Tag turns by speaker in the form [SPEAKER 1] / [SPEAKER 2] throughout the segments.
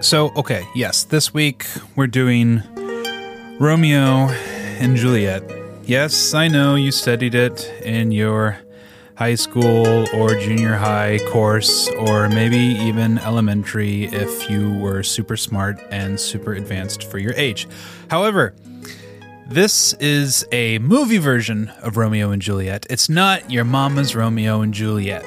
[SPEAKER 1] So, okay, yes, this week we're doing Romeo and Juliet. Yes, I know you studied it in your high school or junior high course, or maybe even elementary if you were super smart and super advanced for your age. However, this is a movie version of Romeo and Juliet. It's not your mama's Romeo and Juliet.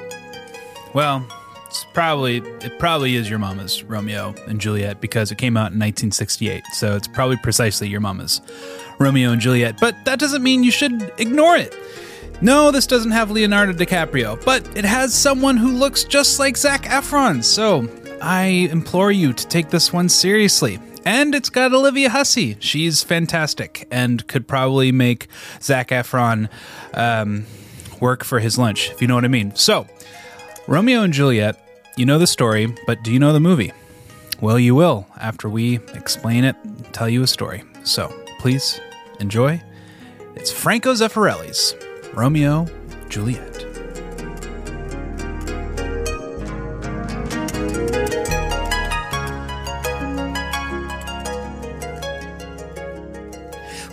[SPEAKER 1] Well, it's probably it probably is your mama's Romeo and Juliet because it came out in 1968. So it's probably precisely your mama's Romeo and Juliet, but that doesn't mean you should ignore it. No, this doesn't have Leonardo DiCaprio, but it has someone who looks just like Zach Efron. So I implore you to take this one seriously. And it's got Olivia Hussey. She's fantastic and could probably make Zach Efron um, work for his lunch, if you know what I mean. So, Romeo and Juliet, you know the story, but do you know the movie? Well, you will after we explain it, tell you a story. So please enjoy. It's Franco Zeffirelli's Romeo Juliet.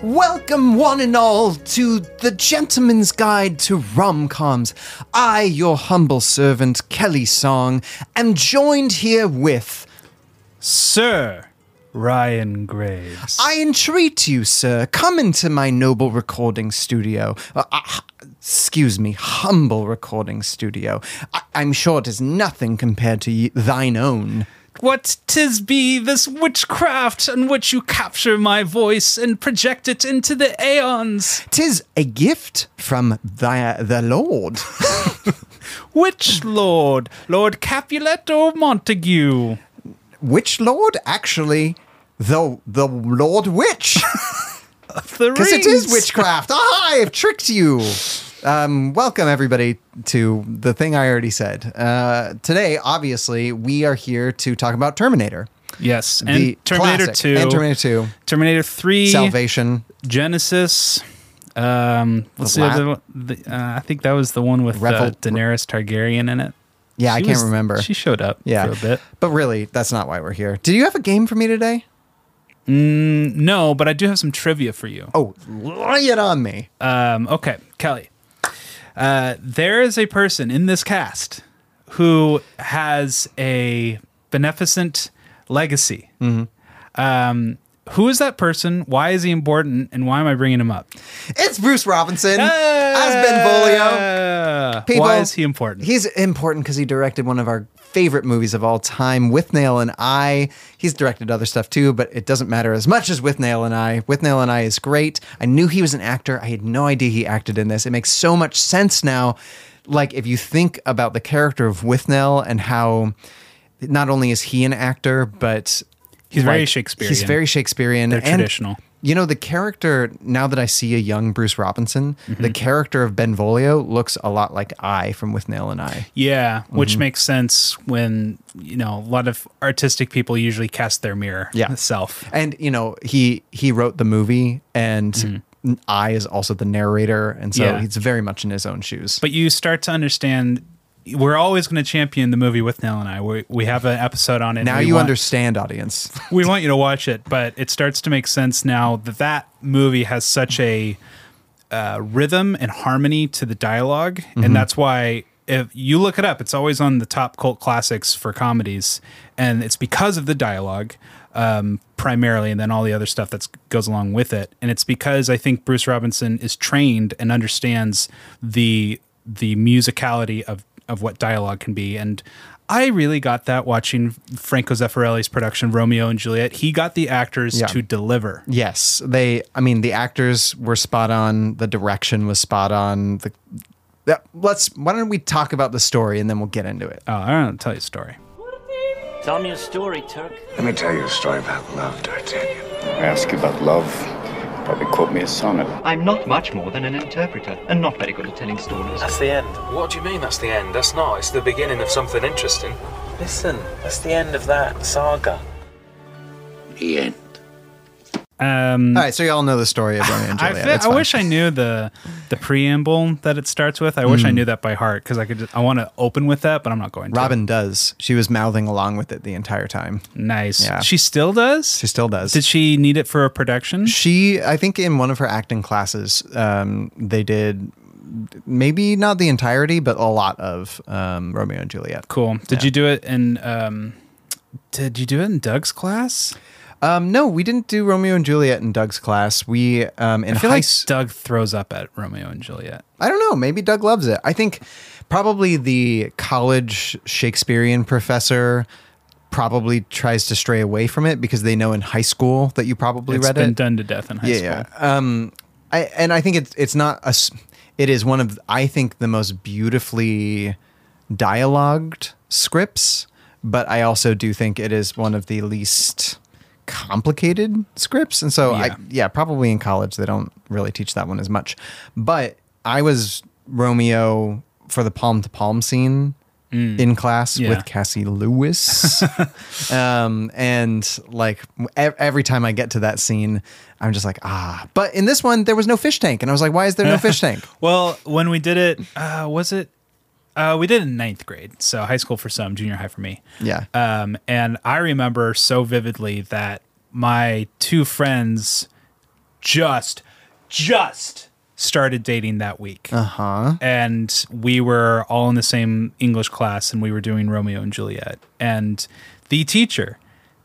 [SPEAKER 2] Welcome, one and all, to the Gentleman's Guide to Rom-Coms. I, your humble servant, Kelly Song, am joined here with.
[SPEAKER 1] Sir Ryan Graves.
[SPEAKER 2] I entreat you, sir, come into my noble recording studio. Uh, uh, h- excuse me, humble recording studio. I- I'm sure it is nothing compared to y- thine own.
[SPEAKER 1] What tis be this witchcraft in which you capture my voice and project it into the aeons?
[SPEAKER 2] Tis a gift from thy, the Lord.
[SPEAKER 1] Which lord? Lord Capulet or Montague?
[SPEAKER 2] Which Lord? Actually, the, the Lord Witch.
[SPEAKER 1] The
[SPEAKER 2] Because it is
[SPEAKER 1] rings.
[SPEAKER 2] witchcraft. Aha, I've tricked you. Um, welcome, everybody, to the thing I already said. Uh, today, obviously, we are here to talk about Terminator.
[SPEAKER 1] Yes, and
[SPEAKER 2] the
[SPEAKER 1] Terminator
[SPEAKER 2] classic.
[SPEAKER 1] Two, E.
[SPEAKER 2] And Terminator 2.
[SPEAKER 1] Terminator Three,
[SPEAKER 2] Salvation.
[SPEAKER 1] Genesis. Um, what's the,
[SPEAKER 2] The
[SPEAKER 1] other
[SPEAKER 2] la-
[SPEAKER 1] one? The, uh, I think that was the one with uh,
[SPEAKER 2] Revel-
[SPEAKER 1] Daenerys Targaryen in it.
[SPEAKER 2] Yeah, I
[SPEAKER 1] She
[SPEAKER 2] can't
[SPEAKER 1] was-
[SPEAKER 2] remember.
[SPEAKER 1] She showed up
[SPEAKER 2] Yeah.
[SPEAKER 1] for a bit.
[SPEAKER 2] But really, that's not why we're here. Did you have a game for me today?
[SPEAKER 1] Mm, no, but I do have some trivia for you.
[SPEAKER 2] Oh, lay it on me.
[SPEAKER 1] Um, okay, Kelly. Uh, there is a person in this cast who has a beneficent legacy.
[SPEAKER 2] Mm-hmm.
[SPEAKER 1] Um, who is that person? Why is he important? And why am I bringing him up?
[SPEAKER 2] It's Bruce Robinson as Benvolio. People,
[SPEAKER 1] Why is he important?
[SPEAKER 2] He's important because he directed one of our favorite movies of all time, With Nail and I. He's directed other stuff too, but it doesn't matter as much as With Nail and I. With Nail and I is great. I knew he was an actor. I had no idea he acted in this. It makes so much sense now. Like if you think about the character of With Nail and how not only is he an actor, but
[SPEAKER 1] He's very
[SPEAKER 2] like, He's
[SPEAKER 1] Shakespearean.
[SPEAKER 2] very Shakespearean.
[SPEAKER 1] They're
[SPEAKER 2] and-
[SPEAKER 1] traditional.
[SPEAKER 2] you know, the character, now that I see a young Bruce Robinson,
[SPEAKER 1] Mm-hmm.
[SPEAKER 2] the character of Benvolio looks a lot like I from With Nail and I.
[SPEAKER 1] yeah, which makes sense when you know a lot of artistic people usually cast their mirror
[SPEAKER 2] Yeah.
[SPEAKER 1] self.
[SPEAKER 2] And, you know, he he wrote the movie and I is also the narrator. And so
[SPEAKER 1] Mm-hmm. Yeah.
[SPEAKER 2] he's very much in his own shoes.
[SPEAKER 1] But you start to understand. We're always going to champion the movie with Nell and I. We, we have an episode on it.
[SPEAKER 2] now
[SPEAKER 1] We
[SPEAKER 2] you
[SPEAKER 1] want-
[SPEAKER 2] understand, audience.
[SPEAKER 1] We want you to watch it, but it starts to make sense now that that movie has such a uh, rhythm and harmony to the dialog and that's why if you look it up, it's always on the top cult classics for comedies, and it's because of the dialogue um, primarily, and then all the other stuff that goes along with it. And it's because I think Bruce Robinson is trained and understands the the musicality of of what dialogue can be and. I really got that watching Franco Zeffirelli's production Romeo and Juliet. He got the actors
[SPEAKER 2] Yeah.
[SPEAKER 1] to deliver.
[SPEAKER 2] Yes, they. I mean, the actors were spot on. The direction was spot on. The that, let's. Why don't we talk about the story and then we'll get into it.
[SPEAKER 1] Oh, I don't know, tell you a story.
[SPEAKER 3] Tell me a story, Turk.
[SPEAKER 4] Let me tell you a story about love, D'Artagnan. I ask you about love, you probably quote me a sonnet.
[SPEAKER 5] I'm not much more than an interpreter, and not very good at telling stories.
[SPEAKER 6] That's the end. What do you mean that's the end? That's not. It's the beginning of something interesting. Listen, that's the end of that saga.
[SPEAKER 4] The end.
[SPEAKER 1] Um,
[SPEAKER 2] All right, so you all know the story of Romeo and
[SPEAKER 1] I,
[SPEAKER 2] Juliet.
[SPEAKER 1] fe-
[SPEAKER 2] It's
[SPEAKER 1] I
[SPEAKER 2] fine.
[SPEAKER 1] wish I knew the the preamble that it starts with. I wish I knew that by heart because I could. Just, I want to open with that, but I'm not going. to.
[SPEAKER 2] Mm. Robin does. She was mouthing along with it the entire time.
[SPEAKER 1] nice.
[SPEAKER 2] Yeah.
[SPEAKER 1] She still does.
[SPEAKER 2] She still does.
[SPEAKER 1] Did she need it for a production?
[SPEAKER 2] She, I think, in one of her acting classes, um, they did maybe not the entirety, but a lot of um, Romeo and Juliet.
[SPEAKER 1] Cool. Did you do it in? Um, did you do it in Doug's class?
[SPEAKER 2] Um, no, we didn't do Romeo and Juliet in Doug's class. We um, in
[SPEAKER 1] I feel
[SPEAKER 2] high
[SPEAKER 1] like
[SPEAKER 2] s-
[SPEAKER 1] Doug throws up at Romeo and Juliet.
[SPEAKER 2] I don't know. Maybe Doug loves it. I think probably the college Shakespearean professor probably tries to stray away from it because they know in high school that you probably
[SPEAKER 1] It's
[SPEAKER 2] read
[SPEAKER 1] been
[SPEAKER 2] it.
[SPEAKER 1] done to death in high school.
[SPEAKER 2] yeah, yeah. Um, I and I think it's it's not a. s- It is one of I think the most beautifully dialogued scripts, but I also do think it is one of the least complicated scripts, and so
[SPEAKER 1] Yeah.
[SPEAKER 2] I yeah probably in college they don't really teach that one as much, but I was Romeo for the palm to palm scene. In class
[SPEAKER 1] Mm. Yeah.
[SPEAKER 2] with Cassie Lewis, um, and like e- every time I get to that scene, I'm just like, ah. But in this one, there was no fish tank, and I was like, why is there no fish tank?
[SPEAKER 1] Well, when we did it, uh, was it? Uh, we did it in ninth grade, so high school for some, junior high for me.
[SPEAKER 2] Yeah.
[SPEAKER 1] Um, and I remember so vividly that my two friends just, just started dating that week. Uh huh. And we were all in the same English class, and we were doing Romeo and Juliet. And the teacher,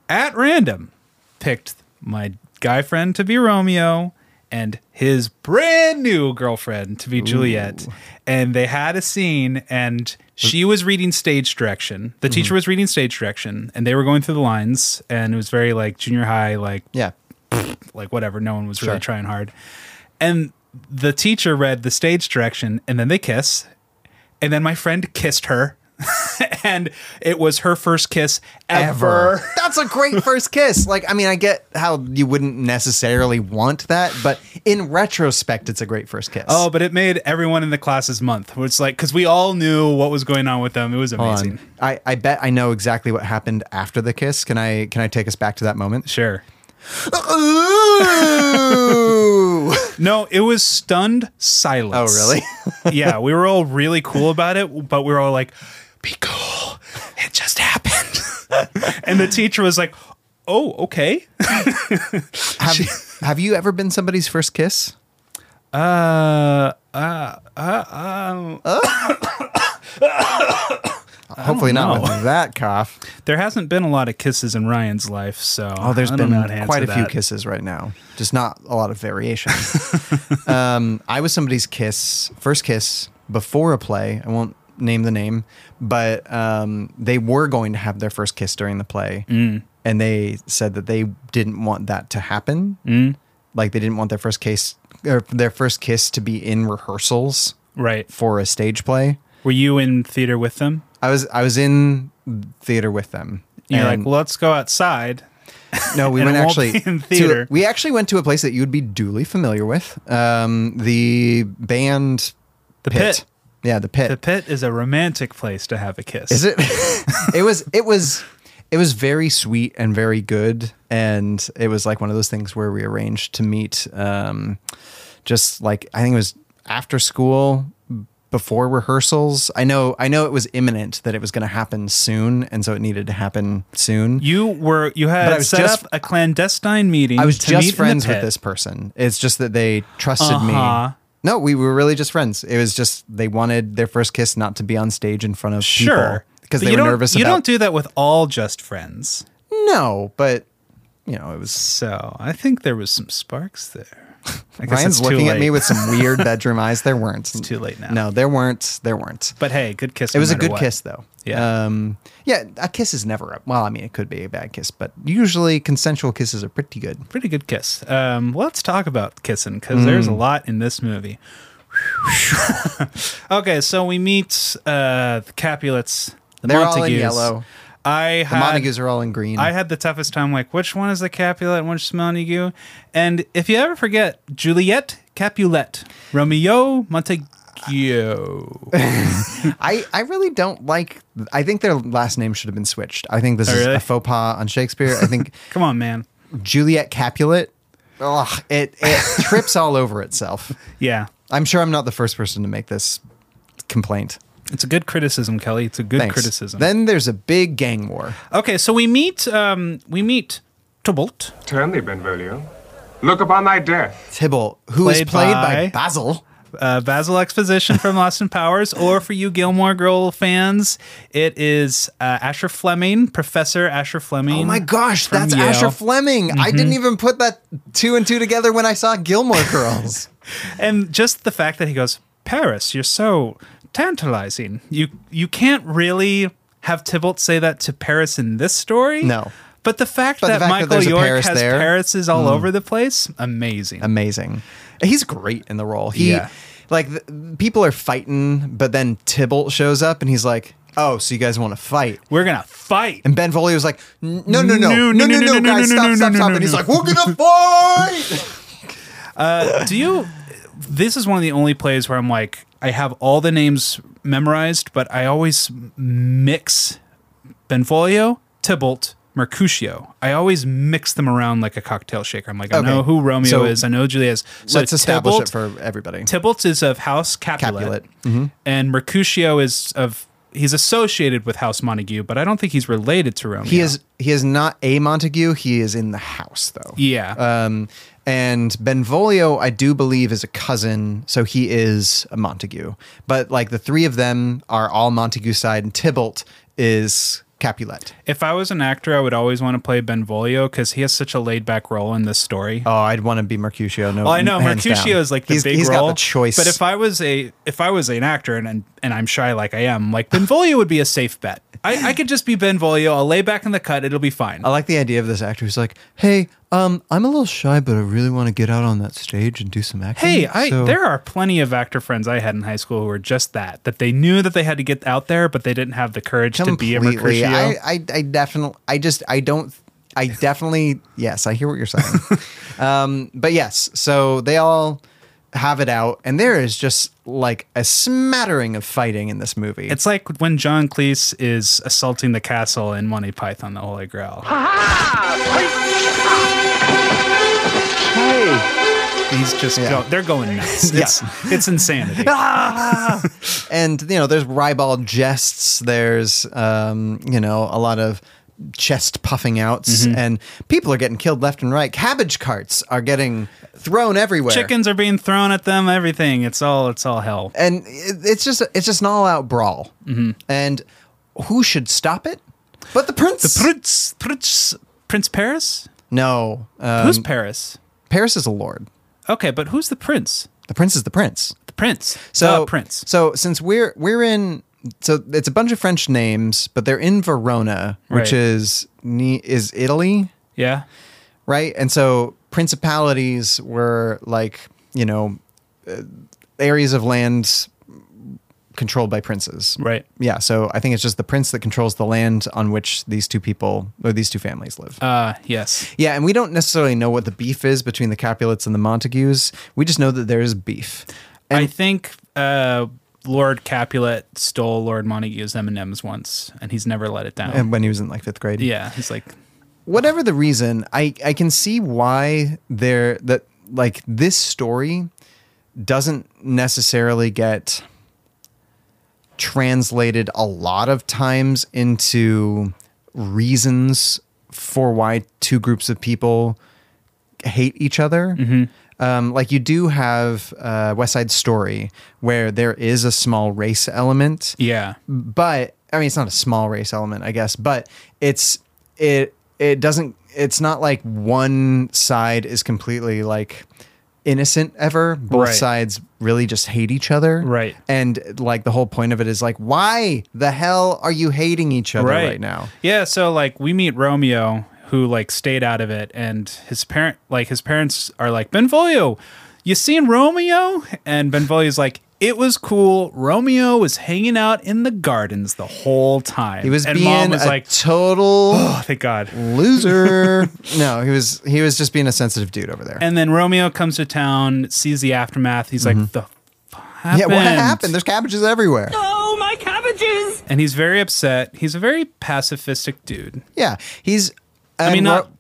[SPEAKER 1] at random, picked my guy friend to be Romeo and his brand new girlfriend to be Juliet. And they had a scene, and she was reading stage direction. The teacher was reading stage direction, and they were going through the lines, and it was very like junior high, like
[SPEAKER 2] Yeah.
[SPEAKER 1] like whatever. No one was really
[SPEAKER 2] Sure.
[SPEAKER 1] trying hard. And the teacher read the stage direction, and then they kiss. And then my friend kissed her, and it was her first kiss ever.
[SPEAKER 2] That's a great first kiss. Like, I mean, I get how you wouldn't necessarily want that, but in retrospect, it's a great first kiss.
[SPEAKER 1] Oh, but it made everyone in the classes month. It's like because we all knew what was going on with them. It was
[SPEAKER 2] Hold
[SPEAKER 1] amazing.
[SPEAKER 2] on. I, I bet I know exactly what happened after the kiss. Can I can I take us back to that moment?
[SPEAKER 1] Sure.
[SPEAKER 2] Ooh.
[SPEAKER 1] No, it was stunned silence.
[SPEAKER 2] Oh,
[SPEAKER 1] really? yeah, we were all really cool about it, but we were all like, "Be cool! It just happened." and the teacher was like, "Oh, okay."
[SPEAKER 2] have, have you ever been somebody's first kiss?
[SPEAKER 1] Uh, uh,
[SPEAKER 2] Hopefully not with that cough.
[SPEAKER 1] there hasn't been a lot of kisses in Ryan's life, so
[SPEAKER 2] Oh, there's
[SPEAKER 1] I don't
[SPEAKER 2] been
[SPEAKER 1] know how to answer
[SPEAKER 2] quite a few
[SPEAKER 1] that.
[SPEAKER 2] kisses right now, just not a lot of variation. um, I was somebody's kiss, first kiss before a play. I won't name the name, but um, they were going to have their first kiss during the play,
[SPEAKER 1] Mm.
[SPEAKER 2] and they said that they didn't want that to happen.
[SPEAKER 1] Mm.
[SPEAKER 2] Like they didn't want their first case or their first kiss to be in rehearsals
[SPEAKER 1] Right?
[SPEAKER 2] for a stage play.
[SPEAKER 1] Were you in theater with them?
[SPEAKER 2] I was I was in theater with them.
[SPEAKER 1] You're
[SPEAKER 2] and-
[SPEAKER 1] like, "Let's go outside."
[SPEAKER 2] No, we
[SPEAKER 1] And it
[SPEAKER 2] went
[SPEAKER 1] won't
[SPEAKER 2] actually
[SPEAKER 1] be in
[SPEAKER 2] to-
[SPEAKER 1] theater.
[SPEAKER 2] we actually went to a place that you would be duly familiar with. Um, the band,
[SPEAKER 1] The pit.
[SPEAKER 2] Yeah, the pit.
[SPEAKER 1] The pit is a romantic place to have a kiss.
[SPEAKER 2] Is it? it was. It was. It was very sweet and very good, and it was like one of those things where we arranged to meet. Um, just like I think it was after school, before rehearsals. I know. I know it was imminent that it was going to happen soon, and so it needed to happen soon.
[SPEAKER 1] You were you
[SPEAKER 2] But I
[SPEAKER 1] had
[SPEAKER 2] was
[SPEAKER 1] set
[SPEAKER 2] just-
[SPEAKER 1] up a clandestine meeting.
[SPEAKER 2] I was
[SPEAKER 1] to meet in
[SPEAKER 2] just
[SPEAKER 1] the
[SPEAKER 2] friends with
[SPEAKER 1] pit.
[SPEAKER 2] this person. It's just that they trusted
[SPEAKER 1] Uh-huh.
[SPEAKER 2] me. No, we were really just friends. It was just they wanted their first kiss not to be on stage in front of
[SPEAKER 1] Sure,
[SPEAKER 2] people because
[SPEAKER 1] But
[SPEAKER 2] they
[SPEAKER 1] you
[SPEAKER 2] were
[SPEAKER 1] don't-
[SPEAKER 2] nervous
[SPEAKER 1] You
[SPEAKER 2] about.
[SPEAKER 1] don't do that with all just friends.
[SPEAKER 2] no, but you know it was.
[SPEAKER 1] So I think there was some sparks there. I guess
[SPEAKER 2] Ryan's
[SPEAKER 1] it's too
[SPEAKER 2] looking at
[SPEAKER 1] late.
[SPEAKER 2] me with some weird bedroom eyes. There weren't. It's
[SPEAKER 1] too late now.
[SPEAKER 2] No, there weren't. There weren't.
[SPEAKER 1] But hey, good kiss.
[SPEAKER 2] It
[SPEAKER 1] no
[SPEAKER 2] was a
[SPEAKER 1] matter
[SPEAKER 2] good
[SPEAKER 1] what.
[SPEAKER 2] kiss though.
[SPEAKER 1] Yeah.
[SPEAKER 2] Um, yeah, a kiss is never a well, I mean it could be a bad kiss, but usually consensual kisses are pretty good.
[SPEAKER 1] Pretty good kiss. Um, let's talk about kissing because there's a
[SPEAKER 2] Mm.
[SPEAKER 1] lot in this movie. okay, so we meet uh, the Capulets, the
[SPEAKER 2] They're all in
[SPEAKER 1] Montagues.
[SPEAKER 2] yellow.
[SPEAKER 1] I
[SPEAKER 2] The
[SPEAKER 1] had,
[SPEAKER 2] Montagues are all in green.
[SPEAKER 1] I had the toughest time, like, which one is the Capulet and which is Montague? And if you ever forget, Juliet Capulet, Romeo Montague.
[SPEAKER 2] I, I really don't like. I think their last name should have been switched. I think this
[SPEAKER 1] Oh,
[SPEAKER 2] is
[SPEAKER 1] really?
[SPEAKER 2] a faux pas on Shakespeare. I think
[SPEAKER 1] Come on, man.
[SPEAKER 2] Juliet Capulet Ugh, it it trips all over itself.
[SPEAKER 1] Yeah.
[SPEAKER 2] I'm sure I'm not the first person to make this complaint.
[SPEAKER 1] It's a good criticism, Kelly. It's a good
[SPEAKER 2] Thanks.
[SPEAKER 1] criticism.
[SPEAKER 2] Then there's a big gang war.
[SPEAKER 1] okay, so we meet um we meet Tybalt.
[SPEAKER 7] Turn thee, Benvolio. Look upon thy death.
[SPEAKER 2] Tybalt, who is
[SPEAKER 1] Played
[SPEAKER 2] played
[SPEAKER 1] by-
[SPEAKER 2] by, Basil.
[SPEAKER 1] uh, Basil Exposition from Lost in Powers, or for you Gilmore Girl fans, it is uh, Asher Fleming, Professor Asher Fleming.
[SPEAKER 2] Oh my gosh,
[SPEAKER 1] from
[SPEAKER 2] that's
[SPEAKER 1] Yale. Mm-hmm.
[SPEAKER 2] Asher Fleming. I didn't even put that two and two together when I saw Gilmore Girls.
[SPEAKER 1] and just the fact that he goes, Paris, you're so tantalizing. You you can't really have Tybalt say that to Paris in this story.
[SPEAKER 2] No.
[SPEAKER 1] But the fact
[SPEAKER 2] But the
[SPEAKER 1] that
[SPEAKER 2] fact that
[SPEAKER 1] Michael
[SPEAKER 2] there's a
[SPEAKER 1] York
[SPEAKER 2] Paris
[SPEAKER 1] has
[SPEAKER 2] there. mm.
[SPEAKER 1] Paris's all over the place, amazing.
[SPEAKER 2] Amazing. He's great in the role. He
[SPEAKER 1] Yeah.
[SPEAKER 2] like th- people are fighting, but then Tybalt shows up and he's like, "Oh, so you guys want to fight?"
[SPEAKER 1] We're gonna fight.
[SPEAKER 2] And Benvolio's like, "N- "No, no, no,
[SPEAKER 1] No, no,
[SPEAKER 2] no, no,
[SPEAKER 1] no, no,
[SPEAKER 2] no, no,
[SPEAKER 1] no,
[SPEAKER 2] guys,
[SPEAKER 1] no, no,
[SPEAKER 2] stop, stop,
[SPEAKER 1] no,
[SPEAKER 2] stop!"
[SPEAKER 1] no,
[SPEAKER 2] And he's
[SPEAKER 1] no.
[SPEAKER 2] like, "We're gonna fight."
[SPEAKER 1] Do you? This is one of the only plays where I'm like, I have all the names memorized, but I always mix Benfolio, Tybalt, Mercutio. I always mix them around like a cocktail shaker. I'm like, I
[SPEAKER 2] Okay.
[SPEAKER 1] know who Romeo
[SPEAKER 2] So,
[SPEAKER 1] is, I know Juliet is. So
[SPEAKER 2] Let's establish
[SPEAKER 1] Tybalt-
[SPEAKER 2] it for everybody.
[SPEAKER 1] Tybalt is of House Capulet,
[SPEAKER 2] Capulet.
[SPEAKER 1] and Mercutio is of. He's associated with House Montague, but I don't think he's related to Romeo.
[SPEAKER 2] He is he is not a Montague. He is in the house though.
[SPEAKER 1] Yeah.
[SPEAKER 2] Um, and Benvolio, I do believe, is a cousin, so he is a Montague. But like the three of them are all Montague side, and Tybalt is Capulet.
[SPEAKER 1] if I was an actor, I would always want to play Benvolio because he has such a laid back role in this story.
[SPEAKER 2] Oh, I'd want to be Mercutio. No,
[SPEAKER 1] Well, Oh, I know
[SPEAKER 2] hands
[SPEAKER 1] Mercutio
[SPEAKER 2] down.
[SPEAKER 1] is like the
[SPEAKER 2] he's,
[SPEAKER 1] big
[SPEAKER 2] he's
[SPEAKER 1] role.
[SPEAKER 2] got the choice.
[SPEAKER 1] But if I was a if I was an actor and and, and I'm shy like I am, like Benvolio would be a safe bet. I, I could just be Benvolio. I'll lay back in the cut. It'll be fine.
[SPEAKER 2] I like the idea of this actor who's like, "Hey, um, I'm a little shy, but I really want to get out on that stage and do some acting."
[SPEAKER 1] Hey, I
[SPEAKER 2] so-
[SPEAKER 1] there are plenty of actor friends I had in high school who were just that that they knew that they had to get out there, but they didn't have the courage to be a
[SPEAKER 2] completely.
[SPEAKER 1] Mercutio.
[SPEAKER 2] I, I, I definitely, I just, I don't, I definitely, yes, I hear what you're saying. um, but yes, so they all have it out, and there is just like a smattering of fighting in this movie.
[SPEAKER 1] it's like when John Cleese is assaulting the castle in Monty Python: The Holy Grail. He's just
[SPEAKER 2] Yeah.
[SPEAKER 1] go, they're going nuts.
[SPEAKER 2] Yeah.
[SPEAKER 1] It's it's insanity.
[SPEAKER 2] and you know, there's ribald jests. There's, um, you know, a lot of chest puffing outs,
[SPEAKER 1] Mm-hmm.
[SPEAKER 2] and people are getting killed left and right. Cabbage carts are getting thrown everywhere.
[SPEAKER 1] chickens are being thrown at them everything it's all it's all hell
[SPEAKER 2] and it, it's just it's just an all out brawl.
[SPEAKER 1] Mm-hmm.
[SPEAKER 2] And who should stop it? But the prince.
[SPEAKER 1] prince prince prince paris
[SPEAKER 2] no, um,
[SPEAKER 1] who's paris
[SPEAKER 2] Paris is a lord.
[SPEAKER 1] okay but who's the prince
[SPEAKER 2] The prince is the prince.
[SPEAKER 1] the prince
[SPEAKER 2] So
[SPEAKER 1] the prince
[SPEAKER 2] So since we're we're in, so it's a bunch of French names, but they're in Verona,
[SPEAKER 1] Right.
[SPEAKER 2] which is ne- is Italy,
[SPEAKER 1] yeah
[SPEAKER 2] right? And so principalities were like you know uh, areas of land controlled by princes,
[SPEAKER 1] right
[SPEAKER 2] yeah, so I think it's just the prince that controls the land on which these two people or these two families live.
[SPEAKER 1] uh yes
[SPEAKER 2] yeah, and we don't necessarily know what the beef is between the Capulets and the Montagues. We just know that there is beef. And
[SPEAKER 1] i think uh lord capulet stole lord montague's m&ms once and he's never let it down
[SPEAKER 2] and when he was in like fifth grade,
[SPEAKER 1] yeah he's like
[SPEAKER 2] Whatever the reason, I I can see why there that like this story doesn't necessarily get translated a lot of times into reasons for why two groups of people hate each other. Um, like you do have uh, West Side Story, where there is a small race element,
[SPEAKER 1] yeah
[SPEAKER 2] but I mean it's not a small race element, I guess, but it's it it doesn't it's not like one side is completely like innocent ever. Both
[SPEAKER 1] Right.
[SPEAKER 2] sides really just hate each other.
[SPEAKER 1] Right.
[SPEAKER 2] And like the whole point of it is like, why the hell are you hating each other right, now?
[SPEAKER 1] Yeah, so like we meet Romeo who like stayed out of it and his parent like his parents are like, Benvolio, you seen Romeo? And Benvolio's like, it was cool. Romeo was hanging out in the gardens the whole time.
[SPEAKER 2] He was
[SPEAKER 1] and
[SPEAKER 2] being
[SPEAKER 1] mom was
[SPEAKER 2] a
[SPEAKER 1] like,
[SPEAKER 2] total
[SPEAKER 1] Oh, thank God.
[SPEAKER 2] loser. no, he was he was just being a sensitive dude over there.
[SPEAKER 1] And then Romeo comes to town, sees the aftermath, he's like, the f- happened?
[SPEAKER 2] Mm-hmm. yeah, what happened? There's cabbages everywhere.
[SPEAKER 8] Oh, my cabbages!
[SPEAKER 1] And he's very upset. He's a very pacifistic dude.
[SPEAKER 2] Yeah, he's.
[SPEAKER 1] I mean,
[SPEAKER 2] and Ro-
[SPEAKER 1] not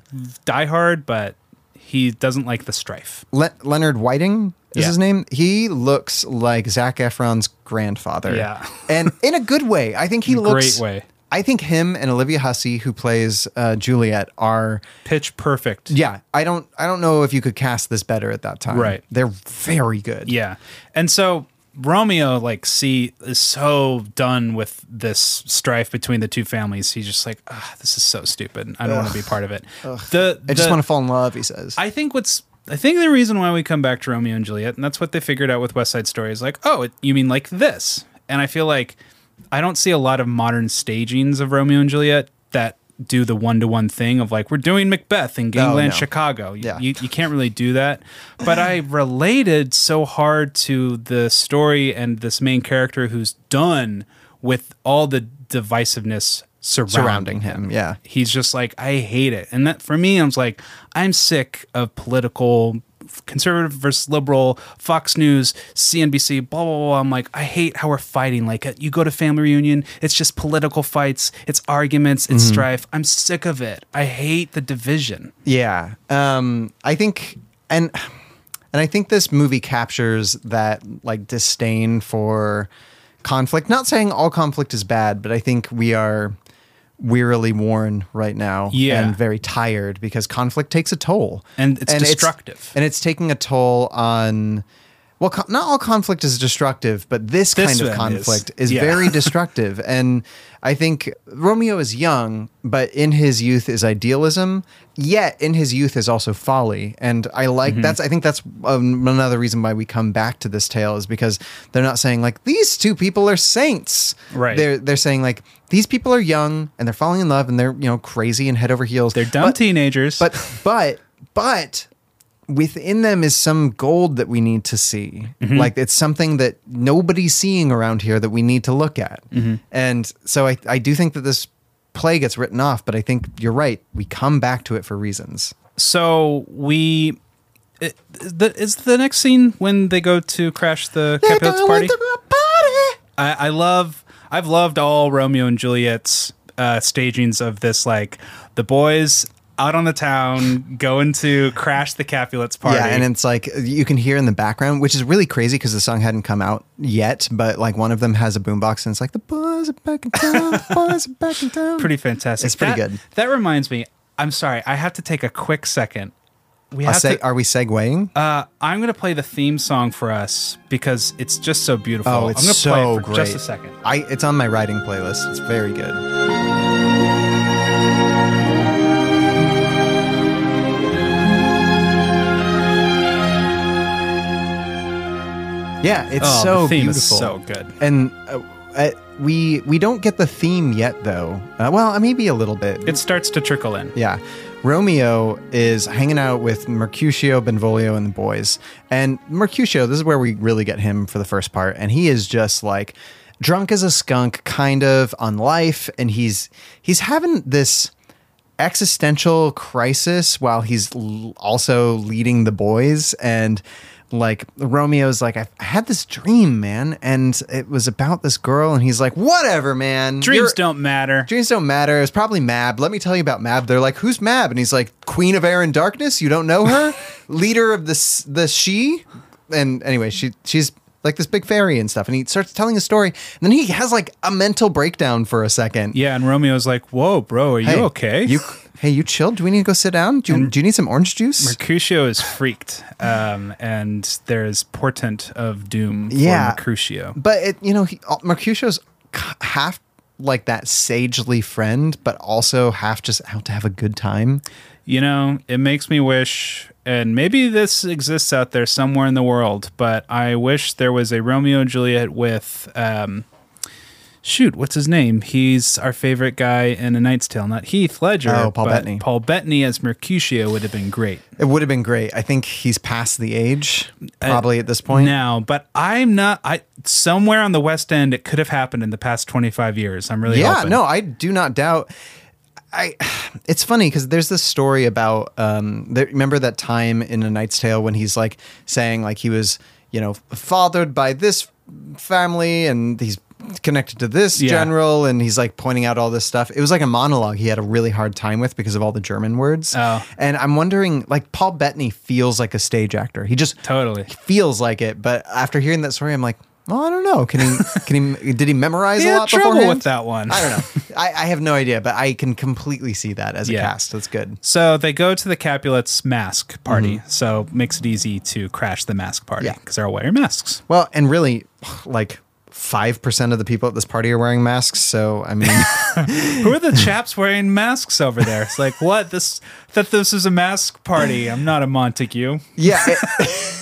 [SPEAKER 1] diehard, but He doesn't like the strife.
[SPEAKER 2] Le- Leonard Whiting is
[SPEAKER 1] Yeah.
[SPEAKER 2] his name. He looks like Zach Efron's grandfather.
[SPEAKER 1] Yeah.
[SPEAKER 2] and in a good way. I think he
[SPEAKER 1] In a great
[SPEAKER 2] looks
[SPEAKER 1] way.
[SPEAKER 2] I think him and Olivia Hussey, who plays uh, Juliet, are
[SPEAKER 1] Pitch perfect.
[SPEAKER 2] yeah. I don't I don't know if you could cast this better at that time.
[SPEAKER 1] Right.
[SPEAKER 2] they're very good.
[SPEAKER 1] Yeah. And so Romeo, like, see, is so done with this strife between the two families. He's just like, "Ugh, this is so stupid. I don't want to be part of it. The,
[SPEAKER 2] I just
[SPEAKER 1] the-
[SPEAKER 2] want to fall in love. He says.
[SPEAKER 1] I think what's I think the reason why we come back to Romeo and Juliet, and that's what they figured out with West Side Story, is like, oh, it, you mean like this? And I feel like I don't see a lot of modern stagings of Romeo and Juliet that do the one to one thing of like we're doing Macbeth in gangland
[SPEAKER 2] Oh, no.
[SPEAKER 1] Chicago. You-
[SPEAKER 2] Yeah.
[SPEAKER 1] you, you can't really do that. But I related so hard to the story and this main character who's done with all the divisiveness
[SPEAKER 2] surrounding
[SPEAKER 1] surrounding him
[SPEAKER 2] him. Yeah.
[SPEAKER 1] he's just like i hate it and that for me i was like i'm sick of political conservative versus liberal fox news cnbc blah blah blah i'm like i hate how we're fighting like uh, you go to family reunion it's just political fights it's arguments
[SPEAKER 2] Mm-hmm.
[SPEAKER 1] it's strife i'm sick of it i hate the division
[SPEAKER 2] Yeah. Um, I think and and I think this movie captures that like disdain for conflict. Not saying all conflict is bad, but I think we are wearily worn right now
[SPEAKER 1] Yeah.
[SPEAKER 2] and very tired because conflict takes a toll
[SPEAKER 1] And it's destructive.
[SPEAKER 2] and it's taking a toll on well, co- not all conflict is destructive, but this,
[SPEAKER 1] This
[SPEAKER 2] kind
[SPEAKER 1] one
[SPEAKER 2] of
[SPEAKER 1] is.
[SPEAKER 2] conflict is,
[SPEAKER 1] Yeah.
[SPEAKER 2] very destructive. And I think Romeo is young, but in his youth is idealism. Yet in his youth is also folly. And I like
[SPEAKER 1] Mm-hmm.
[SPEAKER 2] that's. I think that's um, another reason why we come back to this tale is because they're not saying like these two people are saints.
[SPEAKER 1] Right.
[SPEAKER 2] They're they're saying like these people are young and they're falling in love and they're you know crazy and head over heels.
[SPEAKER 1] they're dumb
[SPEAKER 2] But-
[SPEAKER 1] teenagers
[SPEAKER 2] but but but within them is some gold that we need to see
[SPEAKER 1] Mm-hmm.
[SPEAKER 2] like it's something that nobody's seeing around here that we need to look at
[SPEAKER 1] Mm-hmm.
[SPEAKER 2] and so I, I do think that this play gets written off but i think you're right we come back to it for reasons
[SPEAKER 1] so we it, the, is the next scene when they go to crash the Capulet's party I, I love I've loved all Romeo and Juliet's uh, stagings of this like the boys out on the town going to crash the Capulets party.
[SPEAKER 2] Yeah, and it's like you can hear in the background, which is really crazy because the song hadn't come out yet. But like one of them has a boombox, and it's like the boys are back in town, the boys are back in town.
[SPEAKER 1] pretty fantastic.
[SPEAKER 2] It's pretty
[SPEAKER 1] That-
[SPEAKER 2] good.
[SPEAKER 1] That reminds me. I'm sorry. I have to take a quick second. We
[SPEAKER 2] I'll
[SPEAKER 1] have
[SPEAKER 2] say,
[SPEAKER 1] to,
[SPEAKER 2] are we segueing?
[SPEAKER 1] uh, I'm going to play the theme song for us because it's just so beautiful.
[SPEAKER 2] Oh, it's
[SPEAKER 1] I'm gonna
[SPEAKER 2] so
[SPEAKER 1] play it for
[SPEAKER 2] great.
[SPEAKER 1] Just a second.
[SPEAKER 2] I it's on my riding playlist. It's very good. Yeah, it's
[SPEAKER 1] Oh,
[SPEAKER 2] so
[SPEAKER 1] the theme is
[SPEAKER 2] beautiful.
[SPEAKER 1] so good.
[SPEAKER 2] And uh, uh, we we don't get the theme yet though. Uh, well, uh, maybe a little bit.
[SPEAKER 1] It starts to trickle in.
[SPEAKER 2] Yeah. Romeo is hanging out with Mercutio, Benvolio, and the boys. And Mercutio, this is where we really get him for the first part. And he is just like drunk as a skunk, kind of on life. And he's he's having this existential crisis while he's l- also leading the boys and like Romeo's like I I had this dream man and it was about this girl and he's like whatever man
[SPEAKER 1] Dreams
[SPEAKER 2] You're-
[SPEAKER 1] don't matter.
[SPEAKER 2] Dreams don't matter. It's probably Mab. Let me tell you about Mab. They're like, who's Mab? And he's like, Queen of Air and Darkness. You don't know her, leader of the s- the she. And anyway, she she's like this big fairy and stuff. And he starts telling a story, and then he has like a mental breakdown for a second.
[SPEAKER 1] yeah, and Romeo's like, "Whoa, bro, are
[SPEAKER 2] Hey,
[SPEAKER 1] you okay?
[SPEAKER 2] You hey, you chilled? Do we need to go sit down? Do you, do you need some orange juice?
[SPEAKER 1] Mercutio is freaked, um, and there is portent of doom for
[SPEAKER 2] Yeah.
[SPEAKER 1] Mercutio.
[SPEAKER 2] But it, you know, he, uh, Mercutio's k- half like that sagely friend, but also half just out to have a good time.
[SPEAKER 1] You know, it makes me wish, and maybe this exists out there somewhere in the world, but I wish there was a Romeo and Juliet with, um, shoot, what's his name? He's our favorite guy in A Knight's Tale, not Heath Ledger.
[SPEAKER 2] Oh, Paul
[SPEAKER 1] but
[SPEAKER 2] Bettany.
[SPEAKER 1] Paul Bettany as Mercutio would have been great.
[SPEAKER 2] It would have been great. I think he's past the age, probably at this point.
[SPEAKER 1] now, but I'm not. I somewhere on the West End, it could have happened in the past 25 years. I'm really
[SPEAKER 2] yeah,
[SPEAKER 1] hoping.
[SPEAKER 2] no, I do not doubt. I, it's funny because there's this story about um, there, remember that time in A Knight's Tale when he's like saying like he was you know fathered by this family and he's connected to this
[SPEAKER 1] Yeah.
[SPEAKER 2] general and he's like pointing out all this stuff it was like a monologue he had a really hard time with because of all the german words
[SPEAKER 1] Oh.
[SPEAKER 2] and i'm wondering like paul bettany feels like a stage actor he just
[SPEAKER 1] Totally.
[SPEAKER 2] he feels like it but after hearing that story i'm like well i don't know can he can he did he memorize
[SPEAKER 1] He
[SPEAKER 2] a
[SPEAKER 1] had
[SPEAKER 2] lot
[SPEAKER 1] trouble
[SPEAKER 2] beforehand?
[SPEAKER 1] with that one.
[SPEAKER 2] i don't know I, I have no idea but i can completely see that as a
[SPEAKER 1] Yeah.
[SPEAKER 2] cast that's good
[SPEAKER 1] So they go to the Capulets' mask party. So makes it easy to crash the mask party
[SPEAKER 2] Yeah.
[SPEAKER 1] because they're all wearing masks.
[SPEAKER 2] well and really like 5% of the people at this party are wearing masks so i mean
[SPEAKER 1] Who are the chaps wearing masks over there? It's like what this that this is a mask party. I'm not a Montague.
[SPEAKER 2] Yeah.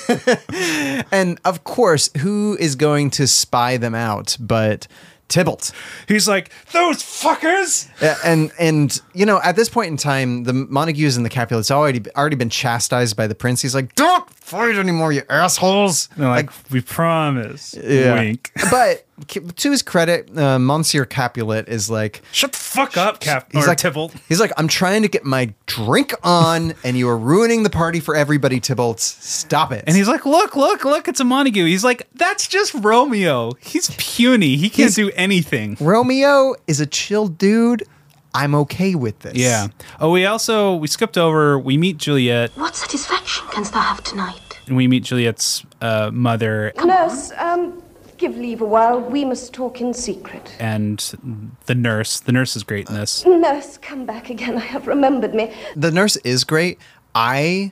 [SPEAKER 2] it- and of course, who is going to spy them out but Tybalt?
[SPEAKER 1] He's like those fuckers.
[SPEAKER 2] Uh, And and you know, at this point in time, the Montagues and the Capulets already already been chastised by the prince. He's like, "Don't fight anymore, you assholes!"
[SPEAKER 1] And they're like, we promise.
[SPEAKER 2] yeah.
[SPEAKER 1] Wink.
[SPEAKER 2] but c- to his credit, uh, Monsieur Capulet is like,
[SPEAKER 1] Shut the fuck up, Cap.
[SPEAKER 2] he's
[SPEAKER 1] or
[SPEAKER 2] like
[SPEAKER 1] Tybalt.
[SPEAKER 2] He's like, "I'm trying to get my drink on, and you are ruining the party for everybody, Tybalt. Stop it!"
[SPEAKER 1] And he's like, look, look, look, it's a Montague. He's like, that's just Romeo. He's puny. He can't
[SPEAKER 2] He's-
[SPEAKER 1] do anything.
[SPEAKER 2] Romeo is a chill dude. I'm okay with this.
[SPEAKER 1] Yeah. Oh, we also we skipped over. We meet Juliet,
[SPEAKER 9] What satisfaction canst thou have tonight?
[SPEAKER 1] and we meet Juliet's uh, mother,
[SPEAKER 10] Nurse, um, give leave a while. We must talk in secret.
[SPEAKER 1] and the nurse. The nurse is great in this.
[SPEAKER 10] Nurse, come back again. I have remembered me.
[SPEAKER 2] The nurse is great. I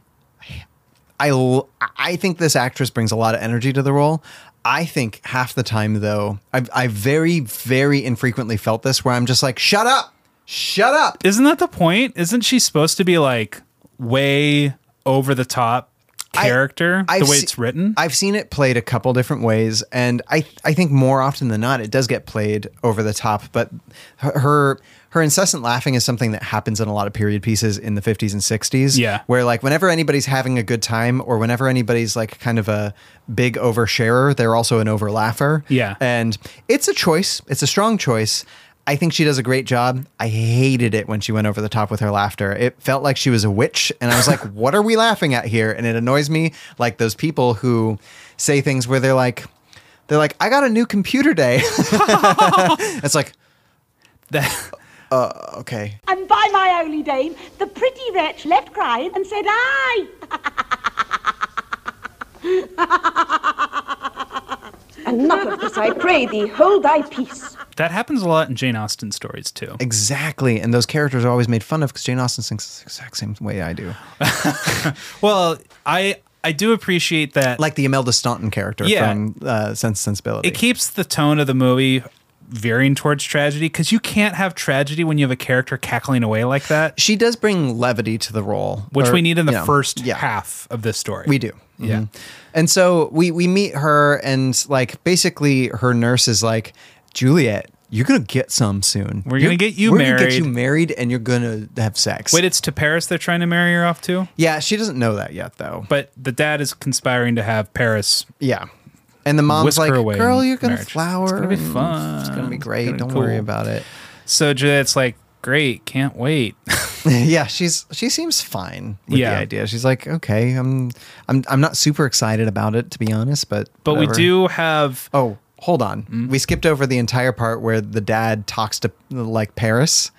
[SPEAKER 2] I l- I think this actress brings a lot of energy to the role. I think half the time though, I've I very very infrequently felt this where I'm just like, "Shut up. Shut up."
[SPEAKER 1] Isn't that the point? Isn't she supposed to be like way over the top
[SPEAKER 2] I-
[SPEAKER 1] character?
[SPEAKER 2] I've
[SPEAKER 1] the way
[SPEAKER 2] se-
[SPEAKER 1] it's written.
[SPEAKER 2] I've seen it played a couple different ways, and I I think more often than not it does get played over the top. But her- her her incessant laughing is something that happens in a lot of period pieces in the 50s and 60s.
[SPEAKER 1] Yeah.
[SPEAKER 2] where like whenever anybody's having a good time, or whenever anybody's like kind of a big oversharer, they're also an overlaugher.
[SPEAKER 1] Yeah.
[SPEAKER 2] and it's a choice. It's a strong choice. I think she does a great job. I hated it when she went over the top with her laughter. It felt like she was a witch, and I was like, "What are we laughing at here?" And it annoys me, like those people who say things where they're like, "They're like, I got a new computer day." it's like,
[SPEAKER 1] That-
[SPEAKER 2] okay,
[SPEAKER 10] And by my holy dame, the pretty wretch left crying and said, Aye! Enough of this, I pray thee. Hold thy peace.
[SPEAKER 1] that happens a lot in Jane Austen stories too.
[SPEAKER 2] exactly. And those characters are always made fun of because Jane Austen thinks the exact same way I do,
[SPEAKER 1] Well, I I do appreciate that.
[SPEAKER 2] like the Imelda Staunton character
[SPEAKER 1] Yeah.
[SPEAKER 2] from uh, Sense and Sensibility.
[SPEAKER 1] it keeps the tone of the movie veering towards tragedy because you can't have tragedy when you have a character cackling away like that.
[SPEAKER 2] she does bring levity to the role,
[SPEAKER 1] which
[SPEAKER 2] or,
[SPEAKER 1] we need in the
[SPEAKER 2] you know,
[SPEAKER 1] first
[SPEAKER 2] yeah.
[SPEAKER 1] half of this story.
[SPEAKER 2] We do.
[SPEAKER 1] Yeah.
[SPEAKER 2] Mhm. And so we we meet her and like basically her nurse is like, Juliet, you're gonna get some soon.
[SPEAKER 1] We're gonna
[SPEAKER 2] You're-
[SPEAKER 1] get you
[SPEAKER 2] we're gonna
[SPEAKER 1] married."
[SPEAKER 2] get you married and you're gonna have sex.
[SPEAKER 1] Wait, it's to Paris they're trying to marry her off to,
[SPEAKER 2] yeah, she doesn't know that yet though.
[SPEAKER 1] but the dad is conspiring to have Paris.
[SPEAKER 2] Yeah. And the mom's
[SPEAKER 1] Whisk her
[SPEAKER 2] like,
[SPEAKER 1] away
[SPEAKER 2] girl,
[SPEAKER 1] in
[SPEAKER 2] you're gonna
[SPEAKER 1] marriage. It's
[SPEAKER 2] flower.
[SPEAKER 1] gonna be
[SPEAKER 2] and
[SPEAKER 1] fun.
[SPEAKER 2] It's gonna be
[SPEAKER 1] It's
[SPEAKER 2] great.
[SPEAKER 1] gonna be
[SPEAKER 2] Don't worry
[SPEAKER 1] cool."
[SPEAKER 2] about it.
[SPEAKER 1] So Juliet's like, "Great, can't wait."
[SPEAKER 2] yeah, she's she seems fine with
[SPEAKER 1] Yeah.
[SPEAKER 2] the idea. She's like, okay, I'm I'm I'm not super excited about it to be honest, but
[SPEAKER 1] But we
[SPEAKER 2] whatever.
[SPEAKER 1] do have
[SPEAKER 2] Oh, hold on. We skipped over the entire part where the dad talks to like Paris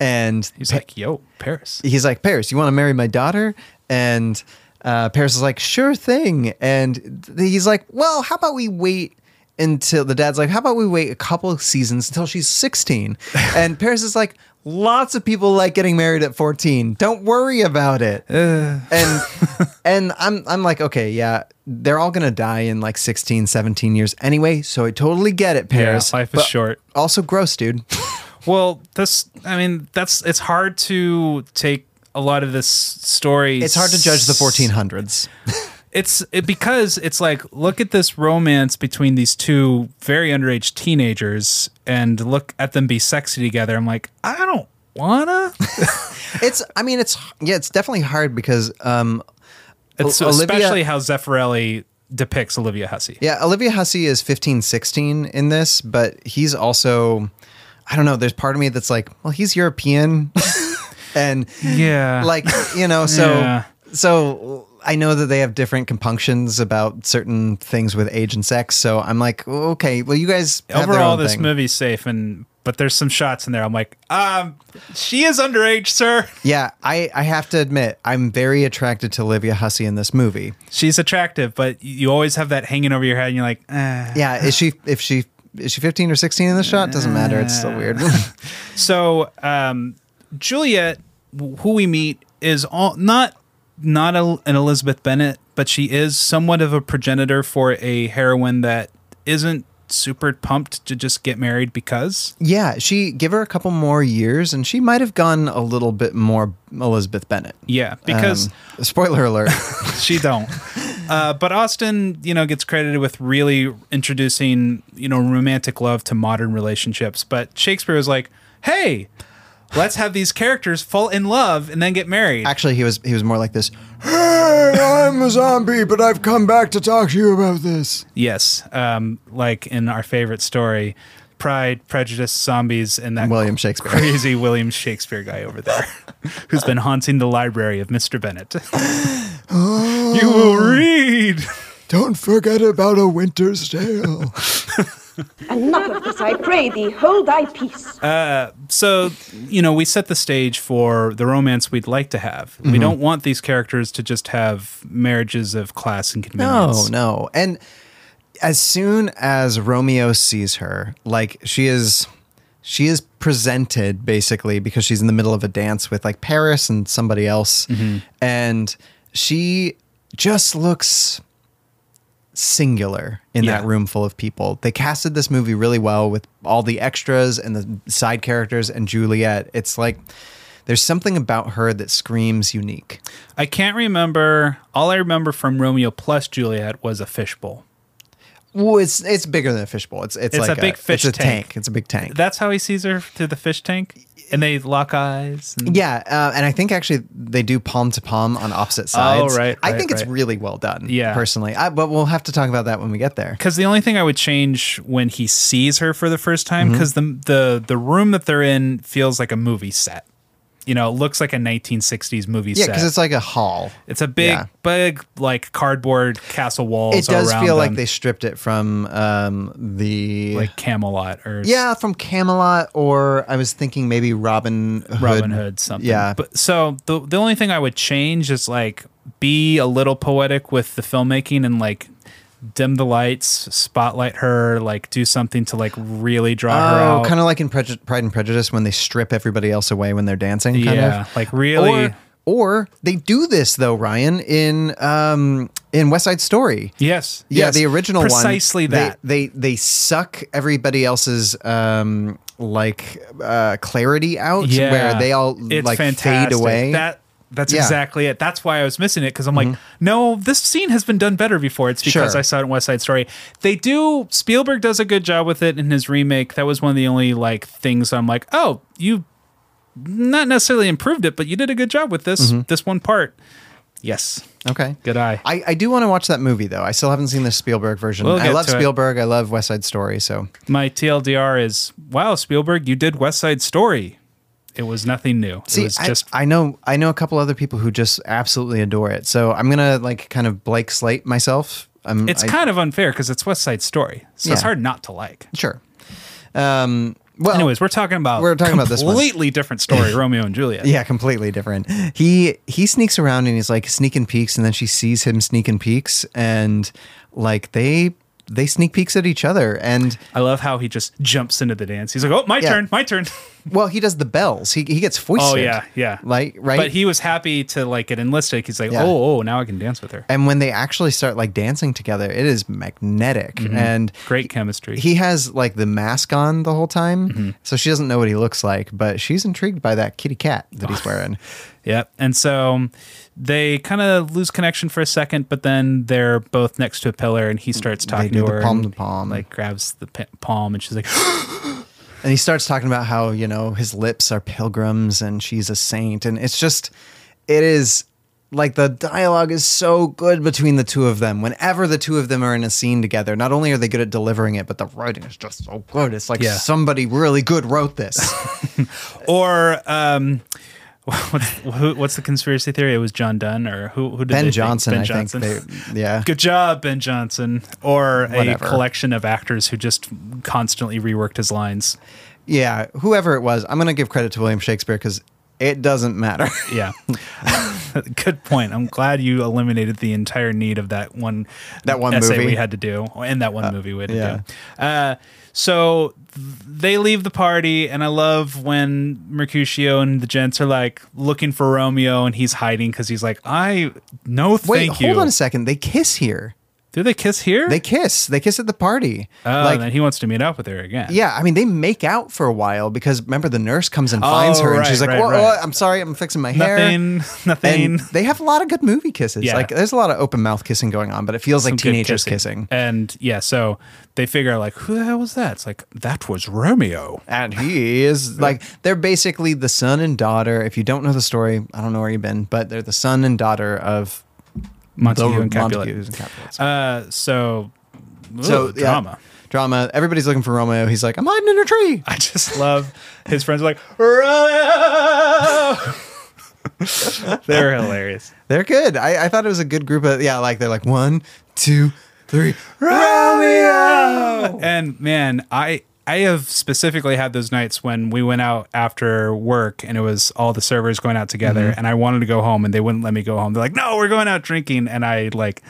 [SPEAKER 2] and
[SPEAKER 1] He's
[SPEAKER 2] Pa-
[SPEAKER 1] like, "Yo, Paris."
[SPEAKER 2] he's like, Paris, you want to marry my daughter? And uh, Paris is like, sure thing. And th- he's like, well, how about we wait until the dad's like, how about we wait a couple of seasons until she's 16? And Paris is like, lots of people like getting married at 14. Don't worry about it. and and I'm I'm like, okay, yeah, they're all going to die in like 16, 17 years anyway. So I totally get it, Paris.
[SPEAKER 1] life is
[SPEAKER 2] But
[SPEAKER 1] short.
[SPEAKER 2] Also gross, dude.
[SPEAKER 1] Well, this I mean, that's it's hard to take a lot of this story.
[SPEAKER 2] It's hard to judge the 1400s.
[SPEAKER 1] It's it, because it's like look at this romance between these two very underage teenagers and look at them be sexy together. I'm like, I don't wanna.
[SPEAKER 2] It's. I mean, it's. Yeah, it's definitely hard because. Um,
[SPEAKER 1] It's
[SPEAKER 2] O- Olivia-
[SPEAKER 1] especially how Zeffirelli depicts Olivia Hussey.
[SPEAKER 2] yeah, Olivia Hussey is 15, 16 in this, but he's also. I don't know. There's part of me that's like, well, he's European, and
[SPEAKER 1] Yeah.
[SPEAKER 2] like you know, so
[SPEAKER 1] Yeah.
[SPEAKER 2] so I know that they have different compunctions about certain things with age and sex, so I'm like, okay, well, you guys have their
[SPEAKER 1] Overall,
[SPEAKER 2] own
[SPEAKER 1] this
[SPEAKER 2] thing.
[SPEAKER 1] movie's safe, and but there's some shots in there. I'm like, um, she is underage, sir.
[SPEAKER 2] Yeah, I, I have to admit, I'm very attracted to Olivia Hussey in this movie.
[SPEAKER 1] She's attractive, but you always have that hanging over your head, and you're like, eh.
[SPEAKER 2] Yeah, is she if she is she 15 or 16 in this shot? Doesn't matter. It's still weird.
[SPEAKER 1] So um, Juliet, w- who we meet, is all not not a, an Elizabeth Bennet, but she is somewhat of a progenitor for a heroine that isn't super pumped to just get married because.
[SPEAKER 2] yeah, she give her a couple more years, and she might have gone a little bit more Elizabeth Bennett.
[SPEAKER 1] Yeah, because
[SPEAKER 2] Um, spoiler alert.
[SPEAKER 1] she don't. Uh, but Austin, you know, gets credited with really introducing, you know, romantic love to modern relationships. But Shakespeare was like, "Hey, let's have these characters fall in love and then get married."
[SPEAKER 2] Actually, he was he was more like this. Hey, I'm a zombie, but I've come back to talk to you about this.
[SPEAKER 1] Yes, um, like in our favorite story, Pride, Prejudice, Zombies, and that
[SPEAKER 2] William Shakespeare.
[SPEAKER 1] crazy William Shakespeare guy over there, who's been haunting the library of Mister Bennett. you will read.
[SPEAKER 2] Don't forget about a winter's tale.
[SPEAKER 10] Enough of this, I pray thee. Hold thy peace.
[SPEAKER 1] so you know we set the stage for the romance we'd like to have
[SPEAKER 2] Mm-hmm.
[SPEAKER 1] we don't want these characters to just have marriages of class and
[SPEAKER 2] no,
[SPEAKER 1] convenience
[SPEAKER 2] no. And as soon as Romeo sees her, like she is she is presented basically because she's in the middle of a dance with like Paris and somebody else. And she just looks singular in
[SPEAKER 1] Yeah.
[SPEAKER 2] that room full of people. They casted this movie really well with all the extras and the side characters and Juliet. It's like there's something about her that screams unique.
[SPEAKER 1] i can't remember all i remember from romeo plus juliet was a fishbowl
[SPEAKER 2] Well, it's it's bigger than a fishbowl. It's it's,
[SPEAKER 1] It's
[SPEAKER 2] like
[SPEAKER 1] a big fish
[SPEAKER 2] it's a
[SPEAKER 1] tank.
[SPEAKER 2] tank. It's a big tank.
[SPEAKER 1] that's how he sees her through the fish tank and they lock eyes and
[SPEAKER 2] yeah, uh, and I think actually they do palm to palm on opposite sides.
[SPEAKER 1] Oh, right,
[SPEAKER 2] I
[SPEAKER 1] right,
[SPEAKER 2] think
[SPEAKER 1] right.
[SPEAKER 2] it's really well done.
[SPEAKER 1] Yeah.
[SPEAKER 2] personally, I, but we'll have to talk about that when we get there.
[SPEAKER 1] Because the only thing I would change when he sees her for the first time,
[SPEAKER 2] Mm-hmm.
[SPEAKER 1] because the the the room that they're in feels like a movie set. You know, it looks like a 1960s movie
[SPEAKER 2] Yeah,
[SPEAKER 1] set.
[SPEAKER 2] because it's like a hall.
[SPEAKER 1] It's a big,
[SPEAKER 2] Yeah.
[SPEAKER 1] big like cardboard castle walls.
[SPEAKER 2] It does
[SPEAKER 1] around
[SPEAKER 2] feel like
[SPEAKER 1] them,
[SPEAKER 2] they stripped it from um, the
[SPEAKER 1] like Camelot or
[SPEAKER 2] yeah from Camelot, or I was thinking maybe Robin Hood.
[SPEAKER 1] Robin Hood something.
[SPEAKER 2] Yeah,
[SPEAKER 1] But so the the only thing I would change is like be a little poetic with the filmmaking and like dim the lights, spotlight her, like do something to like really draw her
[SPEAKER 2] oh,
[SPEAKER 1] out.
[SPEAKER 2] kind of like in Preju- Pride and Prejudice when they strip everybody else away when they're dancing. Kind
[SPEAKER 1] yeah,
[SPEAKER 2] of.
[SPEAKER 1] like really.
[SPEAKER 2] Or, or they do this though, Ryan, in um in West Side Story.
[SPEAKER 1] yes.
[SPEAKER 2] Yeah,
[SPEAKER 1] yes,
[SPEAKER 2] the original
[SPEAKER 1] precisely
[SPEAKER 2] one.
[SPEAKER 1] that.
[SPEAKER 2] they, they they suck everybody else's um like uh clarity out
[SPEAKER 1] yeah,
[SPEAKER 2] where they all
[SPEAKER 1] it's
[SPEAKER 2] like
[SPEAKER 1] fantastic.
[SPEAKER 2] fade away.
[SPEAKER 1] That that's
[SPEAKER 2] Yeah. Mm-hmm.
[SPEAKER 1] exactly it. That's why I was missing it because I'm like, no, this scene has been done better before. It's because
[SPEAKER 2] Sure.
[SPEAKER 1] I saw it in West Side Story. They do Spielberg does a good job with it in his remake. That was one of the only like things I'm like, oh, you not necessarily improved it, but you did a good job with this this one part. Yes,
[SPEAKER 2] okay.
[SPEAKER 1] good eye.
[SPEAKER 2] Mm-hmm. I, I do want to watch that movie though. I still haven't seen the Spielberg version.
[SPEAKER 1] We'll
[SPEAKER 2] I
[SPEAKER 1] get
[SPEAKER 2] love
[SPEAKER 1] to it.
[SPEAKER 2] Spielberg. I love West Side Story. So
[SPEAKER 1] My TLDR is, wow, Spielberg, you did West Side Story. It was nothing new. it
[SPEAKER 2] See,
[SPEAKER 1] was
[SPEAKER 2] I,
[SPEAKER 1] just
[SPEAKER 2] I know I know a couple other people who just absolutely adore it. So I'm gonna like kind of Blake Slate myself. I'm,
[SPEAKER 1] it's
[SPEAKER 2] I-
[SPEAKER 1] kind of unfair because it's West Side Story, so it's
[SPEAKER 2] Yeah.
[SPEAKER 1] hard not to like.
[SPEAKER 2] sure. Um, well,
[SPEAKER 1] Anyways, we're talking about
[SPEAKER 2] We're talking about this one.
[SPEAKER 1] completely different story, Romeo and Juliet.
[SPEAKER 2] yeah, completely different. He he sneaks around and he's like sneaking peeks, and then she sees him sneaking peeks, and like they they sneak peeks at each other, and
[SPEAKER 1] I love how he just jumps into the dance. He's like, "Oh, my
[SPEAKER 2] Yeah.
[SPEAKER 1] turn, my turn."
[SPEAKER 2] well, he does the bells. He he gets foisted.
[SPEAKER 1] Oh yeah, yeah.
[SPEAKER 2] Like right.
[SPEAKER 1] But he was happy to like get enlisted. He's like,
[SPEAKER 2] Yeah.
[SPEAKER 1] "Oh, oh, now I can dance with her."
[SPEAKER 2] and when they actually start like dancing together, it is magnetic
[SPEAKER 1] Mm-hmm.
[SPEAKER 2] and
[SPEAKER 1] Great chemistry.
[SPEAKER 2] He has like the mask on the whole time,
[SPEAKER 1] Mm-hmm.
[SPEAKER 2] so she doesn't know what he looks like, but she's intrigued by that kitty cat that he's wearing.
[SPEAKER 1] Yep. And so um, they kind of lose connection for a second, but then they're both next to a pillar, and he starts talking
[SPEAKER 2] do
[SPEAKER 1] to
[SPEAKER 2] the
[SPEAKER 1] her.
[SPEAKER 2] palm
[SPEAKER 1] and
[SPEAKER 2] to palm.
[SPEAKER 1] Like grabs the p- palm, and she's like,
[SPEAKER 2] And he starts talking about how, you know, his lips are pilgrims and she's a saint. And it's just, it is like the dialogue is so good between the two of them. Whenever the two of them are in a scene together, not only are they good at delivering it, but the writing is just so good. It's like
[SPEAKER 1] Yeah.
[SPEAKER 2] somebody really good wrote this.
[SPEAKER 1] or um, What's, who, what's the conspiracy theory? It was John Dunn or who? Who did they
[SPEAKER 2] Ben
[SPEAKER 1] think?
[SPEAKER 2] Johnson,
[SPEAKER 1] Ben
[SPEAKER 2] I
[SPEAKER 1] Johnson.
[SPEAKER 2] think. They, yeah.
[SPEAKER 1] Good job, Ben Johnson, or
[SPEAKER 2] Whatever.
[SPEAKER 1] a collection of actors who just constantly reworked his lines.
[SPEAKER 2] Yeah. Whoever it was, I'm going to give credit to William Shakespeare because it doesn't matter.
[SPEAKER 1] Yeah, good point. I'm glad you eliminated the entire need of that one
[SPEAKER 2] That one
[SPEAKER 1] essay
[SPEAKER 2] movie. Uh,
[SPEAKER 1] we had to do, and that one movie we had to
[SPEAKER 2] yeah.
[SPEAKER 1] do. Uh, so they leave the party, and I love when Mercutio and the gents are like looking for Romeo, and he's hiding because he's like, "I no, thank
[SPEAKER 2] Wait,
[SPEAKER 1] you."
[SPEAKER 2] hold on a second. They kiss here.
[SPEAKER 1] Do they kiss here?
[SPEAKER 2] They kiss. They kiss at the party.
[SPEAKER 1] oh,
[SPEAKER 2] like,
[SPEAKER 1] and then he wants to meet up with her again.
[SPEAKER 2] yeah, I mean, they make out for a while because remember the nurse comes and finds
[SPEAKER 1] Oh,
[SPEAKER 2] her and
[SPEAKER 1] right,
[SPEAKER 2] she's like,
[SPEAKER 1] right,
[SPEAKER 2] "Whoa,
[SPEAKER 1] right.
[SPEAKER 2] whoa, I'm sorry, I'm fixing my hair."
[SPEAKER 1] nothing, nothing.
[SPEAKER 2] And they have a lot of good movie kisses.
[SPEAKER 1] Yeah.
[SPEAKER 2] Like there's a lot of open mouth kissing going on, but it feels like
[SPEAKER 1] some good
[SPEAKER 2] teenagers kissing.
[SPEAKER 1] And yeah, so they figure out like, who the hell was that? It's like that was Romeo.
[SPEAKER 2] And he is like they're basically the son and daughter. If you don't know the story, I don't know where you've been, but they're the son and daughter of
[SPEAKER 1] Montague
[SPEAKER 2] the
[SPEAKER 1] and Capulet.
[SPEAKER 2] Montagues and Capulets.
[SPEAKER 1] Uh, so,
[SPEAKER 2] so
[SPEAKER 1] so
[SPEAKER 2] yeah,
[SPEAKER 1] drama.
[SPEAKER 2] drama. Everybody's looking for Romeo. He's like, I'm hiding in a tree.
[SPEAKER 1] I just love his friends are like Romeo. They're hilarious.
[SPEAKER 2] They're good. I, I thought it was a good group of yeah. Like they're like one, two, three. Romeo.
[SPEAKER 1] And man, I I have specifically had those nights when we went out after work and it was all the servers going out together and I wanted to go home and they wouldn't let me go home. They're like, "No, we're going out drinking." And I like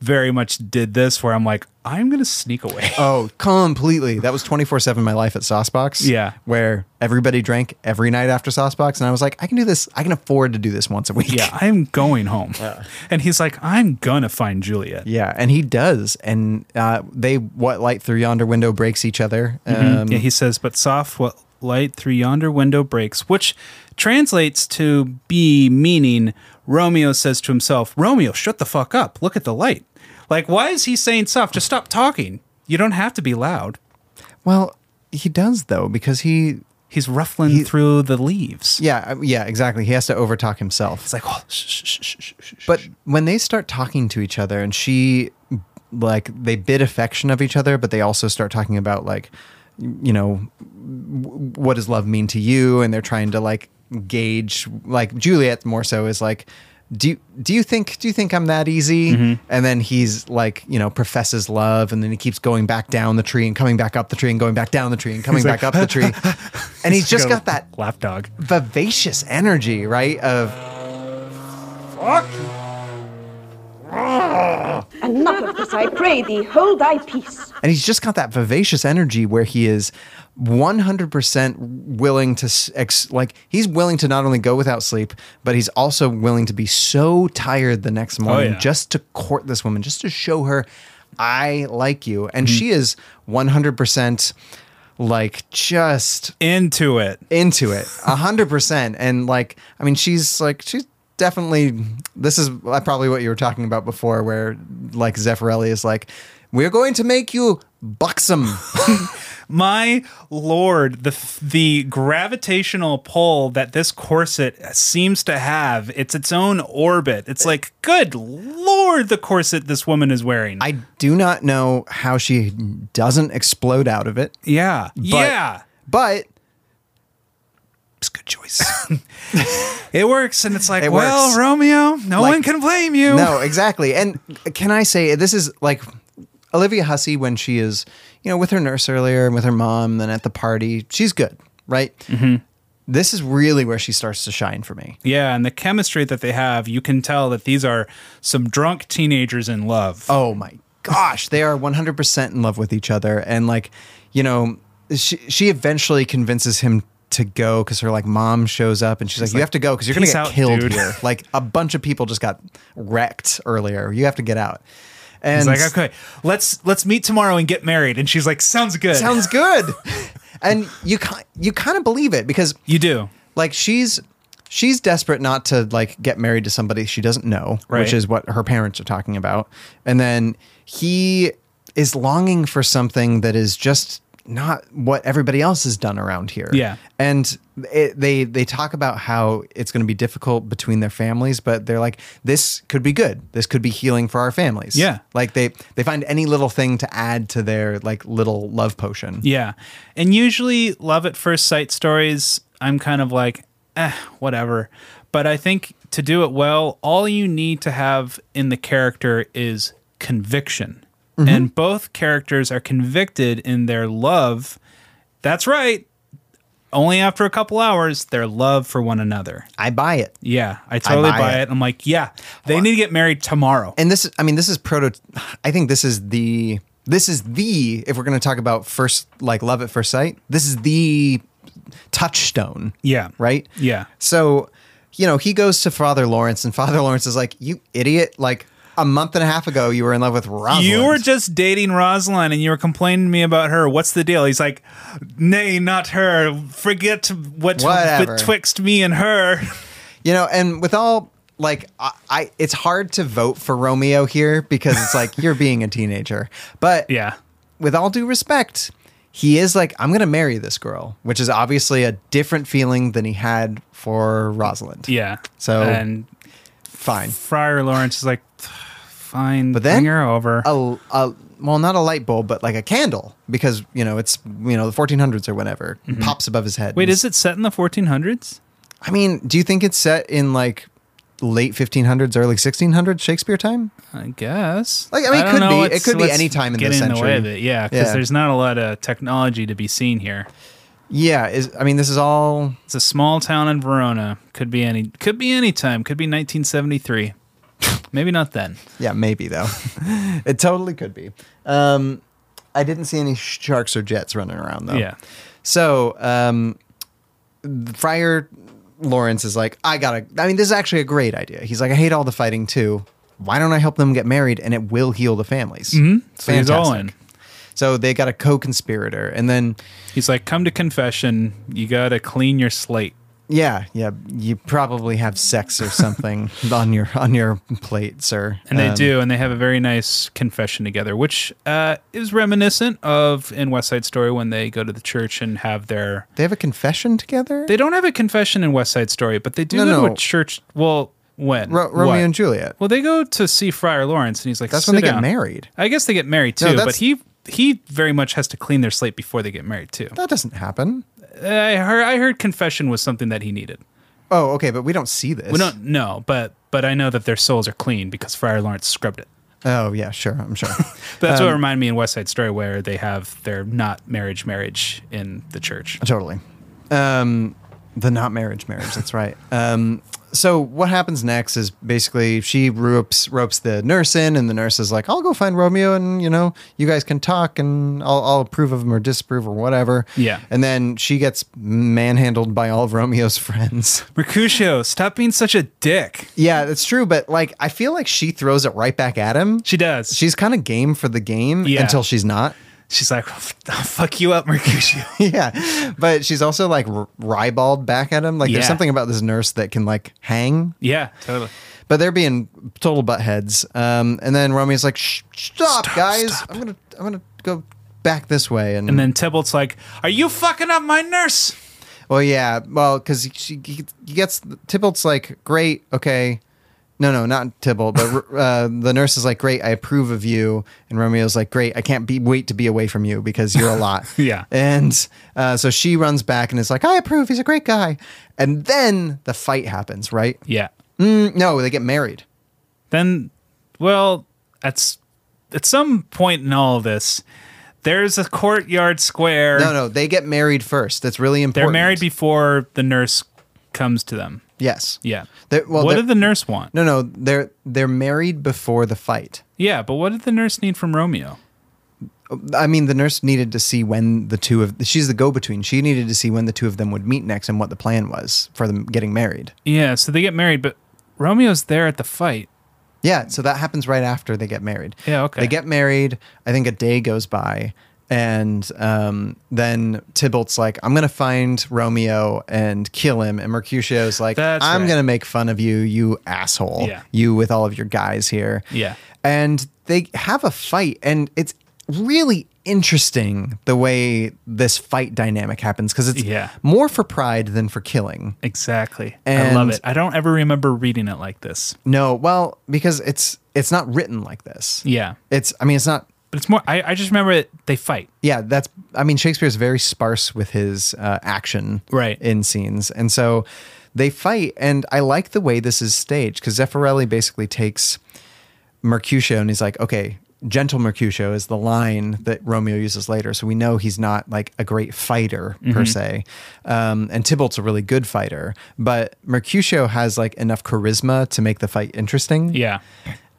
[SPEAKER 1] very much did this where I'm like, "I'm going to sneak away."
[SPEAKER 2] Oh, completely. That was 24 7 my life at Saucebox.
[SPEAKER 1] Yeah.
[SPEAKER 2] Where everybody drank every night after Saucebox. And I was like, I can do this. I can afford to do this once a week.
[SPEAKER 1] yeah, I'm going home. And he's like, "I'm going to find Juliet."
[SPEAKER 2] Yeah. And he does. And uh, they, what light through yonder window breaks each other. Um,
[SPEAKER 1] yeah, he says, but soft what light through yonder window breaks, which translates to be meaning Romeo says to himself, Romeo, shut the fuck up. Look at the light. Like, why is he saying soft? Just stop talking. You don't have to be loud.
[SPEAKER 2] Well, he does, though, because he,
[SPEAKER 1] He's ruffling through the leaves.
[SPEAKER 2] yeah, uh, yeah, exactly. He has to overtalk himself.
[SPEAKER 1] It's like, oh, shh, shh, shh, shh, shh, shh.
[SPEAKER 2] But when they start talking to each other and she like they bid affection of each other, but they also start talking about like you know w- what does love mean to you and they're trying to like gauge like Juliet more so is like do you, do you think do you think I'm that easy? And then he's like, you know, professes love and then he keeps going back down the tree and coming back up the tree and going back down the tree and coming back up the tree. and he's just got that
[SPEAKER 1] lap dog.
[SPEAKER 2] vivacious energy, right? Of
[SPEAKER 10] Enough of this, I pray thee. Hold thy peace.
[SPEAKER 2] And he's just got that vivacious energy where he is 100% willing to s- ex- like he's willing to not only go without sleep, but he's also willing to be so tired the next morning
[SPEAKER 1] yeah.
[SPEAKER 2] just to court this woman, just to show her I like you. And she is 100% like just
[SPEAKER 1] Into it.
[SPEAKER 2] into it a hundred percent and like i mean she's like she's definitely this is uh, probably what you were talking about before where like zeffirelli is like we're going to make you buxom
[SPEAKER 1] My lord, the the gravitational pull that this corset seems to have, it's its own orbit. It's like, good lord, the corset this woman is wearing.
[SPEAKER 2] i do not know how she doesn't explode out of it
[SPEAKER 1] yeah. yeah.
[SPEAKER 2] but it's a good choice
[SPEAKER 1] It works and it's like,
[SPEAKER 2] It
[SPEAKER 1] well,
[SPEAKER 2] works.
[SPEAKER 1] Romeo, no
[SPEAKER 2] Like-
[SPEAKER 1] one can blame you.
[SPEAKER 2] No, exactly. And can I say this is like Olivia Hussey when she is, you know, with her nurse earlier and with her mom, then at the party, she's good, right? This is really where she starts to shine for me.
[SPEAKER 1] Yeah, and the chemistry that they have, you can tell that these are some drunk teenagers in love.
[SPEAKER 2] Oh my gosh, they are 100% in love with each other, and like, you know, she she eventually convinces him. To go because her like mom shows up and she's like, "You have to go because you're gonna
[SPEAKER 1] "Peace
[SPEAKER 2] get
[SPEAKER 1] out,
[SPEAKER 2] killed
[SPEAKER 1] dude."
[SPEAKER 2] here." Like a bunch of people just got wrecked earlier. You have to get out.
[SPEAKER 1] it's
[SPEAKER 2] And
[SPEAKER 1] like, okay, let's let's meet tomorrow and get married. And she's like, sounds good.
[SPEAKER 2] sounds good and you ki- you kind of believe it because
[SPEAKER 1] you do.
[SPEAKER 2] like she's she's desperate not to like get married to somebody she doesn't know
[SPEAKER 1] Right.
[SPEAKER 2] which is what her parents are talking about and then he is longing for something that is just not what everybody else has done around here
[SPEAKER 1] Yeah.
[SPEAKER 2] and it, they they talk about how it's going to be difficult between their families but they're like this could be good this could be healing for our families
[SPEAKER 1] Yeah.
[SPEAKER 2] like they they find any little thing to add to their like little love potion
[SPEAKER 1] Yeah. And usually love at first sight stories, I'm kind of like, eh, whatever. But I think to do it well, all you need to have in the character is conviction.
[SPEAKER 2] Mm-hmm.
[SPEAKER 1] And both characters are convicted in their love. That's right. Only after a couple hours, their love for one another.
[SPEAKER 2] I buy it.
[SPEAKER 1] Yeah, I totally
[SPEAKER 2] buy
[SPEAKER 1] buy, it.
[SPEAKER 2] it.
[SPEAKER 1] I'm like, yeah, they need to get married tomorrow.
[SPEAKER 2] and this is- i mean this is proto i think this is the this is the if we're going to talk about first like love at first sight this is the touchstone
[SPEAKER 1] Yeah.
[SPEAKER 2] right
[SPEAKER 1] Yeah.
[SPEAKER 2] so you know he goes to father lawrence and father lawrence is like you idiot like a month and a half ago you were in love with Rosalind.
[SPEAKER 1] You were just dating Rosalind and you were complaining to me about her. What's the deal? He's like, Nay, not her. Forget what
[SPEAKER 2] Whatever.
[SPEAKER 1] betwixt me and her.
[SPEAKER 2] you know and with all like I, I it's hard to vote for romeo here because it's like you're being a teenager but
[SPEAKER 1] Yeah.
[SPEAKER 2] with all due respect, he is like, I'm going to marry this girl, which is obviously a different feeling than he had for Rosalind.
[SPEAKER 1] Yeah.
[SPEAKER 2] So-
[SPEAKER 1] and
[SPEAKER 2] Fine.
[SPEAKER 1] Friar Lawrence is like, fine,
[SPEAKER 2] But then
[SPEAKER 1] bring her over.
[SPEAKER 2] A, a, well, not a light bulb, but like a candle because, you know, it's, you know, the 1400s or whatever pops above his head.
[SPEAKER 1] Mm-hmm. Wait, is it set in the 1400s?
[SPEAKER 2] I mean, do you think it's set in like late 1500s, early 1600s Shakespeare time?
[SPEAKER 1] I guess.
[SPEAKER 2] Like, I mean, it
[SPEAKER 1] don't
[SPEAKER 2] could
[SPEAKER 1] know
[SPEAKER 2] be-
[SPEAKER 1] what's-
[SPEAKER 2] it could be
[SPEAKER 1] what's
[SPEAKER 2] any time in the
[SPEAKER 1] getting the way
[SPEAKER 2] century.
[SPEAKER 1] of it. Yeah, because
[SPEAKER 2] Yeah.
[SPEAKER 1] there's not a lot of technology to be seen here.
[SPEAKER 2] Yeah. Is, I mean, this is all,
[SPEAKER 1] It's a small town in Verona. Could be any. Could be any time. Could be 1973. Maybe not then.
[SPEAKER 2] yeah, maybe though. it totally could be. Um, I didn't see any sharks or jets running around though.
[SPEAKER 1] Yeah.
[SPEAKER 2] So, um, Friar Lawrence is like, I gotta, I mean, this is actually a great idea. He's like, I hate all the fighting too. Why don't I help them get married and it will heal the families? Mm-hmm.
[SPEAKER 1] So he's all in.
[SPEAKER 2] So they got a co conspirator. And then,
[SPEAKER 1] He's like, come to confession. You got to clean your slate.
[SPEAKER 2] yeah, yeah, you probably have sex or something on your on your plate, sir.
[SPEAKER 1] And they
[SPEAKER 2] Um,
[SPEAKER 1] do, and they have a very nice confession together, which uh, is reminiscent of in West Side Story when they go to the church and have their.
[SPEAKER 2] They have a confession together?
[SPEAKER 1] They don't have a confession in West Side Story, but they do
[SPEAKER 2] No,
[SPEAKER 1] go to
[SPEAKER 2] no.
[SPEAKER 1] a church. Well, when
[SPEAKER 2] Ro- Romeo
[SPEAKER 1] What?
[SPEAKER 2] and Juliet.
[SPEAKER 1] Well, they go to see Friar Lawrence, and he's like,
[SPEAKER 2] That's when
[SPEAKER 1] "Sit
[SPEAKER 2] they get
[SPEAKER 1] down."
[SPEAKER 2] married.
[SPEAKER 1] I guess they get married
[SPEAKER 2] No,
[SPEAKER 1] too, but
[SPEAKER 2] that's-
[SPEAKER 1] he he very much has to clean their slate before they get married too. Uh,
[SPEAKER 2] That doesn't happen.
[SPEAKER 1] I heard I heard confession was something that he needed.
[SPEAKER 2] Oh, okay, but we don't see this.
[SPEAKER 1] We don't know, but but I know that their souls are clean because Friar Lawrence scrubbed it.
[SPEAKER 2] Oh, yeah, sure, I'm sure.
[SPEAKER 1] That's what reminded me in West Side Story where they have their not marriage marriage in the church.
[SPEAKER 2] Totally. Um, the not marriage marriage. That's right. Um, so what happens next is basically she ropes ropes the nurse in, and the nurse is like, "I'll go find Romeo, and you know, you guys can talk, and I'll, I'll approve of him or disapprove or whatever."
[SPEAKER 1] Yeah.
[SPEAKER 2] And then she gets manhandled by all of Romeo's friends.
[SPEAKER 1] Mercutio, stop being such a dick.
[SPEAKER 2] yeah, that's true. But like, I feel like she throws it right back at him.
[SPEAKER 1] She does.
[SPEAKER 2] She's kind of game for the game
[SPEAKER 1] Yeah.
[SPEAKER 2] until she's not.
[SPEAKER 1] She's like, I'll fuck you up, Mercutio.
[SPEAKER 2] yeah, but she's also like r- ribald back at him. Like, there's
[SPEAKER 1] Yeah.
[SPEAKER 2] something about this nurse that can like hang.
[SPEAKER 1] yeah, totally.
[SPEAKER 2] but they're being total butt heads. Um, and then Romeo's like, Shh, "Stop, guys! I'm gonna, I'm gonna go back this way." And,
[SPEAKER 1] And then Tybalt's like, Are you fucking up my nurse?
[SPEAKER 2] well, yeah, well, because she he gets Tybalt's like, "Great, okay." No, no, not Tybalt, but uh, the nurse is like, "Great, I approve of you," and Romeo's like, "Great, I can't be wait to be away from you because you're a lot."
[SPEAKER 1] Yeah.
[SPEAKER 2] and uh, so she runs back and is like, "I approve. He's a great guy." And then the fight happens, right?
[SPEAKER 1] Yeah.
[SPEAKER 2] Mm, No, they get married.
[SPEAKER 1] Then well, at at some point in all of this, there's a courtyard square.
[SPEAKER 2] No, no, they get married first. That's really
[SPEAKER 1] They're
[SPEAKER 2] important.
[SPEAKER 1] married before the nurse comes to them.
[SPEAKER 2] Yes.
[SPEAKER 1] Yeah.
[SPEAKER 2] They're- well,
[SPEAKER 1] what
[SPEAKER 2] they're-
[SPEAKER 1] did the nurse want?
[SPEAKER 2] No, no, they're they're married before the fight.
[SPEAKER 1] Yeah, but what did the nurse need from Romeo?
[SPEAKER 2] I mean, the nurse needed to see when the two of she's the go-between. She needed to see when the two of them would meet next and what the plan was for them getting married.
[SPEAKER 1] Yeah, so they get married, but Romeo's there at the fight.
[SPEAKER 2] Yeah, so that happens right after they get married.
[SPEAKER 1] Yeah, okay.
[SPEAKER 2] They get married. I think a day goes by, and um, then Tybalt's like, "I'm gonna find Romeo and kill him," and Mercutio's like,
[SPEAKER 1] That's
[SPEAKER 2] "I'm
[SPEAKER 1] right.
[SPEAKER 2] gonna make fun of you, you asshole,
[SPEAKER 1] Yeah.
[SPEAKER 2] you with all of your guys here."
[SPEAKER 1] Yeah.
[SPEAKER 2] and they have a fight, and it's really interesting the way this fight dynamic happens because it's
[SPEAKER 1] Yeah.
[SPEAKER 2] more for pride than for killing.
[SPEAKER 1] Exactly. I
[SPEAKER 2] And-
[SPEAKER 1] love it. I don't ever remember reading it like this.
[SPEAKER 2] No, well, because it's it's not written like this.
[SPEAKER 1] Yeah.
[SPEAKER 2] It's I mean it's not
[SPEAKER 1] But it's more I, I just remember it they fight.
[SPEAKER 2] yeah, that's. I mean, Shakespeare's very sparse with his uh, action
[SPEAKER 1] Right.
[SPEAKER 2] in scenes, and so they fight. And I like the way this is staged because Zeffirelli basically takes Mercutio and he's like, okay, gentle Mercutio is the line that Romeo uses later. So we know he's not like a great fighter
[SPEAKER 1] Mm-hmm.
[SPEAKER 2] per se. Um, and Tybalt's a really good fighter, but Mercutio has like enough charisma to make the fight interesting.
[SPEAKER 1] Yeah.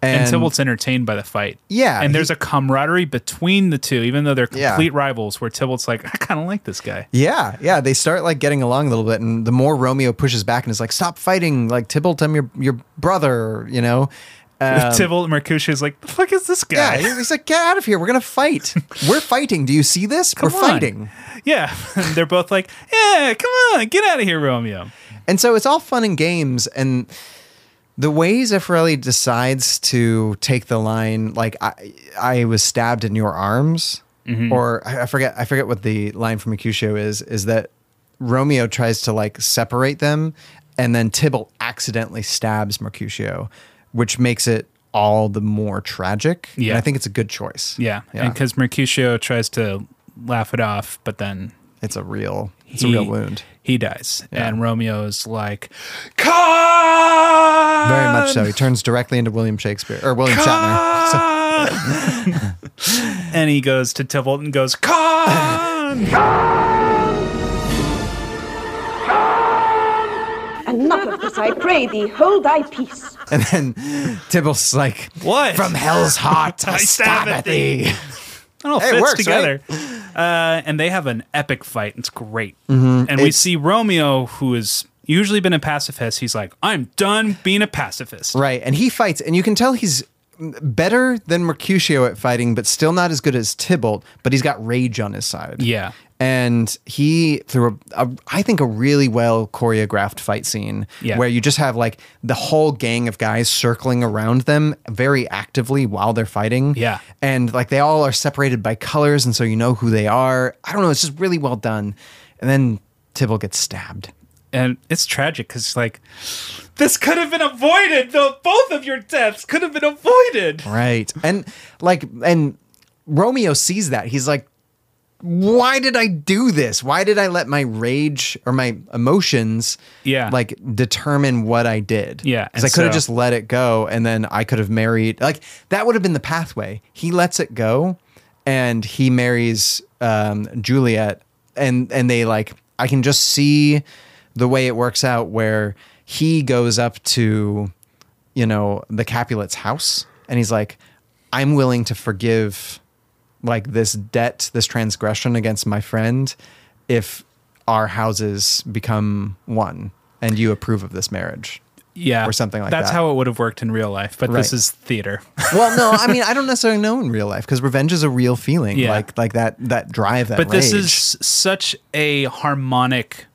[SPEAKER 1] And,
[SPEAKER 2] And,
[SPEAKER 1] Tybalt's entertained by the fight.
[SPEAKER 2] Yeah,
[SPEAKER 1] And there's
[SPEAKER 2] he-
[SPEAKER 1] a camaraderie between the two, even though they're
[SPEAKER 2] Yeah.
[SPEAKER 1] complete rivals, where Tybalt's like, I kind of like this guy.
[SPEAKER 2] Yeah, yeah, they start like getting along a little bit, and the more Romeo pushes back and is like, "Stop fighting! Like Tybalt, I'm your your brother," you know. Um,
[SPEAKER 1] Tybalt and Mercutio's like, the fuck is this
[SPEAKER 2] yeah,
[SPEAKER 1] guy?
[SPEAKER 2] he's like, "Get out of here! We're gonna fight! We're fighting! Do you see this? We're
[SPEAKER 1] Come on."
[SPEAKER 2] fighting!"
[SPEAKER 1] Yeah. And they're both like, yeah, come on, get out of here, Romeo.
[SPEAKER 2] And so it's all fun and games. And the way Zeffirelli decides to take the line, like I, I was stabbed in your arms,
[SPEAKER 1] Mm-hmm.
[SPEAKER 2] or I I forget, I forget what the line from Mercutio is, is that Romeo tries to like separate them, and then Tybalt accidentally stabs Mercutio, which makes it all the more tragic. And
[SPEAKER 1] Yeah.
[SPEAKER 2] I think it's a good choice.
[SPEAKER 1] Yeah. And because Mercutio tries to laugh it off, but then
[SPEAKER 2] it's a real, it's
[SPEAKER 1] he-
[SPEAKER 2] a real wound.
[SPEAKER 1] He dies.
[SPEAKER 2] Yeah.
[SPEAKER 1] And Romeo's like,
[SPEAKER 7] Come!
[SPEAKER 2] Very much so. He turns directly into William Shakespeare or William Shatner. So-
[SPEAKER 1] "Con!" and he goes to Tybalt and goes, Con!
[SPEAKER 10] Enough of this, I pray thee, hold thy peace.
[SPEAKER 2] And then Tybalt's like,
[SPEAKER 1] What?
[SPEAKER 2] From hell's heart, I stab at thee.
[SPEAKER 1] It all
[SPEAKER 2] Hey, it
[SPEAKER 1] fits
[SPEAKER 2] works,
[SPEAKER 1] together. Uh, and they have an epic fight. It's great. And we
[SPEAKER 2] Mm-hmm. It's-
[SPEAKER 1] see Romeo, who has usually been a pacifist, he's like, I'm done being a pacifist.
[SPEAKER 2] Right. And he fights, and you can tell he's better than Mercutio at fighting, but still not as good as Tybalt, but he's got rage on his side.
[SPEAKER 1] Yeah.
[SPEAKER 2] And he, through a, a, I think, a really well choreographed fight scene
[SPEAKER 1] Yeah.
[SPEAKER 2] where you just have like the whole gang of guys circling around them very actively while they're fighting.
[SPEAKER 1] Yeah.
[SPEAKER 2] And like they all are separated by colors. And so you know who they are. I don't know. It's just really well done. And then Tybalt gets stabbed.
[SPEAKER 1] And it's tragic because, like, this could have been avoided. The, both of your deaths could have been avoided.
[SPEAKER 2] Right. And like and Romeo sees that. He's like why did I do this? Why did I let my rage or my emotions
[SPEAKER 1] Yeah.
[SPEAKER 2] like determine what I did?
[SPEAKER 1] Yeah,
[SPEAKER 2] Cuz I
[SPEAKER 1] and
[SPEAKER 2] could have
[SPEAKER 1] so-
[SPEAKER 2] just let it go and then I could have married like that would have been the pathway. He lets it go and he marries um Juliet and and they like I can just see the way it works out where he goes up to you know, the Capulet's house. And he's like, I'm willing to forgive like this debt, this transgression against my friend if our houses become one and you approve of this marriage.
[SPEAKER 1] Yeah.
[SPEAKER 2] or something like
[SPEAKER 1] That's
[SPEAKER 2] that.
[SPEAKER 1] how it would have worked in real life, but this
[SPEAKER 2] Right.
[SPEAKER 1] is theater.
[SPEAKER 2] Well, no, I mean, I don't necessarily know in real life because revenge is a real feeling,
[SPEAKER 1] Yeah.
[SPEAKER 2] like like that that drive, that
[SPEAKER 1] but this
[SPEAKER 2] rage.
[SPEAKER 1] is such a harmonic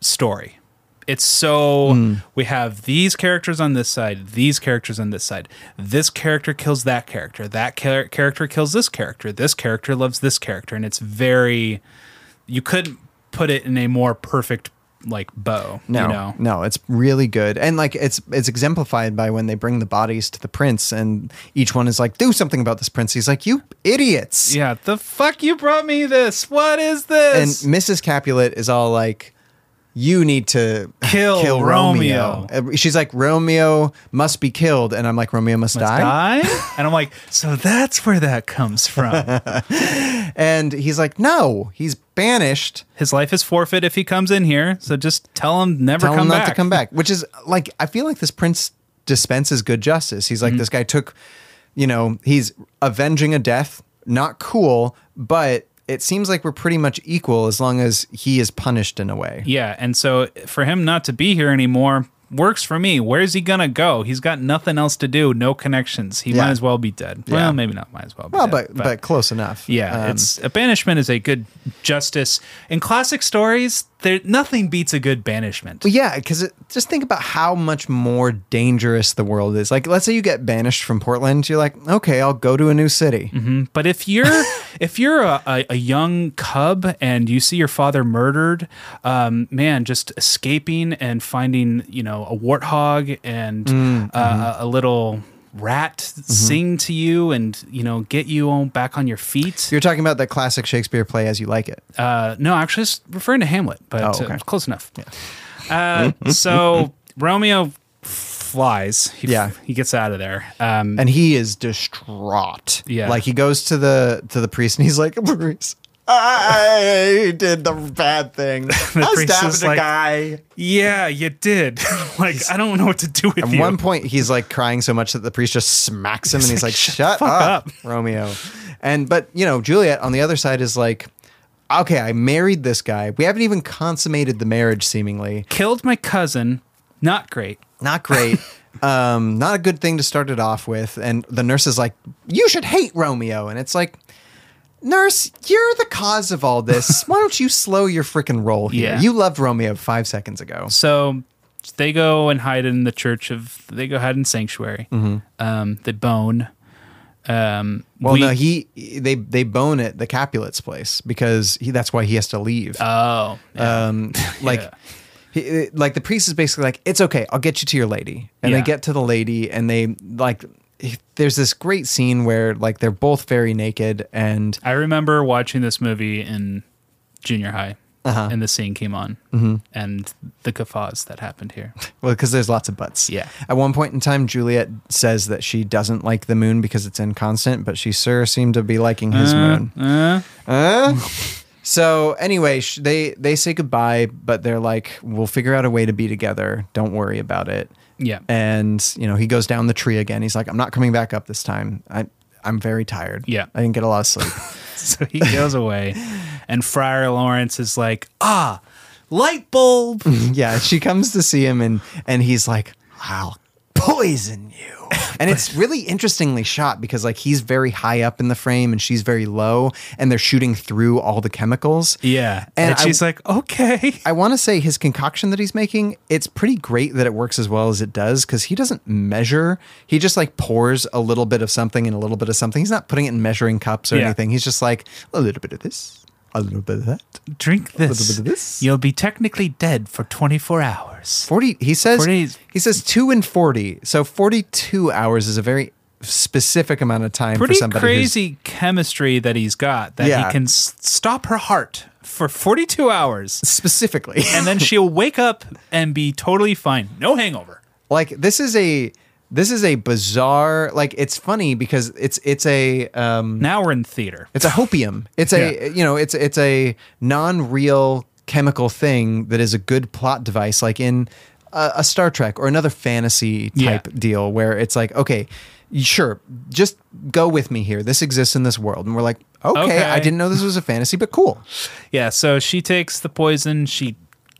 [SPEAKER 1] story it's so
[SPEAKER 2] Hmm.
[SPEAKER 1] we have these characters on this side these characters on this side this character kills that character that char- character kills this character this character loves this character and it's very you couldn't put it in a more perfect like bow
[SPEAKER 2] No,
[SPEAKER 1] you know
[SPEAKER 2] no, it's really good, and like it's it's exemplified by when they bring the bodies to the prince, and each one is like, "Do something about this prince." He's like, "You idiots!"
[SPEAKER 1] yeah the fuck you brought me this what is
[SPEAKER 2] and
[SPEAKER 1] this
[SPEAKER 2] Mrs. Capulet is all like, "You need to
[SPEAKER 1] Kill Romeo."
[SPEAKER 2] Uh, She's like, "Romeo must be killed," and I'm like, "Romeo must, die?
[SPEAKER 1] die and i'm like so that's where that comes from
[SPEAKER 2] And he's like, "No, he's banished.
[SPEAKER 1] his life is forfeit if he comes in here so just tell him never
[SPEAKER 2] Tell
[SPEAKER 1] come
[SPEAKER 2] him not
[SPEAKER 1] back
[SPEAKER 2] to come back." Which is like, I feel like this prince dispenses good justice. He's like,
[SPEAKER 1] Mm-hmm.
[SPEAKER 2] "This guy took, you know, he's avenging a death. Not cool, but." It seems like we're pretty much equal as long as he is punished in a way.
[SPEAKER 1] Yeah, and so for him not to be here anymore works for me. Where's he gonna go? He's got nothing else to do, no connections. He
[SPEAKER 2] Yeah.
[SPEAKER 1] might as well be dead.
[SPEAKER 2] Yeah.
[SPEAKER 1] Well, maybe not might as well. Be
[SPEAKER 2] Well,
[SPEAKER 1] dead,
[SPEAKER 2] but, but close enough.
[SPEAKER 1] yeah,
[SPEAKER 2] Um,
[SPEAKER 1] it's a banishment is a good justice in classic stories. There nothing beats a good banishment.
[SPEAKER 2] Well, yeah, because just think about how much more dangerous the world is. Like, let's say you get banished from Portland, you're like, okay, I'll go to a new city.
[SPEAKER 1] But if you're if you're a, a, a young cub and you see your father murdered, um, man, just escaping and finding you know a warthog and
[SPEAKER 2] Mm, mm-hmm.
[SPEAKER 1] uh, a, a little rat sing to you and you know get you on back on your feet.
[SPEAKER 2] You're talking about that classic Shakespeare play as you like it.
[SPEAKER 1] Uh, no, actually, it's referring to Hamlet, but
[SPEAKER 2] Oh, okay.
[SPEAKER 1] uh, close enough. Uh, so Romeo flies. He,
[SPEAKER 2] Yeah.
[SPEAKER 1] he gets out of there. Um,
[SPEAKER 2] and he is distraught.
[SPEAKER 1] Yeah.
[SPEAKER 2] like he goes to the to the priest and he's like, priest. I did the bad thing. I
[SPEAKER 1] priest is
[SPEAKER 2] stabbed a
[SPEAKER 1] like,
[SPEAKER 2] guy.
[SPEAKER 1] yeah, you did. like I don't know what to do with
[SPEAKER 2] At
[SPEAKER 1] you.
[SPEAKER 2] one point, he's like crying so much that the priest just smacks him, and he's like, "Shut up, Romeo." And but you know, Juliet on the other side is like, "Okay, I married this guy. We haven't even consummated the marriage, seemingly.
[SPEAKER 1] Killed my cousin. Not great.
[SPEAKER 2] Not great. um, not a good thing to start it off with." And the nurse is like, "You should hate Romeo," and it's like. Nurse, you're the cause of all this. Why don't you slow your freaking roll here?
[SPEAKER 1] Yeah.
[SPEAKER 2] You loved Romeo five seconds ago.
[SPEAKER 1] So they go and hide in the church of. They go hide in sanctuary. Um, they bone. Um,
[SPEAKER 2] Mm-hmm. Well,
[SPEAKER 1] we-
[SPEAKER 2] no, he they they bone at the Capulets' place because he, that's why he has to leave.
[SPEAKER 1] Oh,
[SPEAKER 2] um, like. He, like the priest is basically like, it's okay, I'll get you to your lady, and
[SPEAKER 1] Yeah.
[SPEAKER 2] they get to the lady, and they like, there's this great scene where like they're both very naked, and
[SPEAKER 1] I remember watching this movie in junior high,
[SPEAKER 2] Uh-huh.
[SPEAKER 1] and the scene came on,
[SPEAKER 2] Mm-hmm.
[SPEAKER 1] and the guffaws that happened here.
[SPEAKER 2] well, because there's lots of butts.
[SPEAKER 1] Yeah.
[SPEAKER 2] At one point in time, Juliet says that she doesn't like the moon because it's inconstant, but she sure seemed to be liking his moon.
[SPEAKER 1] Uh,
[SPEAKER 2] So anyway, sh- they they say goodbye, but they're like, "We'll figure out a way to be together. Don't worry about it."
[SPEAKER 1] Yeah.
[SPEAKER 2] And you know, he goes down the tree again. He's like, "I'm not coming back up this time. I I'm very tired.
[SPEAKER 1] Yeah.
[SPEAKER 2] I didn't get a lot of sleep."
[SPEAKER 1] so he goes away, and Friar Lawrence is like, ah, light bulb.
[SPEAKER 2] yeah. She comes to see him, and and he's like, "I'll poison you." And it's really interestingly shot because like he's very high up in the frame and she's very low, and they're shooting through all the chemicals.
[SPEAKER 1] Yeah, and,
[SPEAKER 2] And I-
[SPEAKER 1] she's like, okay.
[SPEAKER 2] I want to say his concoction that he's making, it's pretty great that it works as well as it does because he doesn't measure. He just like pours a little bit of something and a little bit of something. He's not putting it in measuring cups or
[SPEAKER 1] Yeah.
[SPEAKER 2] anything. He's just like a little bit of this, a little bit of that.
[SPEAKER 1] Drink this.
[SPEAKER 2] little bit of this.
[SPEAKER 1] You'll be technically dead for 24 hours.
[SPEAKER 2] 40 he says
[SPEAKER 1] 40
[SPEAKER 2] he says 2 and 40. So 42 hours is a very specific amount of time for
[SPEAKER 1] Pretty
[SPEAKER 2] somebody who's-
[SPEAKER 1] crazy chemistry that he's got that
[SPEAKER 2] Yeah.
[SPEAKER 1] he can s- stop her heart for 42 hours.
[SPEAKER 2] specifically.
[SPEAKER 1] and then she'll wake up and be totally fine, no hangover.
[SPEAKER 2] like this is a this is a bizarre like it's funny because it's it's a
[SPEAKER 1] Now we're in theater.
[SPEAKER 2] It's a hopium. It's a you know, it's it's a non-real chemical thing that is a good plot device, like in a, a Star Trek or another fantasy type
[SPEAKER 1] Yeah.
[SPEAKER 2] deal, where it's like, okay, sure, just go with me here. This exists in this world, and we're like, okay,
[SPEAKER 1] Okay.
[SPEAKER 2] I didn't know this was a fantasy, but cool.
[SPEAKER 1] Yeah, so she takes the poison, she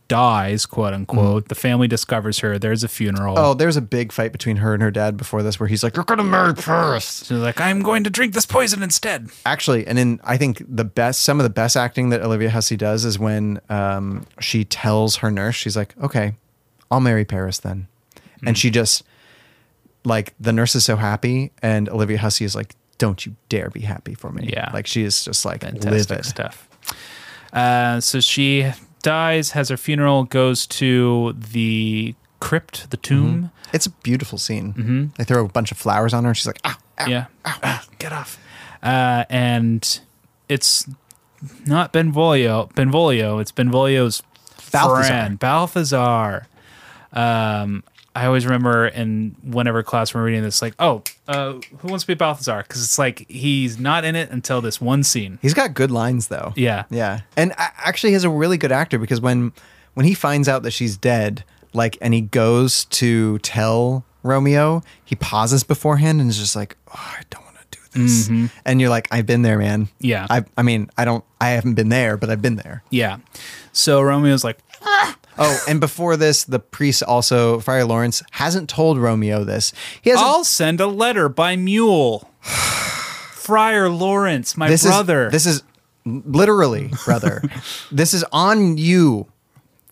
[SPEAKER 1] dies, quote unquote. The family discovers her. There's a funeral.
[SPEAKER 2] Oh, there's a big fight between her and her dad before this, where he's like, "You're gonna marry Paris,"
[SPEAKER 1] She's like, I'm going to drink this poison instead.
[SPEAKER 2] actually. And then I think the best, some of the best acting that Olivia Hussey does is when um, she tells her nurse, she's like, "Okay, I'll marry Paris then,"
[SPEAKER 1] Hmm.
[SPEAKER 2] and she just like the nurse is so happy, and Olivia Hussey is like, "Don't you dare be happy for me!"
[SPEAKER 1] Yeah.
[SPEAKER 2] like she is just like
[SPEAKER 1] Fantastic
[SPEAKER 2] livid.
[SPEAKER 1] stuff. Uh, so she dies, has her funeral, goes to the crypt, the tomb.
[SPEAKER 2] It's a beautiful scene. Mm-hmm. They throw a bunch of flowers on her, and she's like, "Ah, ah."
[SPEAKER 1] Yeah. get off. Uh, and it's not Benvolio. Benvolio. It's Benvolio's
[SPEAKER 2] Balthazar.
[SPEAKER 1] friend, Balthazar. Um, I always remember in whenever class we're reading this, like, oh, uh, who wants to be Balthazar? Because it's like he's not in it until this one scene.
[SPEAKER 2] He's got good lines though.
[SPEAKER 1] Yeah.
[SPEAKER 2] Yeah. And a- actually he's a really good actor because when when he finds out that she's dead, like and he goes to tell Romeo, he pauses beforehand and is just like, "Oh, I don't want to do this." And you're like, "I've been there, man."
[SPEAKER 1] Mm-hmm. Yeah.
[SPEAKER 2] I I mean, I don't I haven't been there, but I've been there.
[SPEAKER 1] Yeah. So Romeo's like,
[SPEAKER 2] Oh, and before this, the priest also Friar Lawrence hasn't told Romeo this. He hasn't
[SPEAKER 1] I'll send a letter by mule. Friar Lawrence, my
[SPEAKER 2] this
[SPEAKER 1] brother.
[SPEAKER 2] Is, this is literally, brother. this is on you.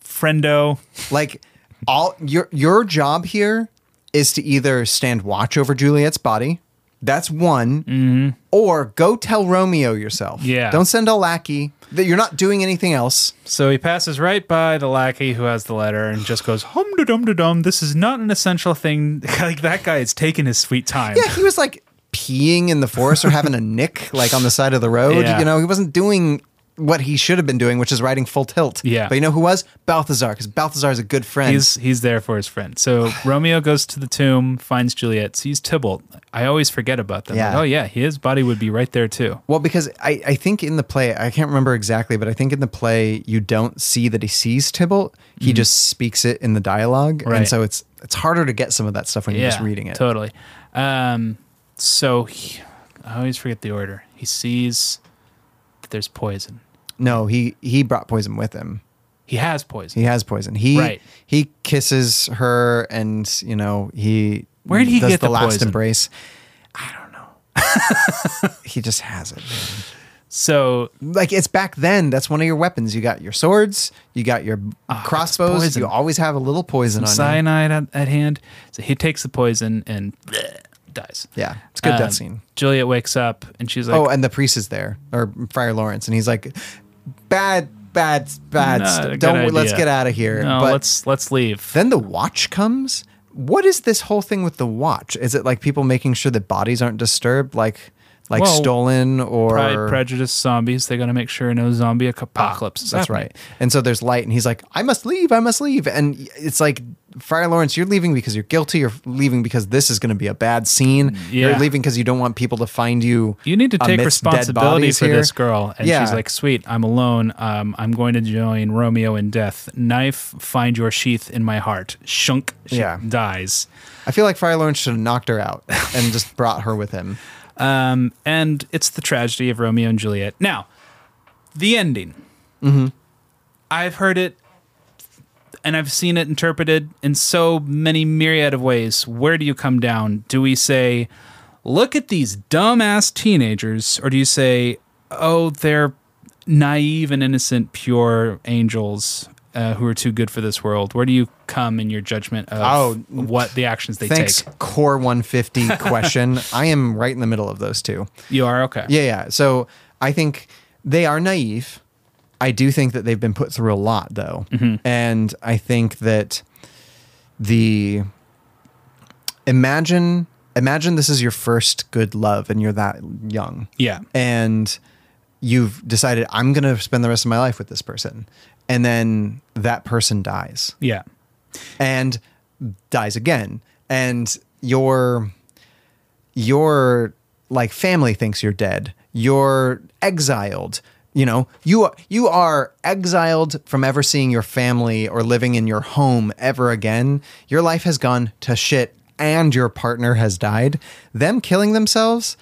[SPEAKER 1] friendo.
[SPEAKER 2] Like all your your job here is to either stand watch over Juliet's body, that's one, or go tell Romeo yourself.
[SPEAKER 1] Mm-hmm. Yeah.
[SPEAKER 2] Don't send a lackey that you're not doing anything else.
[SPEAKER 1] So he passes right by the lackey who has the letter and just goes, hum da dum da dum, this is not an essential thing. like that guy is taking his sweet time.
[SPEAKER 2] Yeah, he was like peeing in the forest or having a nick like on the side of the road.
[SPEAKER 1] Yeah.
[SPEAKER 2] You know, he wasn't doing what he should have been doing, which is writing full tilt.
[SPEAKER 1] Yeah.
[SPEAKER 2] But you know who was? Balthazar, because Balthazar is a good friend.
[SPEAKER 1] He's he's there for his friend. So Romeo goes to the tomb, finds Juliet, sees Tybalt. I always forget about them. Like,
[SPEAKER 2] Yeah.
[SPEAKER 1] oh yeah, his body would be right there too.
[SPEAKER 2] Well, because I, I think in the play, I can't remember exactly, but I think in the play, you don't see that he sees Tybalt. He just speaks it in the dialogue.
[SPEAKER 1] Mm-hmm. Right.
[SPEAKER 2] And so it's it's harder to get some of that stuff when you're just reading it.
[SPEAKER 1] Totally. Um, so he, I always forget the order. He sees that there's poison.
[SPEAKER 2] No, he, he brought poison with him.
[SPEAKER 1] He has poison.
[SPEAKER 2] He has poison. He
[SPEAKER 1] Right.
[SPEAKER 2] he kisses her and, you know, he
[SPEAKER 1] Where did he
[SPEAKER 2] does
[SPEAKER 1] get
[SPEAKER 2] the,
[SPEAKER 1] the
[SPEAKER 2] last
[SPEAKER 1] poison?
[SPEAKER 2] embrace. I don't know. he just has it. man.
[SPEAKER 1] So
[SPEAKER 2] like it's back then. That's one of your weapons. You got your swords, you got your crossbows.
[SPEAKER 1] Ah, poison.
[SPEAKER 2] You always have a little poison on you.
[SPEAKER 1] cyanide at, at hand. So he takes the poison and dies.
[SPEAKER 2] Yeah, it's a good
[SPEAKER 1] Um,
[SPEAKER 2] death scene.
[SPEAKER 1] Juliet wakes up and she's like,
[SPEAKER 2] oh, and the priest is there, or Friar Lawrence, and he's like, "Bad, bad, bad.
[SPEAKER 1] Not a
[SPEAKER 2] stuff.
[SPEAKER 1] good
[SPEAKER 2] Don't let's
[SPEAKER 1] idea.
[SPEAKER 2] get out of here."
[SPEAKER 1] no,
[SPEAKER 2] but
[SPEAKER 1] let's let's leave."
[SPEAKER 2] then the watch comes. What is this whole thing with the watch? Is it like people making sure that bodies aren't disturbed, like like
[SPEAKER 1] Well,
[SPEAKER 2] stolen or
[SPEAKER 1] Pride, prejudice, zombies. They got to make sure no zombie apocalypse. is
[SPEAKER 2] That's
[SPEAKER 1] happening.
[SPEAKER 2] right. And so there's light, and he's like, I must leave, I must leave. And it's like, Friar Lawrence, you're leaving because you're guilty. You're leaving because this is going to be a bad scene.
[SPEAKER 1] Yeah.
[SPEAKER 2] You're leaving because you don't want people to find you.
[SPEAKER 1] You need to take
[SPEAKER 2] amidst dead
[SPEAKER 1] responsibility
[SPEAKER 2] bodies
[SPEAKER 1] for
[SPEAKER 2] here.
[SPEAKER 1] this girl. And
[SPEAKER 2] Yeah.
[SPEAKER 1] she's like, sweet, I'm alone. Um, I'm going to join Romeo in death. Knife, find your sheath in my heart. Shunk, she
[SPEAKER 2] Yeah.
[SPEAKER 1] dies.
[SPEAKER 2] I feel like Friar Lawrence should have knocked her out and just brought her with him.
[SPEAKER 1] Um, and it's the tragedy of Romeo and Juliet. Now, the ending. Mm-hmm. I've heard it and I've seen it interpreted in so many myriad of ways. Where do you come down? Do we say, look at these dumbass teenagers? Or do you say, oh, they're naive and innocent, pure angels? Uh, who are too good for this world? Where do you come in your judgment of
[SPEAKER 2] Oh,
[SPEAKER 1] what the actions they
[SPEAKER 2] Thanks,
[SPEAKER 1] take?
[SPEAKER 2] Core 150 question. I am right in the middle of those two.
[SPEAKER 1] You are okay.
[SPEAKER 2] Yeah, yeah. So I think they are naive. I do think that they've been put through a lot, though, and I think that the imagine imagine this is your first good love, and you're that young,
[SPEAKER 1] Yeah.
[SPEAKER 2] and you've decided I'm going to spend the rest of my life with this person, and then that person dies
[SPEAKER 1] Yeah.
[SPEAKER 2] and dies again and your your like family thinks you're dead you're exiled you know you are you are exiled from ever seeing your family or living in your home ever again your life has gone to shit and your partner has died them killing themselves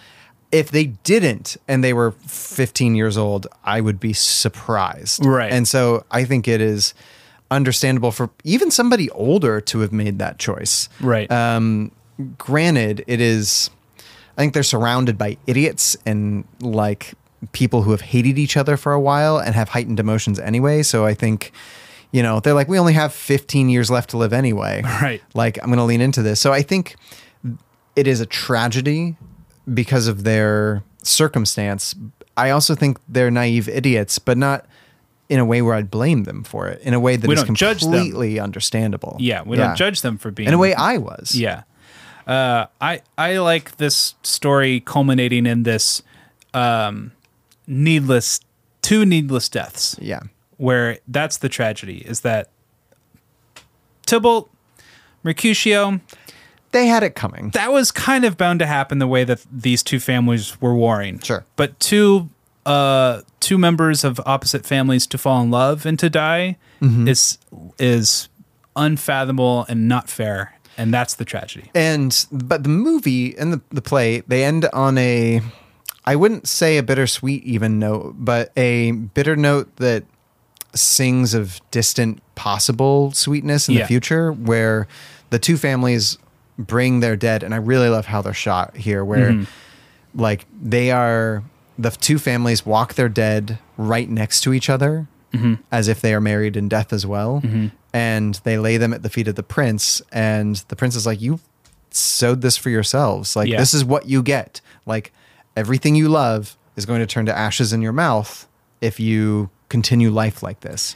[SPEAKER 2] if they didn't and they were 15 years old i would be surprised
[SPEAKER 1] Right.
[SPEAKER 2] and so I think it is understandable for even somebody older to have made that choice.
[SPEAKER 1] Right.
[SPEAKER 2] Um, granted, it is, I think they're surrounded by idiots and like people who have hated each other for a while and have heightened emotions anyway. So I think, you know, they're like, we only have 15 years left to live anyway.
[SPEAKER 1] Right.
[SPEAKER 2] Like, I'm going to lean into this. So I think it is a tragedy because of their circumstance. I also think they're naive idiots, but not in a way where I'd blame them for it. In a way that is
[SPEAKER 1] We don't judge them.
[SPEAKER 2] completely understandable.
[SPEAKER 1] Yeah, we don't judge them for being
[SPEAKER 2] In a way, I was.
[SPEAKER 1] Yeah, uh, I I like this story culminating in this um, needless two needless deaths.
[SPEAKER 2] Yeah.
[SPEAKER 1] where that's the tragedy is that Tybalt, Mercutio,
[SPEAKER 2] They had it coming.
[SPEAKER 1] that was kind of bound to happen the way that these two families were warring.
[SPEAKER 2] Sure.
[SPEAKER 1] But two uh two members of opposite families to fall in love and to die
[SPEAKER 2] Mm-hmm.
[SPEAKER 1] is is unfathomable and not fair. And that's the tragedy.
[SPEAKER 2] And but the movie and the, the play, they end on a I wouldn't say a bittersweet even note, but a bitter note that sings of distant possible sweetness in
[SPEAKER 1] Yeah.
[SPEAKER 2] the future where the two families bring their dead and I really love how they're shot here where like they are the two families walk their dead right next to each other as if they are married in death as well
[SPEAKER 1] Mm-hmm.
[SPEAKER 2] and they lay them at the feet of the prince and the prince is like you sowed this for yourselves like
[SPEAKER 1] Yeah.
[SPEAKER 2] this is what you get like everything you love is going to turn to ashes in your mouth if you continue life like this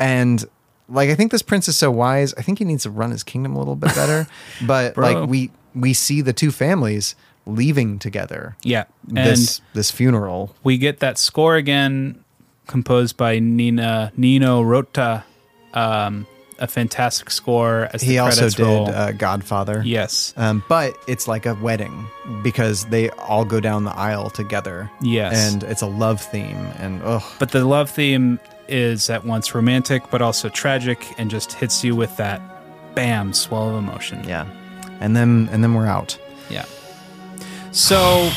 [SPEAKER 2] and like I think this prince is so wise. I think he needs to run his kingdom a little bit better. but
[SPEAKER 1] Bro.
[SPEAKER 2] like we we see the two families leaving together.
[SPEAKER 1] Yeah. And
[SPEAKER 2] This this funeral.
[SPEAKER 1] we get that score again composed by Nina Nino Rota. Um, a fantastic score as the
[SPEAKER 2] He also
[SPEAKER 1] credits
[SPEAKER 2] did
[SPEAKER 1] roll.
[SPEAKER 2] uh, Godfather.
[SPEAKER 1] yes,
[SPEAKER 2] Um, but it's like a wedding because they all go down the aisle together.
[SPEAKER 1] Yes.
[SPEAKER 2] And it's a love theme. And oh,
[SPEAKER 1] but the love theme is at once romantic but also tragic, and just hits you with that bam swell of emotion.
[SPEAKER 2] yeah. And then and then we're out.
[SPEAKER 1] Yeah. So,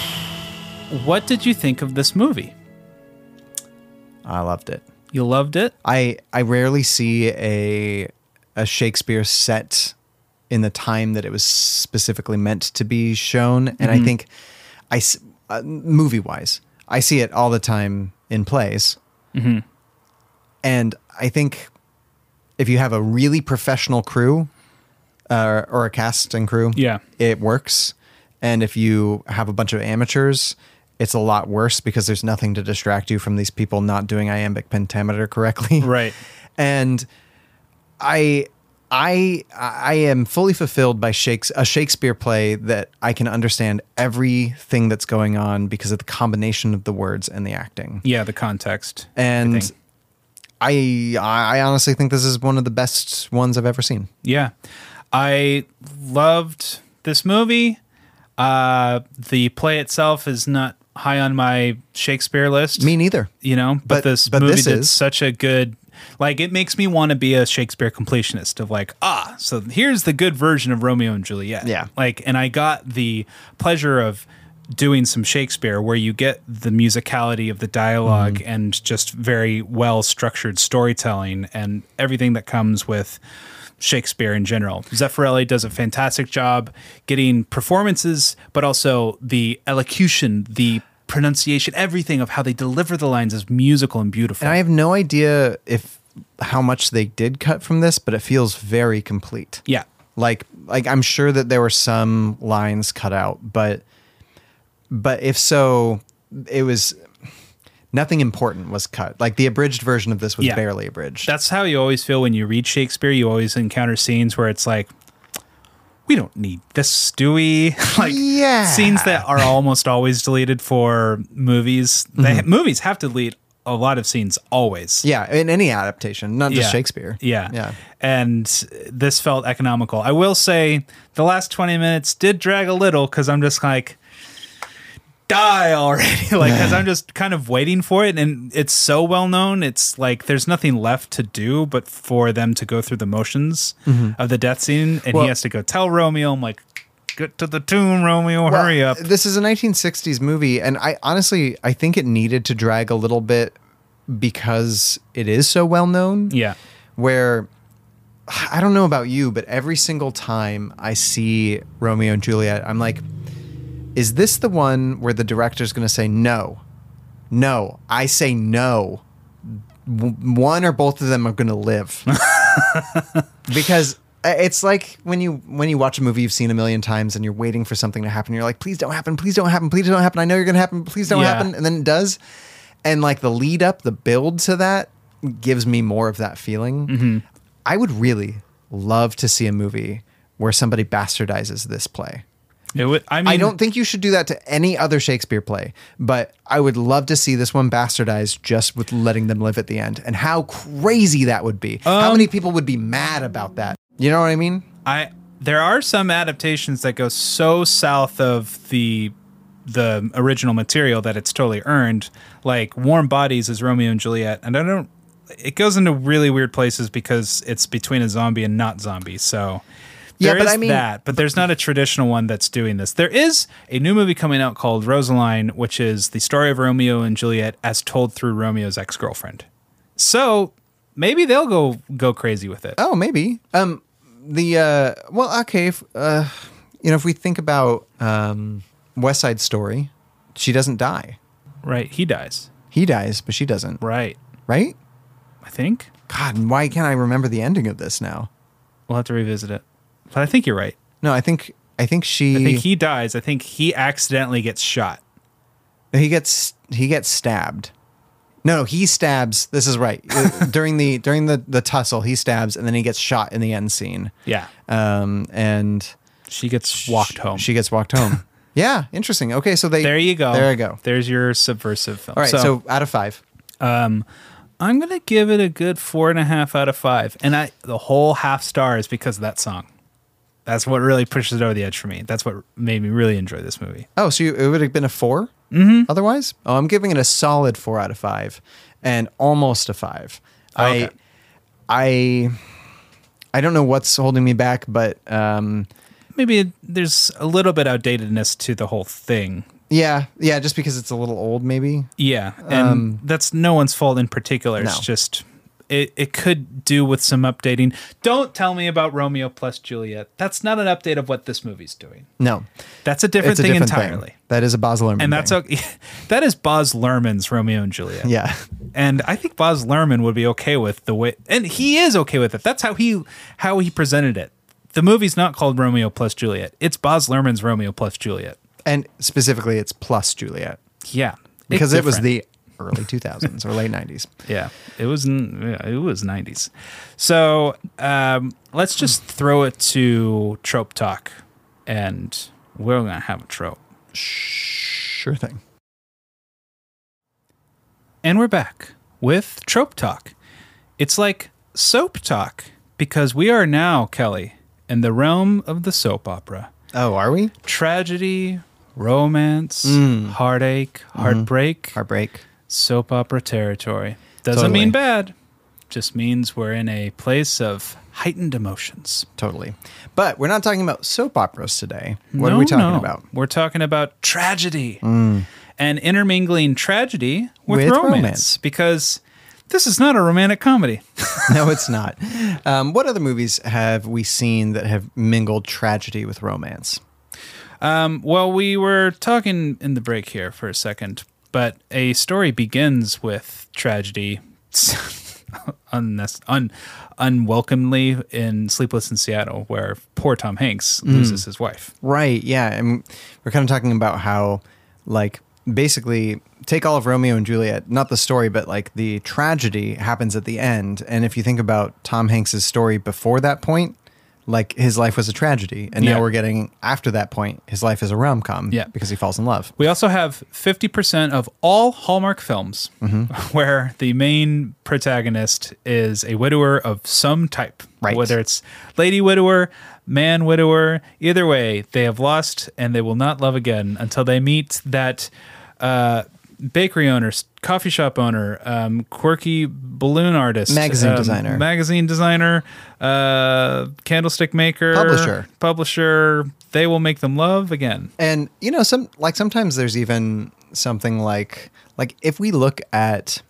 [SPEAKER 1] what did you think of this movie?
[SPEAKER 2] I loved it.
[SPEAKER 1] You loved it?
[SPEAKER 2] I I rarely see a a Shakespeare set in the time that it was specifically meant to be shown, and I think I movie wise I see it all the time in plays, and I think if you have a really professional crew uh, or a cast and crew,
[SPEAKER 1] Yeah.
[SPEAKER 2] it works. And if you have a bunch of amateurs, it's a lot worse because there's nothing to distract you from these people not doing iambic pentameter correctly.
[SPEAKER 1] Right.
[SPEAKER 2] And I I I am fully fulfilled by Shakes a Shakespeare play that I can understand everything that's going on because of the combination of the words and the acting.
[SPEAKER 1] Yeah, the context. I
[SPEAKER 2] And
[SPEAKER 1] think.
[SPEAKER 2] I I honestly think this is one of the best ones I've ever seen.
[SPEAKER 1] yeah, I loved this movie. Uh, the play itself is not high on my Shakespeare list.
[SPEAKER 2] Me neither.
[SPEAKER 1] you know, but,
[SPEAKER 2] But-
[SPEAKER 1] this
[SPEAKER 2] but
[SPEAKER 1] movie
[SPEAKER 2] this
[SPEAKER 1] did
[SPEAKER 2] is.
[SPEAKER 1] such a good. Like it makes me want to be a Shakespeare completionist of like ah so here's the good version of Romeo and Juliet
[SPEAKER 2] Yeah.
[SPEAKER 1] like and I got the pleasure of doing some Shakespeare where you get the musicality of the dialogue
[SPEAKER 2] Mm-hmm.
[SPEAKER 1] and just very well structured storytelling and everything that comes with Shakespeare in general. Zeffirelli does a fantastic job getting performances, but also the elocution, the pronunciation, everything of how they deliver the lines is musical and beautiful.
[SPEAKER 2] And I have no idea if how much they did cut from this, but it feels very complete.
[SPEAKER 1] yeah.
[SPEAKER 2] Like like I'm sure that there were some lines cut out, but but if so, it was nothing important was cut. Like the abridged version of this was
[SPEAKER 1] Yeah.
[SPEAKER 2] barely abridged.
[SPEAKER 1] That's how you always feel when you read Shakespeare. You always encounter scenes where it's like, we don't need this, do we? like
[SPEAKER 2] Yeah.
[SPEAKER 1] scenes that are almost always deleted for movies. They, movies have to delete a lot of scenes always.
[SPEAKER 2] yeah, in any adaptation, not just
[SPEAKER 1] Yeah.
[SPEAKER 2] Shakespeare.
[SPEAKER 1] Yeah.
[SPEAKER 2] Yeah.
[SPEAKER 1] And this felt economical. I will say the last 20 minutes did drag a little because I'm just like, die already. like, because I'm just kind of waiting for it. And it's so well known. It's like there's nothing left to do but for them to go through the motions of the death scene. And
[SPEAKER 2] Mm-hmm. Well-
[SPEAKER 1] he has to go tell Romeo, I'm like, get to the tomb, Romeo,
[SPEAKER 2] Well,
[SPEAKER 1] hurry up.
[SPEAKER 2] This is a 1960s movie, and I honestly I think it needed to drag a little bit because it is so well known.
[SPEAKER 1] yeah.
[SPEAKER 2] where I don't know about you, but every single time I see Romeo and Juliet, I'm like, is this the one where the director's going to say no? No, I say no. W- One or both of them are going to live. because i- it's like when you when you watch a movie you've seen a million times and you're waiting for something to happen. You're like, please don't happen, please don't happen, please don't happen. I know you're going to happen, please don't
[SPEAKER 1] Yeah.
[SPEAKER 2] happen. And then it does. And like the lead up, the build to that gives me more of that feeling. I would really love to see a movie where somebody bastardizes this play.
[SPEAKER 1] It would, I mean,
[SPEAKER 2] I don't think you should do that to any other Shakespeare play, but I would love to see this one bastardized just with letting them live at the end and how crazy that would be.
[SPEAKER 1] Um,
[SPEAKER 2] how many people would be mad about that? You know what I mean?
[SPEAKER 1] I there are some adaptations that go so south of the the original material that it's totally earned. Like Warm Bodies is Romeo and Juliet, and I don't. It goes into really weird places because it's between a zombie and not zombie. So
[SPEAKER 2] Yeah,
[SPEAKER 1] there is
[SPEAKER 2] but I mean-
[SPEAKER 1] that, but there's not a traditional one that's doing this. There is a new movie coming out called Rosaline, which is the story of Romeo and Juliet as told through Romeo's ex girlfriend. So maybe they'll go go crazy with it.
[SPEAKER 2] Oh, maybe. Um, the uh, well, okay. If, uh, you know, if we think about um, West Side Story, she doesn't die.
[SPEAKER 1] Right? He dies.
[SPEAKER 2] He dies, but she doesn't.
[SPEAKER 1] Right.
[SPEAKER 2] Right?
[SPEAKER 1] I think.
[SPEAKER 2] God, why can't I remember the ending of this now?
[SPEAKER 1] We'll have to revisit it. But I think you're right.
[SPEAKER 2] No, I think I think she
[SPEAKER 1] I think he dies. I think he accidentally gets shot.
[SPEAKER 2] He gets he gets stabbed. No, he stabs. This is right Uh, during the during the the tussle. He stabs and then he gets shot in the end scene.
[SPEAKER 1] Yeah.
[SPEAKER 2] Um, and
[SPEAKER 1] She gets walked home.
[SPEAKER 2] She gets walked home. yeah, interesting. Okay, so they
[SPEAKER 1] there you go.
[SPEAKER 2] There you go.
[SPEAKER 1] There's your subversive film.
[SPEAKER 2] All right, so, out of five,
[SPEAKER 1] Um, I'm gonna give it a good four and a half out of five, and I the whole half star is because of that song. That's what really pushes it over the edge for me. That's what made me really enjoy this movie.
[SPEAKER 2] Oh, so you, it would have been a 4 Mm-hmm. Otherwise, oh, I'm giving it a solid four out of five, and almost a five.
[SPEAKER 1] Okay.
[SPEAKER 2] I, I, I don't know what's holding me back, but um,
[SPEAKER 1] Maybe it, there's a little bit outdatedness to the whole thing.
[SPEAKER 2] yeah, yeah, just because it's a little old, maybe.
[SPEAKER 1] Yeah, and that's no one's fault in particular. It's
[SPEAKER 2] Um, No.
[SPEAKER 1] just it, it could do with some updating. Don't tell me about Romeo plus Juliet. That's not an update of what this movie's doing.
[SPEAKER 2] No,
[SPEAKER 1] That's a different
[SPEAKER 2] it's a
[SPEAKER 1] thing
[SPEAKER 2] different
[SPEAKER 1] entirely.
[SPEAKER 2] Thing. That is a Baz Luhrmann,
[SPEAKER 1] And that's
[SPEAKER 2] thing.
[SPEAKER 1] okay. That is Boz Lerman's Romeo and Juliet.
[SPEAKER 2] yeah,
[SPEAKER 1] and I think Boz Lerman would be okay with the way, and he is okay with it. That's how he how he presented it. The movie's not called Romeo plus Juliet. It's Boz Lerman's Romeo plus Juliet.
[SPEAKER 2] and specifically, it's plus Juliet
[SPEAKER 1] Yeah,
[SPEAKER 2] because
[SPEAKER 1] It's
[SPEAKER 2] it was
[SPEAKER 1] different.
[SPEAKER 2] the early 2000s or late 90s.
[SPEAKER 1] yeah. It was n- yeah, it was nineties. So um, let's just throw it to trope talk, and we're gonna have a trope.
[SPEAKER 2] Sure thing.
[SPEAKER 1] And we're back with Trope Talk. It's like soap talk because we are now, Kelly, in the realm of the soap opera.
[SPEAKER 2] Oh, are we?
[SPEAKER 1] Tragedy, romance, heartache, heartbreak,
[SPEAKER 2] Heartbreak.
[SPEAKER 1] soap opera territory. Doesn't
[SPEAKER 2] Totally.
[SPEAKER 1] mean bad, just means we're in a place of heightened emotions.
[SPEAKER 2] Totally. But we're not talking about soap operas today. What are we
[SPEAKER 1] No,
[SPEAKER 2] talking
[SPEAKER 1] no.
[SPEAKER 2] about? Mm.
[SPEAKER 1] We're talking about tragedy and intermingling tragedy with,
[SPEAKER 2] With
[SPEAKER 1] romance,
[SPEAKER 2] romance.
[SPEAKER 1] because this is not a romantic comedy.
[SPEAKER 2] no, it's not. Um, what other movies have we seen that have mingled tragedy with romance?
[SPEAKER 1] Um, Well, we were talking in the break here for a second, but a story begins with tragedy, unnes- un- unwelcomely in Sleepless in Seattle, where poor Tom Hanks
[SPEAKER 2] Mm.
[SPEAKER 1] loses his wife.
[SPEAKER 2] Right. Yeah. And we're kind of talking about how, like, basically take all of Romeo and Juliet, not the story, but like the tragedy happens at the end. And if you think about Tom Hanks's story before that point, like his life was a tragedy. And
[SPEAKER 1] Yeah.
[SPEAKER 2] now we're getting after that point, his life is a rom com
[SPEAKER 1] Yeah.
[SPEAKER 2] because he falls in love.
[SPEAKER 1] We also have 50% of all Hallmark films where the main protagonist is a widower of some type.
[SPEAKER 2] Right.
[SPEAKER 1] Whether it's lady widower, man widower, either way, they have lost and they will not love again until they meet that uh, bakery owner, s- coffee shop owner, um, quirky balloon artist, um,
[SPEAKER 2] Magazine designer.
[SPEAKER 1] magazine designer, uh, candlestick maker,
[SPEAKER 2] Publisher.
[SPEAKER 1] publisher. They will make them love again.
[SPEAKER 2] and you know some like sometimes there's even something like like if we look at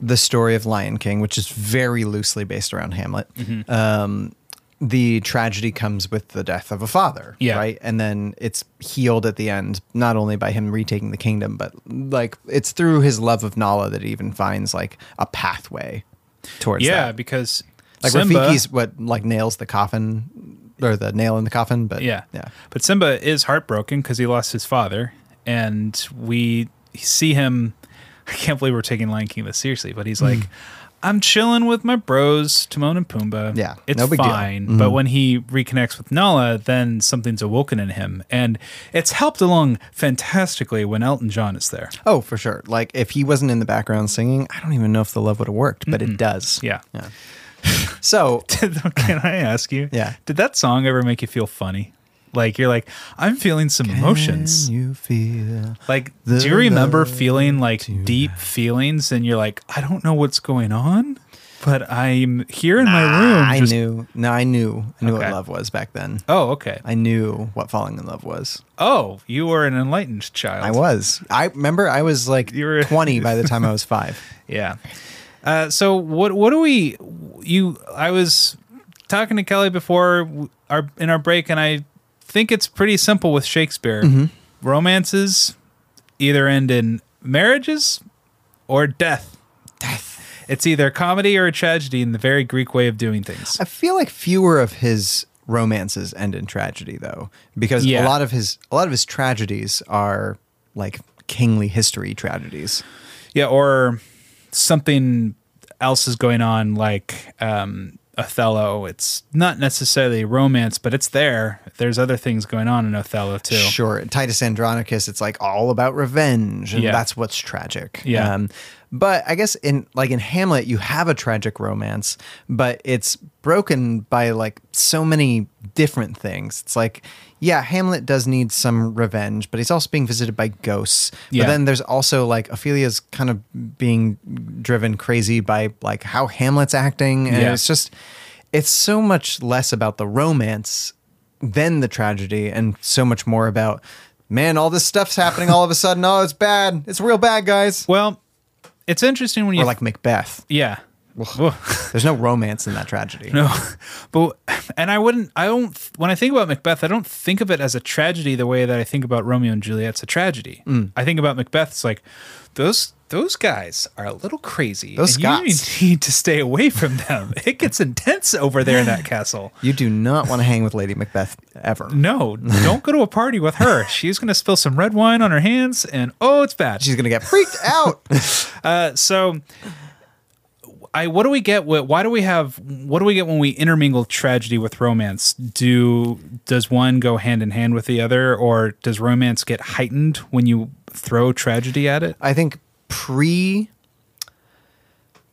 [SPEAKER 2] the story of lion king which is very loosely based around hamlet
[SPEAKER 1] Mm-hmm.
[SPEAKER 2] um, the tragedy comes with the death of a father
[SPEAKER 1] Yeah.
[SPEAKER 2] right and then it's healed at the end not only by him retaking the kingdom but like it's through his love of nala that he even finds like a pathway towards
[SPEAKER 1] yeah,
[SPEAKER 2] that.
[SPEAKER 1] because
[SPEAKER 2] like
[SPEAKER 1] Simba,
[SPEAKER 2] rafiki's what like nails the coffin or the nail in the coffin but
[SPEAKER 1] yeah,
[SPEAKER 2] yeah
[SPEAKER 1] But Simba is heartbroken because he lost his father, and we see him. I can't believe we're taking Lion King this seriously, but he's
[SPEAKER 2] Hmm.
[SPEAKER 1] like, "I'm chilling with my bros, Timon and Pumbaa.
[SPEAKER 2] Yeah,
[SPEAKER 1] it's
[SPEAKER 2] no big deal. Mm-hmm.
[SPEAKER 1] fine." But when he reconnects with Nala, then something's awoken in him, and it's helped along fantastically when Elton John is there.
[SPEAKER 2] Oh, for sure. Like if he wasn't in the background singing, I don't even know if the love would have worked, but it does.
[SPEAKER 1] Yeah.
[SPEAKER 2] So
[SPEAKER 1] Can I ask you?
[SPEAKER 2] Yeah.
[SPEAKER 1] Did that song ever make you feel funny? Like you're like, I'm feeling some emotions.
[SPEAKER 2] Can you feel
[SPEAKER 1] Like,
[SPEAKER 2] The
[SPEAKER 1] do you remember
[SPEAKER 2] love
[SPEAKER 1] feeling like deep feelings and you're like, I don't know what's going on, but I'm here in my room.
[SPEAKER 2] I
[SPEAKER 1] just-
[SPEAKER 2] knew. No, I knew. I knew
[SPEAKER 1] Okay.
[SPEAKER 2] what love was back then.
[SPEAKER 1] Oh, okay.
[SPEAKER 2] I knew what falling in love was.
[SPEAKER 1] Oh, you were an enlightened child.
[SPEAKER 2] I was. I remember I was like
[SPEAKER 1] You were-
[SPEAKER 2] 20 by the time I was 5.
[SPEAKER 1] Yeah. Uh, so what what do we you I was talking to Kelly before w- our in our break and I think it's pretty simple with Shakespeare. Romances either end in marriages or death. Death. It's either comedy or a tragedy in the very Greek way of doing things.
[SPEAKER 2] I feel like fewer of his romances end in tragedy though because
[SPEAKER 1] Yeah.
[SPEAKER 2] a lot of his a lot of his tragedies are like kingly history tragedies.
[SPEAKER 1] Yeah, or something else is going on, like um, Othello. It's not necessarily romance, but it's there. There's other things going on in Othello too.
[SPEAKER 2] Sure. Titus Andronicus, it's like all about revenge, and
[SPEAKER 1] Yeah.
[SPEAKER 2] that's what's tragic. Um,
[SPEAKER 1] Yeah.
[SPEAKER 2] But I guess in like in Hamlet, you have a tragic romance, but it's broken by like so many different things. It's like, yeah, Hamlet does need some revenge, but he's also being visited by ghosts.
[SPEAKER 1] Yeah.
[SPEAKER 2] But then there's also like Ophelia's kind of being driven crazy by like how Hamlet's acting, and
[SPEAKER 1] Yeah.
[SPEAKER 2] it's just it's so much less about the romance than the tragedy, and so much more about. Man, all this stuff's happening all of a sudden. Oh, it's bad. It's real bad, guys.
[SPEAKER 1] Well, it's interesting when you
[SPEAKER 2] Or like Macbeth.
[SPEAKER 1] yeah.
[SPEAKER 2] There's no romance in that tragedy.
[SPEAKER 1] No, but and I wouldn't. I don't. When I think about Macbeth, I don't think of it as a tragedy the way that I think about Romeo and Juliet. It's a tragedy. I think about Macbeth. It's like those those guys are a little crazy.
[SPEAKER 2] Those
[SPEAKER 1] and you
[SPEAKER 2] Scots.
[SPEAKER 1] need to stay away from them. It gets intense over there in that castle.
[SPEAKER 2] You do not want to hang with Lady Macbeth ever.
[SPEAKER 1] No, don't go to a party with her. She's gonna spill some red wine on her hands, and oh, it's bad.
[SPEAKER 2] She's going to get freaked out.
[SPEAKER 1] so I what do we get with why do we have what do we get when we intermingle tragedy with romance? Do does one go hand in hand with the other or does romance get heightened when you throw tragedy at it?
[SPEAKER 2] I think pre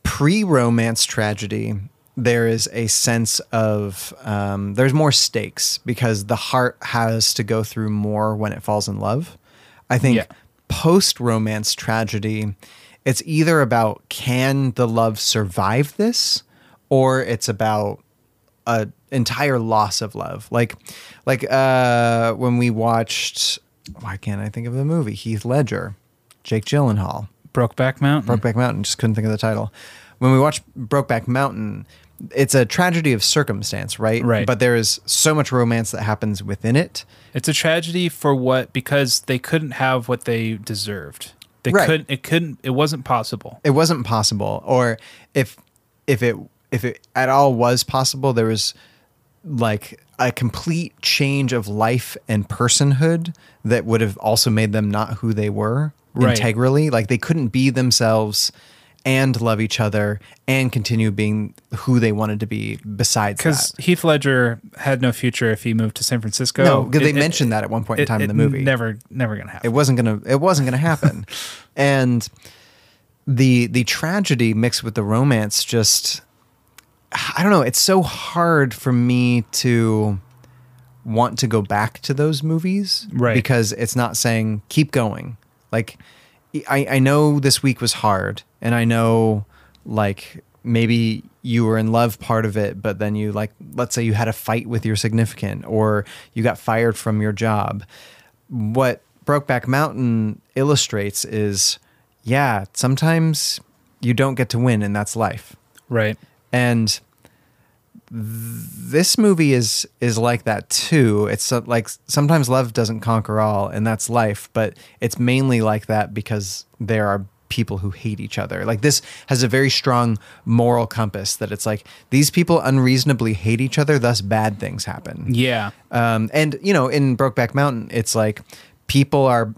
[SPEAKER 2] pre romance tragedy, there is a sense of um, there's more stakes because the heart has to go through more when it falls in love. I think
[SPEAKER 1] Yeah.
[SPEAKER 2] post romance tragedy, it's either about can the love survive this, or it's about a entire loss of love. Like like uh, when we watched why can't I think of the movie Heath Ledger, Jake Gyllenhaal.
[SPEAKER 1] Brokeback Mountain.
[SPEAKER 2] Brokeback Mountain. Just couldn't think of the title. When we watch Brokeback Mountain, it's a tragedy of circumstance, right?
[SPEAKER 1] Right.
[SPEAKER 2] But there is so much romance that happens within it.
[SPEAKER 1] It's a tragedy for what because they couldn't have what they deserved. They
[SPEAKER 2] Right.
[SPEAKER 1] couldn't it couldn't it wasn't possible.
[SPEAKER 2] It wasn't possible, or if if it if it at all was possible, there was like a complete change of life and personhood that would have also made them not who they were
[SPEAKER 1] Right.
[SPEAKER 2] integrally. Like they couldn't be themselves and love each other and continue being who they wanted to be besides that.
[SPEAKER 1] Because Heath Ledger had no future if he moved to San Francisco.
[SPEAKER 2] No, 'cause they
[SPEAKER 1] It- it-
[SPEAKER 2] mentioned that at one point in
[SPEAKER 1] it-
[SPEAKER 2] time in
[SPEAKER 1] it
[SPEAKER 2] the movie.
[SPEAKER 1] Never never gonna happen.
[SPEAKER 2] it wasn't gonna it wasn't gonna happen and the the tragedy mixed with the romance just i don't know it's so hard for me to want to go back to those movies
[SPEAKER 1] Right.
[SPEAKER 2] because it's not saying keep going like i i know this week was hard and i know like maybe you were in love part of it but then you like let's say you had a fight with your significant or you got fired from your job what Brokeback Mountain illustrates is yeah, sometimes you don't get to win, and that's life.
[SPEAKER 1] right.
[SPEAKER 2] And th- this movie is is like that too. It's so- like sometimes love doesn't conquer all, and that's life. But it's mainly like that because there are people who hate each other. Like this has a very strong moral compass that it's like these people unreasonably hate each other, thus bad things happen.
[SPEAKER 1] Yeah.
[SPEAKER 2] Um, and you know, in Brokeback Mountain, it's like people are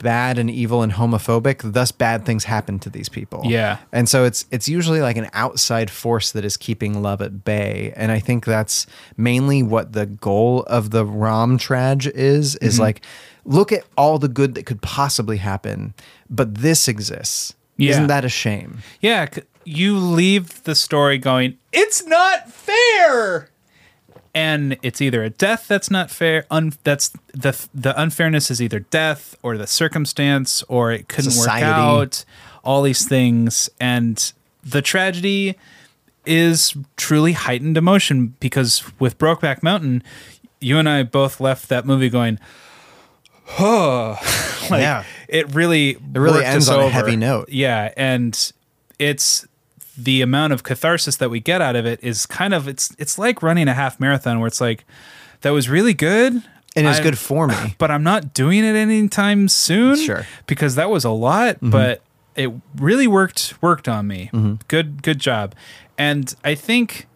[SPEAKER 2] bad and evil and homophobic. Thus, bad things happen to these people.
[SPEAKER 1] Yeah.
[SPEAKER 2] and so it's it's usually like an outside force that is keeping love at bay. And I think that's mainly what the goal of the rom trage is. Is
[SPEAKER 1] Mm-hmm.
[SPEAKER 2] like, look at all the good that could possibly happen, but this exists.
[SPEAKER 1] Yeah.
[SPEAKER 2] Isn't that a shame?
[SPEAKER 1] Yeah, c- you leave the story going, it's not fair. And it's either a death that's not fair. Un- that's the the unfairness is either death or the circumstance or it couldn't
[SPEAKER 2] Society.
[SPEAKER 1] work out. All these things and the tragedy is truly heightened emotion because with Brokeback Mountain, you and I both left that movie going, oh, like
[SPEAKER 2] Yeah.
[SPEAKER 1] it really it
[SPEAKER 2] really ends on a heavy note.
[SPEAKER 1] yeah, and it's the amount of catharsis that we get out of it is kind of it's it's like running a half marathon where it's like that was really good
[SPEAKER 2] And it's
[SPEAKER 1] I-
[SPEAKER 2] good for me.
[SPEAKER 1] but I'm not doing it anytime soon.
[SPEAKER 2] Sure. Mm-hmm.
[SPEAKER 1] because that was a lot, but it really worked worked on me. Good good job, and I think.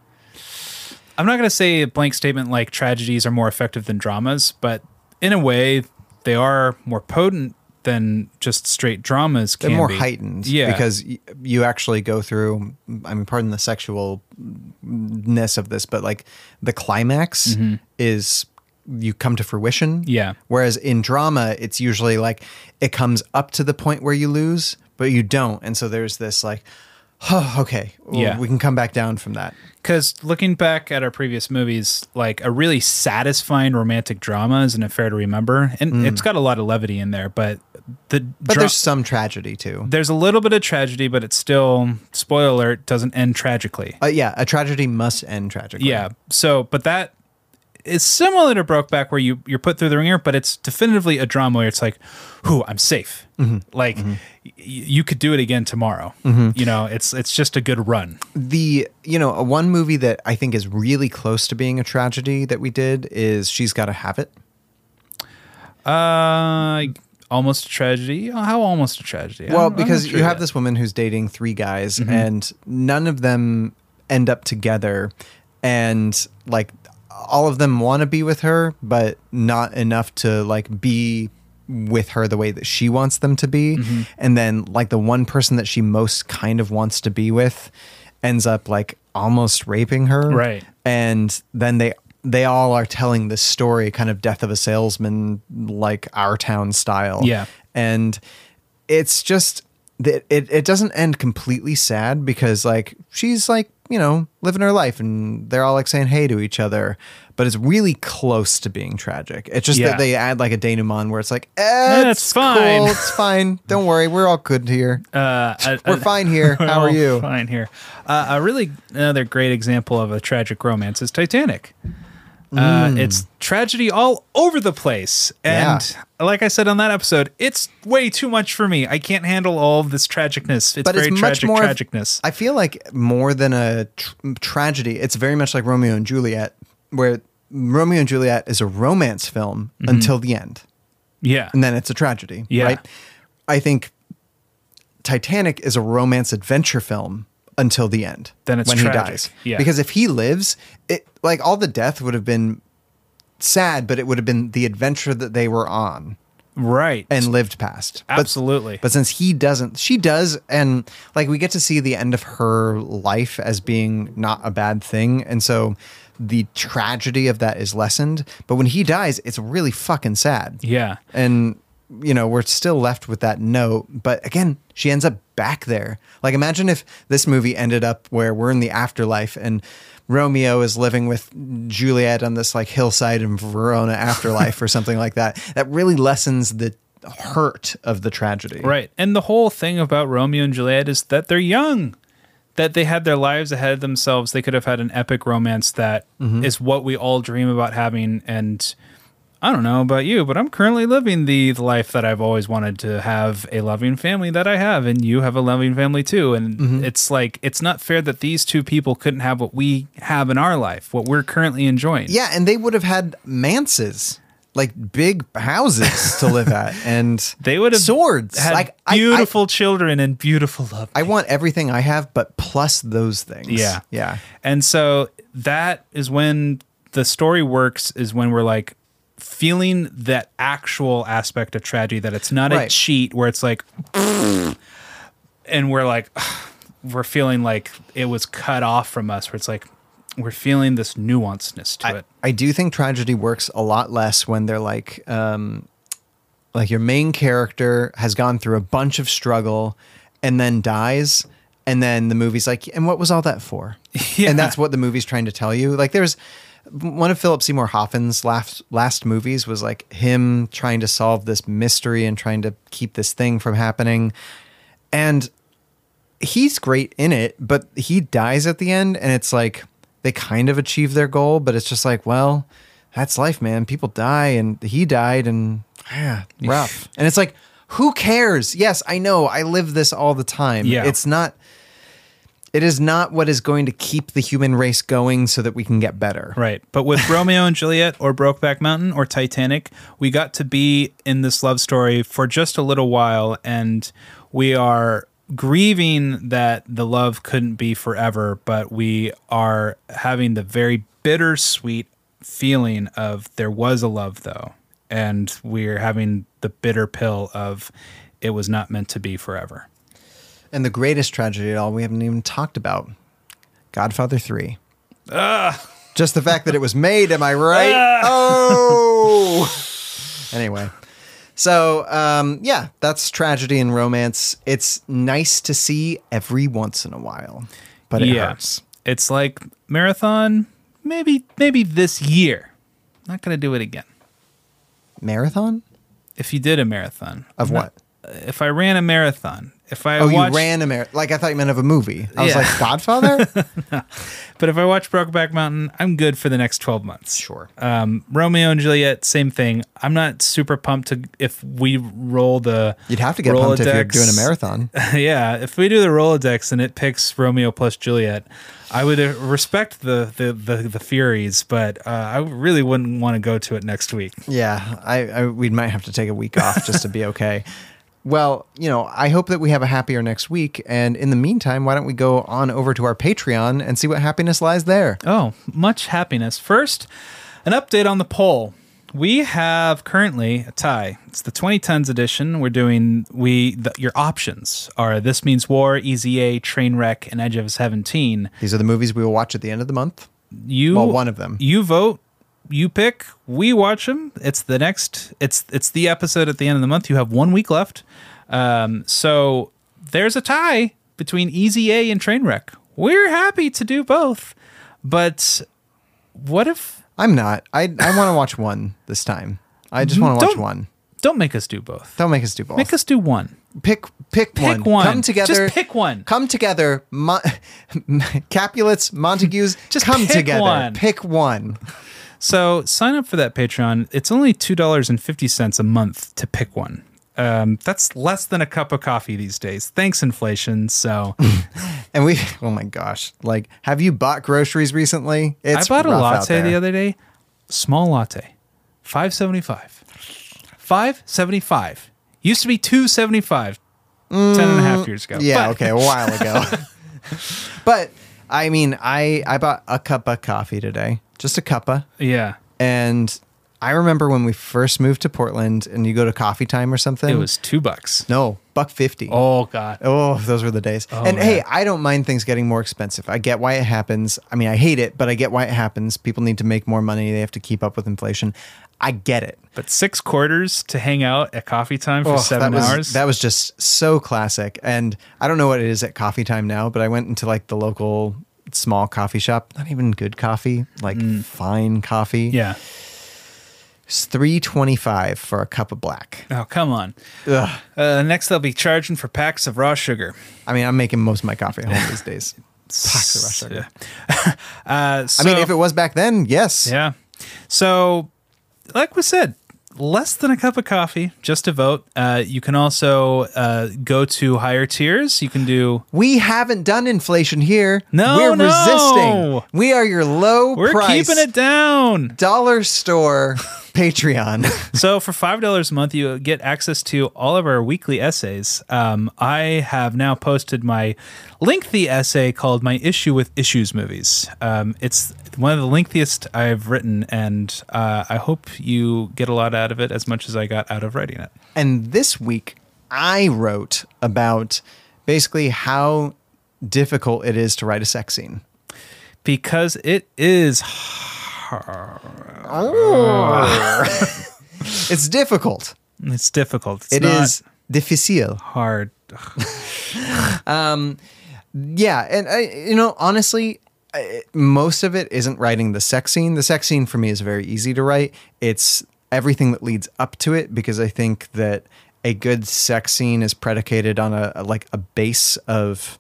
[SPEAKER 1] I'm not going to say a blank statement like tragedies are more effective than dramas, but in a way, they are more potent than just straight dramas can
[SPEAKER 2] They're more
[SPEAKER 1] be.
[SPEAKER 2] heightened
[SPEAKER 1] Yeah.
[SPEAKER 2] because y- you actually go through i mean pardon the sexualness of this but like the climax is you come to fruition
[SPEAKER 1] Mm-hmm. Yeah.
[SPEAKER 2] whereas in drama it's usually like it comes up to the point where you lose but you don't. And so there's this like, oh, okay, well,
[SPEAKER 1] Yeah.
[SPEAKER 2] we can come back down from that.
[SPEAKER 1] Because looking back at our previous movies, like a really satisfying romantic drama is an affair to remember, and it's got a lot of levity in there. But the
[SPEAKER 2] Mm. But
[SPEAKER 1] dra-
[SPEAKER 2] there's some tragedy too.
[SPEAKER 1] there's a little bit of tragedy, but it's still spoiler alert doesn't end tragically.
[SPEAKER 2] Uh, yeah, a tragedy must end tragically.
[SPEAKER 1] Yeah. So, but that is similar to Brokeback, where you you're put through the ringer, but it's definitively a drama where it's like, "Who I'm safe."
[SPEAKER 2] Mm-hmm.
[SPEAKER 1] Like, Y- you could do it again tomorrow. You know, it's it's just a good run.
[SPEAKER 2] the you know uh, one movie that I think is really close to being a tragedy that we did is She's Got to Have It.
[SPEAKER 1] Uh, almost a tragedy. How almost a tragedy? I
[SPEAKER 2] Well,
[SPEAKER 1] don't- I'm not
[SPEAKER 2] because
[SPEAKER 1] sure
[SPEAKER 2] you have
[SPEAKER 1] yet.
[SPEAKER 2] this woman who's dating three guys,
[SPEAKER 1] Mm-hmm.
[SPEAKER 2] and none of them end up together, and like all of them want to be with her, but not enough to like be with her the way that she wants them to be.
[SPEAKER 1] Mm-hmm.
[SPEAKER 2] And then like the one person that she most kind of wants to be with ends up like almost raping her,
[SPEAKER 1] Right.
[SPEAKER 2] And then they. They all are telling this story, kind of death of a salesman, like our town style
[SPEAKER 1] Yeah.
[SPEAKER 2] and it's just that it, it doesn't end completely sad because like she's like you know living her life and they're all like saying hey to each other but it's really close to being tragic it's just
[SPEAKER 1] Yeah.
[SPEAKER 2] that they add like a denouement where it's like eh,
[SPEAKER 1] That's
[SPEAKER 2] it's
[SPEAKER 1] fine."
[SPEAKER 2] cool, it's fine don't worry we're all good here
[SPEAKER 1] Uh, a-
[SPEAKER 2] we're
[SPEAKER 1] a-
[SPEAKER 2] fine here
[SPEAKER 1] we're
[SPEAKER 2] how are
[SPEAKER 1] all
[SPEAKER 2] you
[SPEAKER 1] Oh, Fine here. Uh, a really another great example of a tragic romance is Titanic. Uh,
[SPEAKER 2] Mm.
[SPEAKER 1] It's tragedy all over the place, and like I said on that episode, it's way too much for me. I can't handle all of this tragicness. It's
[SPEAKER 2] but
[SPEAKER 1] very
[SPEAKER 2] it's much
[SPEAKER 1] tragic
[SPEAKER 2] more of-
[SPEAKER 1] tragicness.
[SPEAKER 2] i feel like more than a tr- tragedy it's very much like romeo and juliet where romeo and juliet is a romance film
[SPEAKER 1] Mm-hmm.
[SPEAKER 2] until the end
[SPEAKER 1] yeah,
[SPEAKER 2] and then it's a tragedy,
[SPEAKER 1] Yeah.
[SPEAKER 2] right? I think Titanic is a romance adventure film until the end.
[SPEAKER 1] Then it's
[SPEAKER 2] when
[SPEAKER 1] tragic,
[SPEAKER 2] he dies.
[SPEAKER 1] yeah.
[SPEAKER 2] Because if he lives, it like all the death would have been sad, but it would have been the adventure that they were on
[SPEAKER 1] right.
[SPEAKER 2] and lived past. But-
[SPEAKER 1] Absolutely.
[SPEAKER 2] But, since he doesn't, she does, and like we get to see the end of her life as being not a bad thing, and so the tragedy of that is lessened. But when he dies, it's really fucking sad
[SPEAKER 1] yeah,
[SPEAKER 2] and you know we're still left with that note but again she ends up back there like imagine if this movie ended up where we're in the afterlife and romeo is living with juliet on this like hillside in verona afterlife or something like that that really lessens the hurt of the tragedy
[SPEAKER 1] right. And the whole thing about Romeo and Juliet is that they're young. That they had their lives ahead of themselves. They could have had an epic romance that is
[SPEAKER 2] Mm-hmm.
[SPEAKER 1] what we all dream about having and I don't know about you, but I'm currently living the, the life that I've always wanted to have a loving family that I have, and you have a loving family too. And
[SPEAKER 2] Mm-hmm.
[SPEAKER 1] it's like, it's not fair that these two people couldn't have what we have in our life, what we're currently enjoying.
[SPEAKER 2] yeah and they would have had manses like big houses to live at and
[SPEAKER 1] They would have
[SPEAKER 2] swords
[SPEAKER 1] had
[SPEAKER 2] like I- I-
[SPEAKER 1] beautiful children and beautiful love.
[SPEAKER 2] I want everything I have, but plus those things.
[SPEAKER 1] Yeah.
[SPEAKER 2] Yeah.
[SPEAKER 1] And so that is when the story works, is when we're like feeling that actual aspect of tragedy, that it's not a
[SPEAKER 2] Right.
[SPEAKER 1] cheat where it's like, and we're like, we're feeling like it was cut off from us, where it's like, we're feeling this nuanceness to
[SPEAKER 2] I,
[SPEAKER 1] it.
[SPEAKER 2] I do think tragedy works a lot less when they're like, um, like your main character has gone through a bunch of struggle and then dies. And then the movie's like, and what was all that for? And that's what the movie's trying to tell you. Like there's one of Philip Seymour Hoffman's last, last movies was like him trying to solve this mystery and trying to keep this thing from happening. And he's great in it, but he dies at the end, and it's like they kind of achieve their goal, but it's just like, well, that's life, man. People die, and he died, and yeah, rough. and it's like, who cares? Yes, I know. I live this all the time.
[SPEAKER 1] Yeah.
[SPEAKER 2] It's not. It is not what is going to keep the human race going so that we can get better.
[SPEAKER 1] Right. But with Romeo and Juliet or Brokeback Mountain or Titanic, we got to be in this love story for just a little while and we are grieving that the love couldn't be forever, but we are having the very bittersweet feeling of there was a love though. And we're having the bitter pill of it was not meant to be forever.
[SPEAKER 2] And the greatest tragedy at all we haven't even talked about Godfather 3.
[SPEAKER 1] Ah.
[SPEAKER 2] Just the fact that it was made, am I right? Oh! Anyway, So, um, yeah, that's tragedy and romance. It's nice to see every once in a while, but it
[SPEAKER 1] yeah.
[SPEAKER 2] hurts.
[SPEAKER 1] It's like marathon, maybe maybe this year. Not gonna do it again.
[SPEAKER 2] Marathon
[SPEAKER 1] If you did a marathon.
[SPEAKER 2] of
[SPEAKER 1] I'm
[SPEAKER 2] what?
[SPEAKER 1] not- if I ran a marathon. If I
[SPEAKER 2] oh,
[SPEAKER 1] watched,
[SPEAKER 2] you ran a marathon. Like I thought you meant of a movie. I was
[SPEAKER 1] Yeah.
[SPEAKER 2] like Godfather.
[SPEAKER 1] but if I watch Brokeback Mountain, I'm good for the next 12 months.
[SPEAKER 2] sure.
[SPEAKER 1] Um, Romeo and Juliet, same thing. I'm not super pumped to if we roll the.
[SPEAKER 2] You'd have to get pumped if you're
[SPEAKER 1] Rolodex-
[SPEAKER 2] doing a marathon.
[SPEAKER 1] yeah, if we do the Rolodex and it picks Romeo plus Juliet, I would uh, respect the the the, the Furies, but uh, I really wouldn't want to go to it next week.
[SPEAKER 2] Yeah, I, I we might have to take a week off just to be okay. Well, you know, I hope that we have a happier next week. And in the meantime, why don't we go on over to our Patreon and see what happiness lies there?
[SPEAKER 1] Oh, much happiness. First, an update on the poll. We have currently a tie. It's the 2010s edition. We're doing we the, your options are this means war, Easy A, Trainwreck, and Edge of Seventeen.
[SPEAKER 2] These are the movies we will watch at the end of the month.
[SPEAKER 1] You
[SPEAKER 2] Well, one of them.
[SPEAKER 1] You vote. You pick. We watch them. It's the next. It's it's the episode at the end of the month. You have one week left. Um, so there's a tie between Easy A and Trainwreck. We're happy to do both, but what if
[SPEAKER 2] I'm not. I, I want to watch one this time. I just want to watch
[SPEAKER 1] Don't-
[SPEAKER 2] one.
[SPEAKER 1] Don't make us do both.
[SPEAKER 2] Don't make us do both.
[SPEAKER 1] Make us do one.
[SPEAKER 2] pick pick,
[SPEAKER 1] Pick
[SPEAKER 2] one.
[SPEAKER 1] one.
[SPEAKER 2] Come together.
[SPEAKER 1] Just pick one.
[SPEAKER 2] Come together. Mo- Capulets, Montagues.
[SPEAKER 1] Just
[SPEAKER 2] come
[SPEAKER 1] pick
[SPEAKER 2] together.
[SPEAKER 1] one.
[SPEAKER 2] Pick one.
[SPEAKER 1] So sign up for that Patreon. It's only two dollars and fifty cents a month to pick one. Um, that's less than a cup of coffee these days. Thanks, inflation. So
[SPEAKER 2] And we, oh my gosh, like, have you bought groceries recently?
[SPEAKER 1] I
[SPEAKER 2] It's
[SPEAKER 1] bought a
[SPEAKER 2] rough out
[SPEAKER 1] latte the
[SPEAKER 2] there.
[SPEAKER 1] other day. Small latte. Five seventy five. Five seventy five. Used to be two seventy five. Ten and a half years ago.
[SPEAKER 2] Mm, Yeah,
[SPEAKER 1] But-
[SPEAKER 2] okay, a while ago. but I mean, I I bought a cup of coffee today, just a cuppa,
[SPEAKER 1] Yeah.
[SPEAKER 2] and I remember when we first moved to Portland, and you go to coffee time or something.
[SPEAKER 1] It was two bucks.
[SPEAKER 2] no buck fifty.
[SPEAKER 1] Oh god.
[SPEAKER 2] Oh, those were the days.
[SPEAKER 1] man.
[SPEAKER 2] and hey, I don't mind things getting more expensive. I get why it happens. I mean, I hate it, but I get why it happens. People need to make more money. They have to keep up with inflation. I get it.
[SPEAKER 1] But six quarters to hang out at coffee time for
[SPEAKER 2] Oh,
[SPEAKER 1] seven
[SPEAKER 2] that was,
[SPEAKER 1] hours.
[SPEAKER 2] That was just so classic. And I don't know what it is at coffee time now, but I went into like the local small coffee shop, not even good coffee, like fine coffee.
[SPEAKER 1] Mm. yeah.
[SPEAKER 2] It's 325 for a cup of black.
[SPEAKER 1] Oh, come on. Uh, next, they'll be charging for packs of raw sugar.
[SPEAKER 2] I mean, I'm making most of my coffee at home these days. Packs of raw sugar.
[SPEAKER 1] Uh,
[SPEAKER 2] I
[SPEAKER 1] so,
[SPEAKER 2] mean, if it was back then, yes.
[SPEAKER 1] Yeah. So, like we said, less than a cup of coffee just to vote. Uh, you can also uh, go to higher tiers. You can do.
[SPEAKER 2] We haven't done inflation here.
[SPEAKER 1] No,
[SPEAKER 2] We're
[SPEAKER 1] no.
[SPEAKER 2] resisting. We are your low
[SPEAKER 1] We're
[SPEAKER 2] price
[SPEAKER 1] keeping it down.
[SPEAKER 2] dollar store Patreon.
[SPEAKER 1] So for five dollars a month, you get access to all of our weekly essays. Um, I have now posted my lengthy essay called "My Issue with Issues Movies." Um, it's one of the lengthiest I've written, and uh, I hope you get a lot out of it as much as I got out of writing it.
[SPEAKER 2] And this week, I wrote about basically how difficult it is to write a sex scene.
[SPEAKER 1] Because it is
[SPEAKER 2] It's difficult.
[SPEAKER 1] it's difficult. It's
[SPEAKER 2] It
[SPEAKER 1] not
[SPEAKER 2] is difficile.
[SPEAKER 1] hard.
[SPEAKER 2] Yeah, and I, you know, honestly, I, most of it isn't writing the sex scene. The sex scene for me is very easy to write. It's everything that leads up to it because I think that a good sex scene is predicated on a, a- like a base of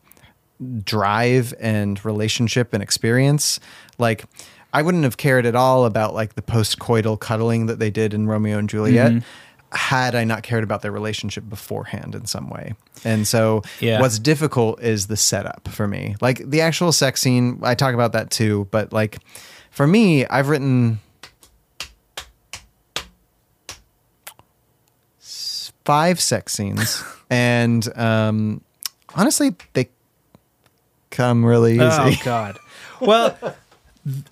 [SPEAKER 2] drive and relationship and experience. Like I wouldn't have cared at all about like the post-coital cuddling that they did in Romeo and Juliet. Had I not cared about their relationship beforehand in some way. And so,
[SPEAKER 1] Yeah.
[SPEAKER 2] what's difficult is the setup for me. Like the actual sex scene, I talk about that too, but like for me, I've written s- five sex scenes and um honestly they come really easy.
[SPEAKER 1] Oh God. Well,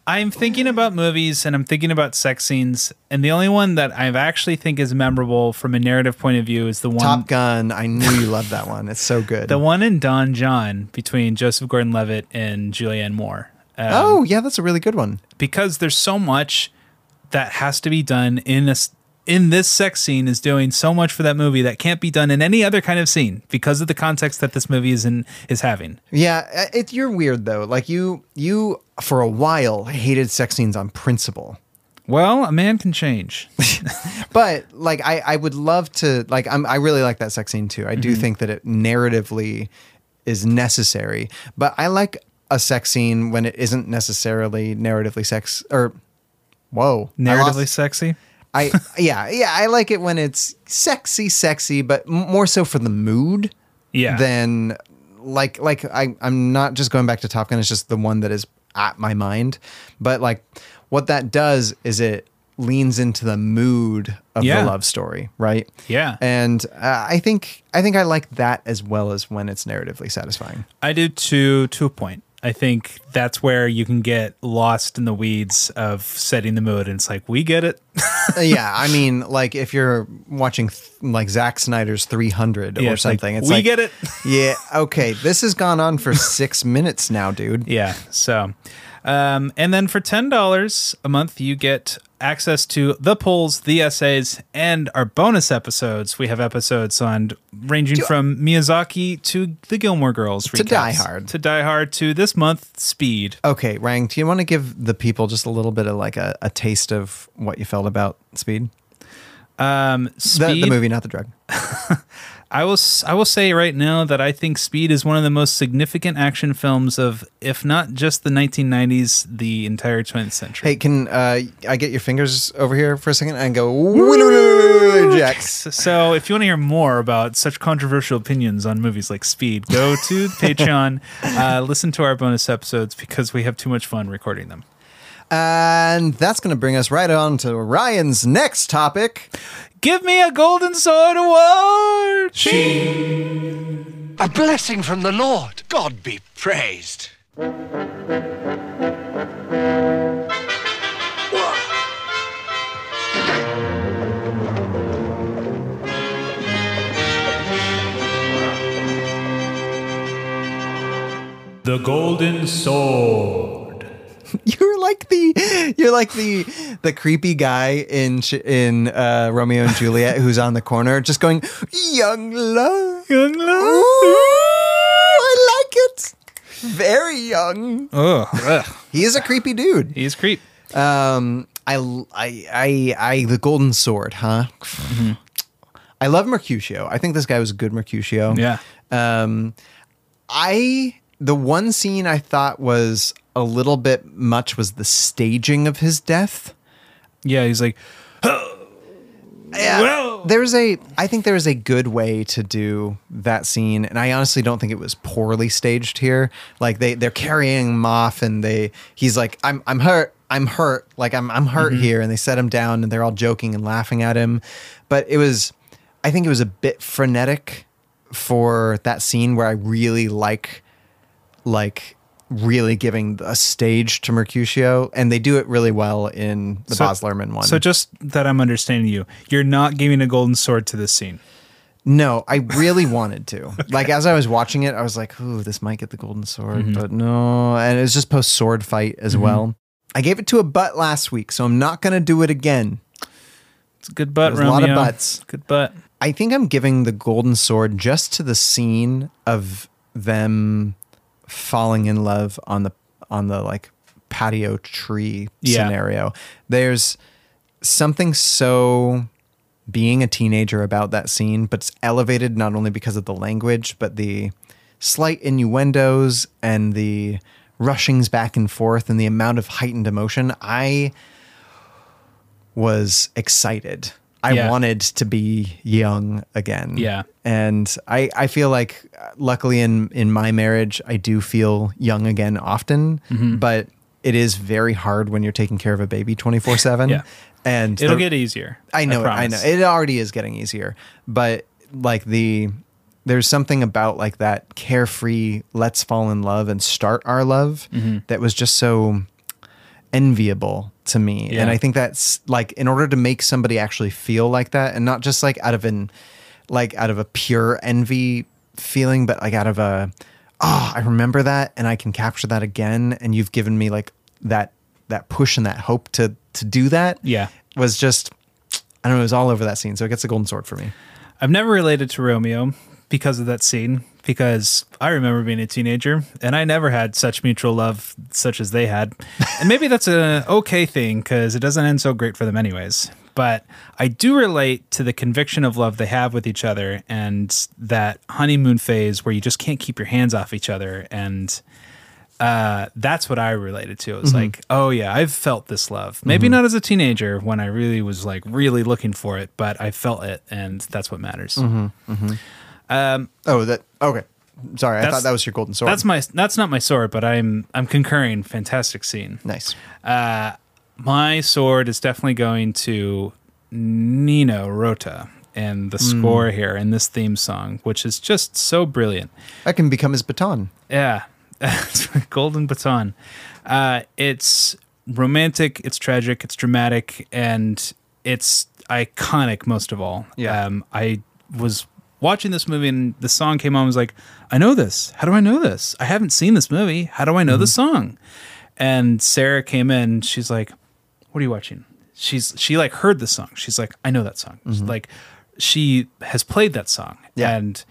[SPEAKER 1] I'm thinking about movies and I'm thinking about sex scenes, and the only one that I actually think is memorable from a narrative point of view is the one
[SPEAKER 2] Top Gun, I knew you loved that one. It's so good.
[SPEAKER 1] the one in Don John between Joseph Gordon-Levitt and Julianne Moore. Um,
[SPEAKER 2] oh, yeah, that's a really good one.
[SPEAKER 1] because there's so much that has to be done in a s- in this sex scene is doing so much for that movie that can't be done in any other kind of scene because of the context that this movie is in is having.
[SPEAKER 2] Yeah, uh, it, you're weird though. Like you, you for a while hated sex scenes on principle.
[SPEAKER 1] Well, a man can change.
[SPEAKER 2] But like, I, I would love to like. I'm, I really like that sex scene too. I
[SPEAKER 1] Mm-hmm.
[SPEAKER 2] do think that it narratively is necessary. But I like a sex scene when it isn't necessarily narratively sex or whoa I lost-
[SPEAKER 1] Narratively sexy.
[SPEAKER 2] I yeah yeah I like it when it's sexy sexy, but m- more so for the mood.
[SPEAKER 1] Yeah.
[SPEAKER 2] Than like like I I'm not just going back to Top Gun. It's just the one that is at my mind. But like what that does is it leans into the mood of
[SPEAKER 1] Yeah.
[SPEAKER 2] the love story, right?
[SPEAKER 1] Yeah.
[SPEAKER 2] And uh, I think I think I like that as well as when it's narratively satisfying.
[SPEAKER 1] I do to to a point. I think that's where you can get lost in the weeds of setting the mood, and it's like we get it.
[SPEAKER 2] Uh, yeah, I mean, like if you're watching th- like Zack Snyder's 300
[SPEAKER 1] Yeah,
[SPEAKER 2] or
[SPEAKER 1] it's like,
[SPEAKER 2] something, it's
[SPEAKER 1] we
[SPEAKER 2] like,
[SPEAKER 1] get it.
[SPEAKER 2] yeah, okay. This has gone on for six minutes now, dude.
[SPEAKER 1] Yeah. So, um, and then for ten dollars a month, you get access to the polls, the essays, and our bonus episodes. We have episodes on ranging from Miyazaki to the Gilmore Girls,
[SPEAKER 2] To Die
[SPEAKER 1] recaps,
[SPEAKER 2] Hard.
[SPEAKER 1] to Die Hard, to this month Speed.
[SPEAKER 2] Okay, Rang, do you want to give the people just a little bit of like a, a taste of what you felt about Speed?
[SPEAKER 1] Um,
[SPEAKER 2] The,
[SPEAKER 1] Speed.
[SPEAKER 2] the movie, not the drug.
[SPEAKER 1] I will. s- I will say right now that I think Speed is one of the most significant action films of, if not just the 1990s, the entire 20th century.
[SPEAKER 2] Hey, can uh, I get your fingers over here for a second and go Jax?
[SPEAKER 1] So, if you want to hear more about such controversial opinions on movies like Speed, go to Patreon, uh, listen to our bonus episodes because we have too much fun recording them.
[SPEAKER 2] And that's going to bring us right on to Ryan's next topic.
[SPEAKER 1] Give me a Golden Sword Award!
[SPEAKER 4] A blessing from the Lord. God be praised.
[SPEAKER 11] The Golden Sword.
[SPEAKER 2] You're like the you're like the the creepy guy in Ch- in uh, Romeo and Juliet who's on the corner just going young love, young love. I like it. Very young.
[SPEAKER 1] Ugh, ugh.
[SPEAKER 2] He is a creepy dude.
[SPEAKER 1] He's creep.
[SPEAKER 2] Um, I, I, I, I, the golden sword, huh? Mm-hmm. I love Mercutio. I think this guy was a good Mercutio.
[SPEAKER 1] Yeah.
[SPEAKER 2] Um, I, the one scene I thought was a little bit much was the staging of his death.
[SPEAKER 1] Yeah, he's like,
[SPEAKER 2] Yeah. There's a, I think there is a good way to do that scene, and I honestly don't think it was poorly staged here. Like they they're carrying him off, and they he's like, I'm I'm hurt, I'm hurt, like I'm I'm hurt
[SPEAKER 1] Mm-hmm.
[SPEAKER 2] here, and they set him down, and they're all joking and laughing at him, but it was, I think it was a bit frenetic for that scene where I really like like really giving a stage to Mercutio and they do it really well in the
[SPEAKER 1] So-
[SPEAKER 2] Baz Luhrmann one.
[SPEAKER 1] so just that I'm understanding you, you're not giving a Golden Sword to this scene.
[SPEAKER 2] No, I really wanted to. Like as I was watching it, I was like, "Ooh, this might get the golden sword," but no. And it was just post sword fight as well. I gave it to a butt last week, so I'm not gonna do it again.
[SPEAKER 1] It's a good butt,
[SPEAKER 2] There's a lot of
[SPEAKER 1] Romeo.
[SPEAKER 2] butts.
[SPEAKER 1] Good butt.
[SPEAKER 2] I think I'm giving the golden sword just to the scene of them falling in love on the on the like patio tree
[SPEAKER 1] Yeah.
[SPEAKER 2] scenario. There's something so being a teenager about that scene, but it's elevated not only because of the language, but the slight innuendos and the rushings back and forth and the amount of heightened emotion. I was excited. I
[SPEAKER 1] Yeah.
[SPEAKER 2] wanted to be young again.
[SPEAKER 1] Yeah.
[SPEAKER 2] And I, I feel like uh, luckily in, in my marriage, I do feel young again often,
[SPEAKER 1] Mm-hmm.
[SPEAKER 2] but it is very hard when you're taking care of a baby 24 seven.
[SPEAKER 1] Yeah.
[SPEAKER 2] And
[SPEAKER 1] It'll
[SPEAKER 2] the-
[SPEAKER 1] get easier.
[SPEAKER 2] I know, it, I know.
[SPEAKER 1] promise.
[SPEAKER 2] It already is getting easier, but like the there's something about like that carefree, let's fall in love and start our love
[SPEAKER 1] Mm-hmm.
[SPEAKER 2] that was just so enviable to me.
[SPEAKER 1] Yeah.
[SPEAKER 2] And I think that's like in order to make somebody actually feel like that and not just like out of an like out of a pure envy feeling, but like out of a oh, I remember that and I can capture that again and you've given me like that that push and that hope to to do that
[SPEAKER 1] Yeah.
[SPEAKER 2] was just I don't know. It was all over that scene, so it gets the golden sword for me.
[SPEAKER 1] I've never related to Romeo because of that scene, because I remember being a teenager and I never had such mutual love such as they had. And maybe that's a okay thing because it doesn't end so great for them, anyways. But I do relate to the conviction of love they have with each other and that honeymoon phase where you just can't keep your hands off each other. And uh, that's what I related to. It was like, oh yeah, I've felt this love. Maybe not as a teenager when I really was like really looking for it, but I felt it, and that's what matters.
[SPEAKER 2] Oh, that okay. Sorry, I
[SPEAKER 1] That's-
[SPEAKER 2] thought that was your golden sword.
[SPEAKER 1] That's my that's not my sword, but I'm I'm concurring. Fantastic scene.
[SPEAKER 2] nice.
[SPEAKER 1] My sword is definitely going to Nino Rota and the score here and this theme song, which is just so brilliant.
[SPEAKER 2] I can become his baton.
[SPEAKER 1] Yeah. Golden Baton. Uh, it's romantic, it's tragic, it's dramatic, and it's iconic most of all.
[SPEAKER 2] Yeah.
[SPEAKER 1] Um, I was watching this movie and the song came on. I was like, I know this. How do I know this? I haven't seen this movie. How do I know the
[SPEAKER 2] Mm-hmm.
[SPEAKER 1] song? And Sarah came in. She's like, What are you watching? She's she like heard the song. She's like, I know that song. She's Like she has played that song.
[SPEAKER 2] Mm-hmm. Yeah.
[SPEAKER 1] And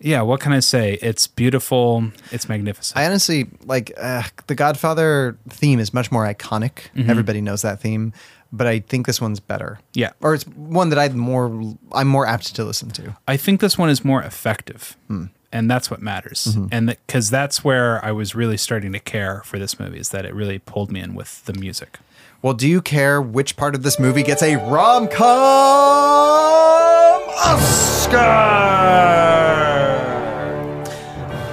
[SPEAKER 1] yeah, what can I say? It's beautiful. It's magnificent.
[SPEAKER 2] I honestly like uh, the Godfather theme is much more iconic. Everybody knows that theme, but I think this one's better.
[SPEAKER 1] Yeah.
[SPEAKER 2] or it's one that I more I'm more apt to listen to.
[SPEAKER 1] I think this one is more effective.
[SPEAKER 2] Hmm.
[SPEAKER 1] And that's what matters.
[SPEAKER 2] Mm-hmm.
[SPEAKER 1] And because that's where I was really starting to care for this movie is that it really pulled me in with the music.
[SPEAKER 2] Well, do you care which part of this movie gets a rom com Oscar?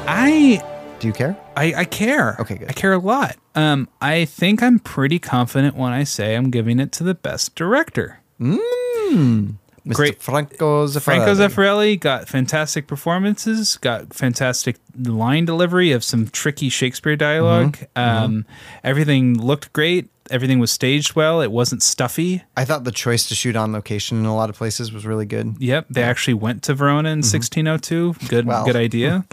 [SPEAKER 1] I
[SPEAKER 2] Do you care?
[SPEAKER 1] I, I care.
[SPEAKER 2] Okay, good.
[SPEAKER 1] I care a lot. Um, I think I'm pretty confident when I say I'm giving it to the best director.
[SPEAKER 2] Mr.
[SPEAKER 1] Great.
[SPEAKER 2] Franco Zeffirelli.
[SPEAKER 1] Franco Zeffirelli got fantastic performances, got fantastic line delivery of some tricky Shakespeare dialog
[SPEAKER 2] Mm-hmm.
[SPEAKER 1] Um, Everything looked great. Everything was staged well. It wasn't stuffy.
[SPEAKER 2] I thought the choice to shoot on location in a lot of places was really good.
[SPEAKER 1] Yep, they actually went to Verona in 1602. Good,
[SPEAKER 2] Mm-hmm. Wow.
[SPEAKER 1] good idea.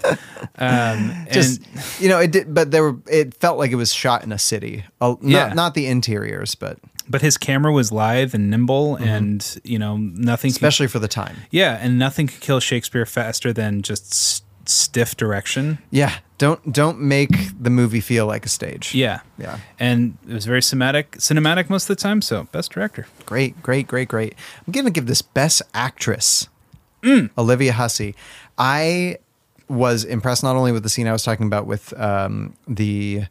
[SPEAKER 1] Um,
[SPEAKER 2] just
[SPEAKER 1] and
[SPEAKER 2] you know it did but there were it felt like it was shot in a city uh, not,
[SPEAKER 1] Yeah.
[SPEAKER 2] not the interiors but
[SPEAKER 1] but his camera was lithe and nimble,
[SPEAKER 2] Mm-hmm.
[SPEAKER 1] and you know nothing. can-
[SPEAKER 2] especially for the time
[SPEAKER 1] yeah, and nothing could kill Shakespeare faster than just s- stiff direction.
[SPEAKER 2] yeah don't don't make the movie feel like a stage
[SPEAKER 1] Yeah,
[SPEAKER 2] Yeah.
[SPEAKER 1] and it was very cinematic, cinematic most of the time. So best director.
[SPEAKER 2] great great great great i'm gonna give this best actress
[SPEAKER 1] Mm.
[SPEAKER 2] olivia hussey i was impressed not only with the scene i was talking about with um the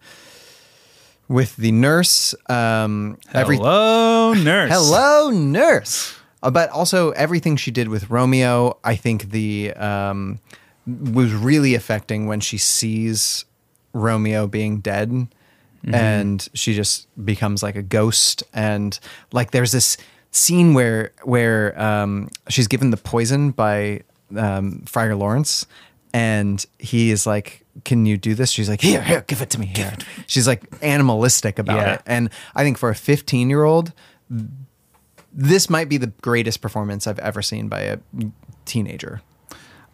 [SPEAKER 2] with the nurse um every-
[SPEAKER 1] Hello, nurse.
[SPEAKER 2] Hello, nurse. Uh, But also everything she did with Romeo, I think the um, was really affecting when she sees Romeo being dead, Mm-hmm. and she just becomes like a ghost. And like there's this scene where where um, she's given the poison by um, Friar Lawrence, and he is like, "Can you do this?" She's like, "Here, here, give it to me." Here. She's like animalistic about
[SPEAKER 1] Yeah.
[SPEAKER 2] it, and I think for a 15 year old, this might be the greatest performance I've ever seen by a teenager.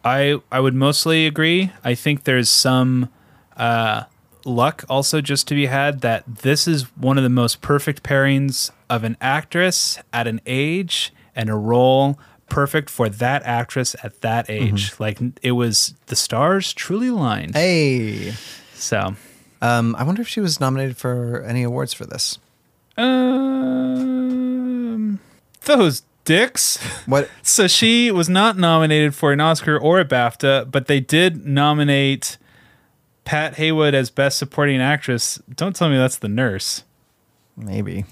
[SPEAKER 1] I I would mostly agree. I think there's some uh, luck also just to be had that this is one of the most perfect pairings of an actress at an age and a role perfect for that actress at that
[SPEAKER 2] Mm-hmm.
[SPEAKER 1] age. Like it was the stars truly aligned.
[SPEAKER 2] Hey,
[SPEAKER 1] So
[SPEAKER 2] um, I wonder if she was nominated for any awards for this.
[SPEAKER 1] um, those dicks.
[SPEAKER 2] What?
[SPEAKER 1] So she was not nominated for an Oscar or a BAFTA, but they did nominate Pat Haywood as Best Supporting Actress. Don't tell me that's the nurse.
[SPEAKER 2] Maybe.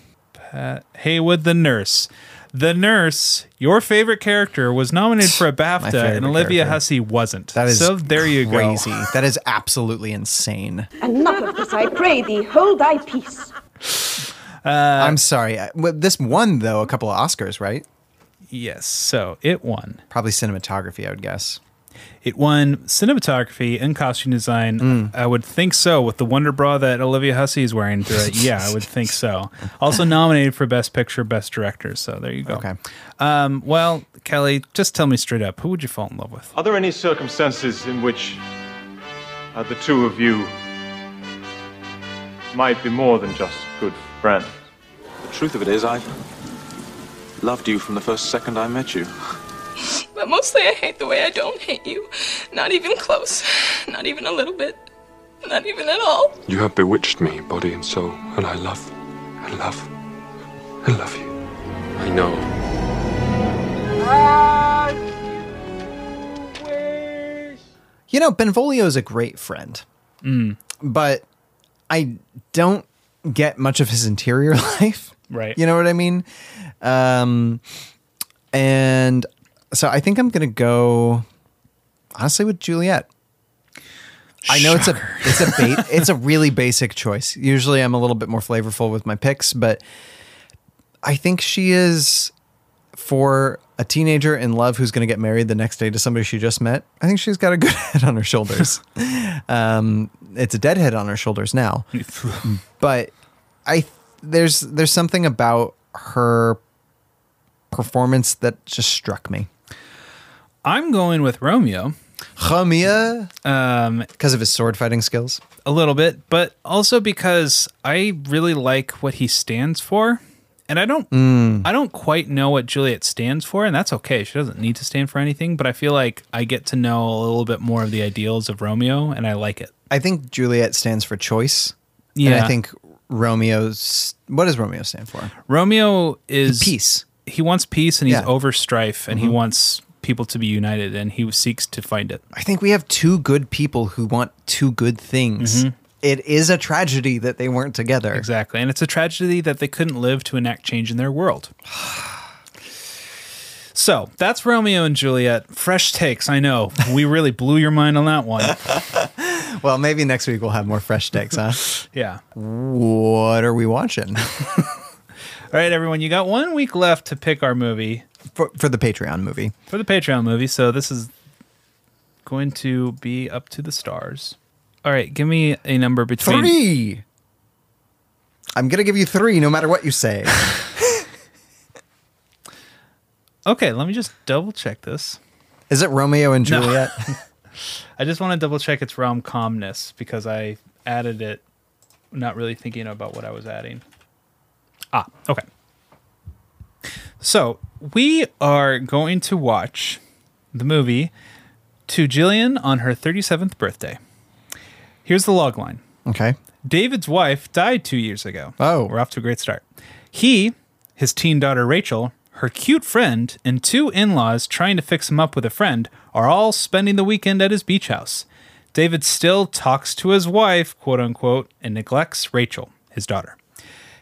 [SPEAKER 1] Haywood, the nurse. The nurse, your favorite character, was nominated for a BAFTA,
[SPEAKER 2] favorite
[SPEAKER 1] and Olivia
[SPEAKER 2] character.
[SPEAKER 1] Hussey wasn't.
[SPEAKER 2] That is
[SPEAKER 1] so there you
[SPEAKER 2] crazy.
[SPEAKER 1] go.
[SPEAKER 2] That is absolutely insane.
[SPEAKER 10] Enough of this, I pray thee. Hold thy peace.
[SPEAKER 1] Uh,
[SPEAKER 2] I'm sorry. I, well, this won though a couple of Oscars, right?
[SPEAKER 1] Yes, so it won.
[SPEAKER 2] Probably cinematography, I would guess.
[SPEAKER 1] It won cinematography and costume design.
[SPEAKER 2] Mm.
[SPEAKER 1] I would think so with the wonder bra that Olivia Hussey is wearing through it. Yeah, I would think so. Also nominated for best picture, best director. So there you go.
[SPEAKER 2] Okay.
[SPEAKER 1] Um, well, Kelly, just tell me straight up, who would you fall in love with?
[SPEAKER 7] Are there any circumstances in which uh, the two of you might be more than just good friends?
[SPEAKER 6] The truth of it is, I
[SPEAKER 12] Loved you from the first second I met you.
[SPEAKER 13] But mostly I hate the way I don't hate you. Not even close. Not even a little bit. Not even at all.
[SPEAKER 12] You have bewitched me, body and soul, and I love, and love, and love you. I know.
[SPEAKER 2] You know, Benvolio is a great friend,
[SPEAKER 1] Mm.
[SPEAKER 2] but I don't get much of his interior life.
[SPEAKER 1] Right.
[SPEAKER 2] You know what I mean? Um, and so I think I'm going to go honestly with Juliet. I know it's a it's a ba- it's a really basic choice. Usually I'm a little bit more flavorful with my picks, but I think she is for a teenager in love who's going to get married the next day to somebody she just met. I think she's got a good head on her shoulders. um, it's a dead head on her shoulders now, but I th- there's there's something about her performance that just struck me.
[SPEAKER 1] I'm going with Romeo.
[SPEAKER 2] Romeo?
[SPEAKER 1] Because
[SPEAKER 2] of his sword fighting skills?
[SPEAKER 1] A little bit, but also because I really like what he stands for. And I don't
[SPEAKER 2] Mm.
[SPEAKER 1] I don't quite know what Juliet stands for, and that's okay. She doesn't need to stand for anything, but I feel like I get to know a little bit more of the ideals of Romeo and I like it.
[SPEAKER 2] I think Juliet stands for choice. And
[SPEAKER 1] Yeah.
[SPEAKER 2] I think Romeo's what does Romeo stand for?
[SPEAKER 1] Romeo is
[SPEAKER 2] peace.
[SPEAKER 1] He wants peace and he's
[SPEAKER 2] Yeah.
[SPEAKER 1] over strife and
[SPEAKER 2] Mhm.
[SPEAKER 1] he wants people to be united and he seeks to find it.
[SPEAKER 2] I think we have two good people who want two good things.
[SPEAKER 1] Mhm.
[SPEAKER 2] It is a tragedy that they weren't together.
[SPEAKER 1] Exactly. And it's a tragedy that they couldn't live to enact change in their world. So that's Romeo and Juliet. Fresh takes. I know. We really blew your mind on that one.
[SPEAKER 2] Well, maybe next week we'll have more fresh takes, huh?
[SPEAKER 1] Yeah.
[SPEAKER 2] What are we watching?
[SPEAKER 1] All right, everyone. You got one week left to pick our movie
[SPEAKER 2] for, for the Patreon movie.
[SPEAKER 1] for the Patreon movie. So this is going to be up to the stars. All right. Give me a number between
[SPEAKER 2] Three. I'm gonna give you three no matter what you say.
[SPEAKER 1] Okay. Let me just double check this.
[SPEAKER 2] Is it Romeo and
[SPEAKER 1] No.
[SPEAKER 2] Juliet?
[SPEAKER 1] I just want to double check its rom comness because I added it not really thinking about what I was adding. Ah, okay. So we are going to watch the movie To Jillian on her 37th birthday. Here's the log line
[SPEAKER 2] Okay.
[SPEAKER 1] David's wife died two years ago.
[SPEAKER 2] Oh.
[SPEAKER 1] We're off to a great start. He, his teen daughter Rachel, her cute friend, and two in laws trying to fix him up with a friend are all spending the weekend at his beach house. David still talks to his wife, quote unquote, and neglects Rachel, his daughter.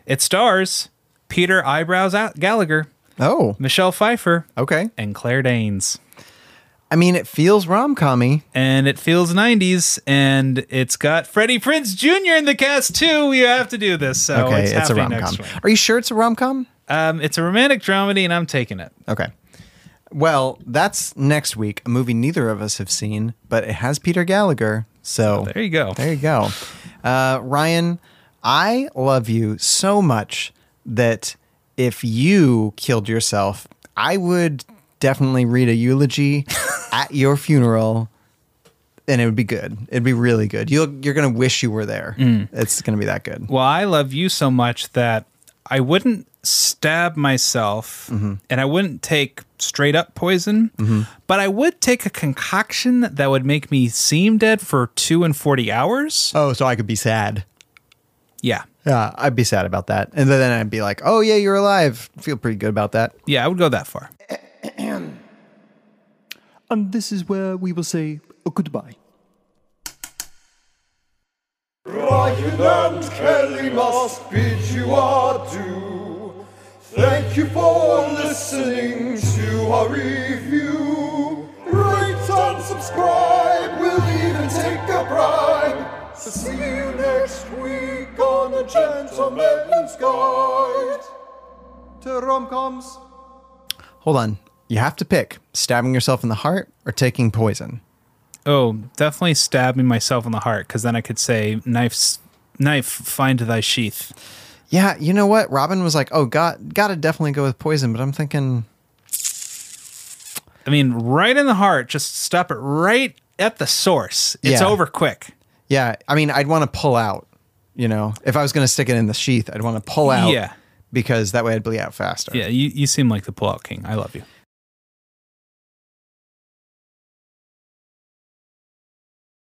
[SPEAKER 1] It stars Peter Eyebrows Al- Gallagher.
[SPEAKER 2] Oh.
[SPEAKER 1] Michelle Pfeiffer.
[SPEAKER 2] Okay.
[SPEAKER 1] And Claire Danes.
[SPEAKER 2] I mean, it feels rom commy.
[SPEAKER 1] And it feels 90s, and it's got Freddie Prince Jr. in the cast, too. We have to do this. So
[SPEAKER 2] okay,
[SPEAKER 1] Oh, it's,
[SPEAKER 2] it's a
[SPEAKER 1] happening
[SPEAKER 2] rom
[SPEAKER 1] next
[SPEAKER 2] com.
[SPEAKER 1] week.
[SPEAKER 2] Are you sure it's a rom com?
[SPEAKER 1] Um, it's a romantic dramedy, and I'm taking it.
[SPEAKER 2] Okay. Well, that's next week. A movie neither of us have seen, but it has Peter Gallagher. So
[SPEAKER 1] there you go.
[SPEAKER 2] Oh, There you go. Uh, Ryan, I love you so much that if you killed yourself, I would definitely read a eulogy at your funeral. And it would be good. It'd be really good. You'll, you're going to wish you were there.
[SPEAKER 1] Mm.
[SPEAKER 2] It's going to be that good.
[SPEAKER 1] Well, I love you so much that I wouldn't stab myself,
[SPEAKER 2] Mm-hmm.
[SPEAKER 1] and I wouldn't take straight up poison, but I would take a concoction that would make me seem dead for two and forty hours.
[SPEAKER 2] Oh, so I could be sad.
[SPEAKER 1] Yeah.
[SPEAKER 2] Yeah, I'd be sad about that. And then I'd be like, oh, yeah, you're alive. Feel pretty good about that.
[SPEAKER 1] Yeah, I would go that far.
[SPEAKER 14] And this is where we will say "Oh, goodbye.
[SPEAKER 15] Ryan and Kelly must bid you adieu. Thank you for listening to our review. Rate and subscribe, we'll even take a bribe. See you next week on A Gentleman's Guide to Rom-Coms.
[SPEAKER 2] Hold on. You have to pick stabbing yourself in the heart or taking poison.
[SPEAKER 1] Oh, definitely stabbing myself in the heart, because then I could say, "Knife, knife, find thy sheath."
[SPEAKER 2] Yeah, you know what? Robin was like, "Oh, got got to definitely go with poison," but I'm thinking,
[SPEAKER 1] I mean, right in the heart. Just stop it right at the source. It's
[SPEAKER 2] Yeah.
[SPEAKER 1] over quick.
[SPEAKER 2] yeah, I mean, I'd want to pull out, you know. If I was going to stick it in the sheath, I'd want to pull out.
[SPEAKER 1] Yeah.
[SPEAKER 2] because that way I'd be out faster.
[SPEAKER 1] Yeah, you, you seem like the pullout king. I love you.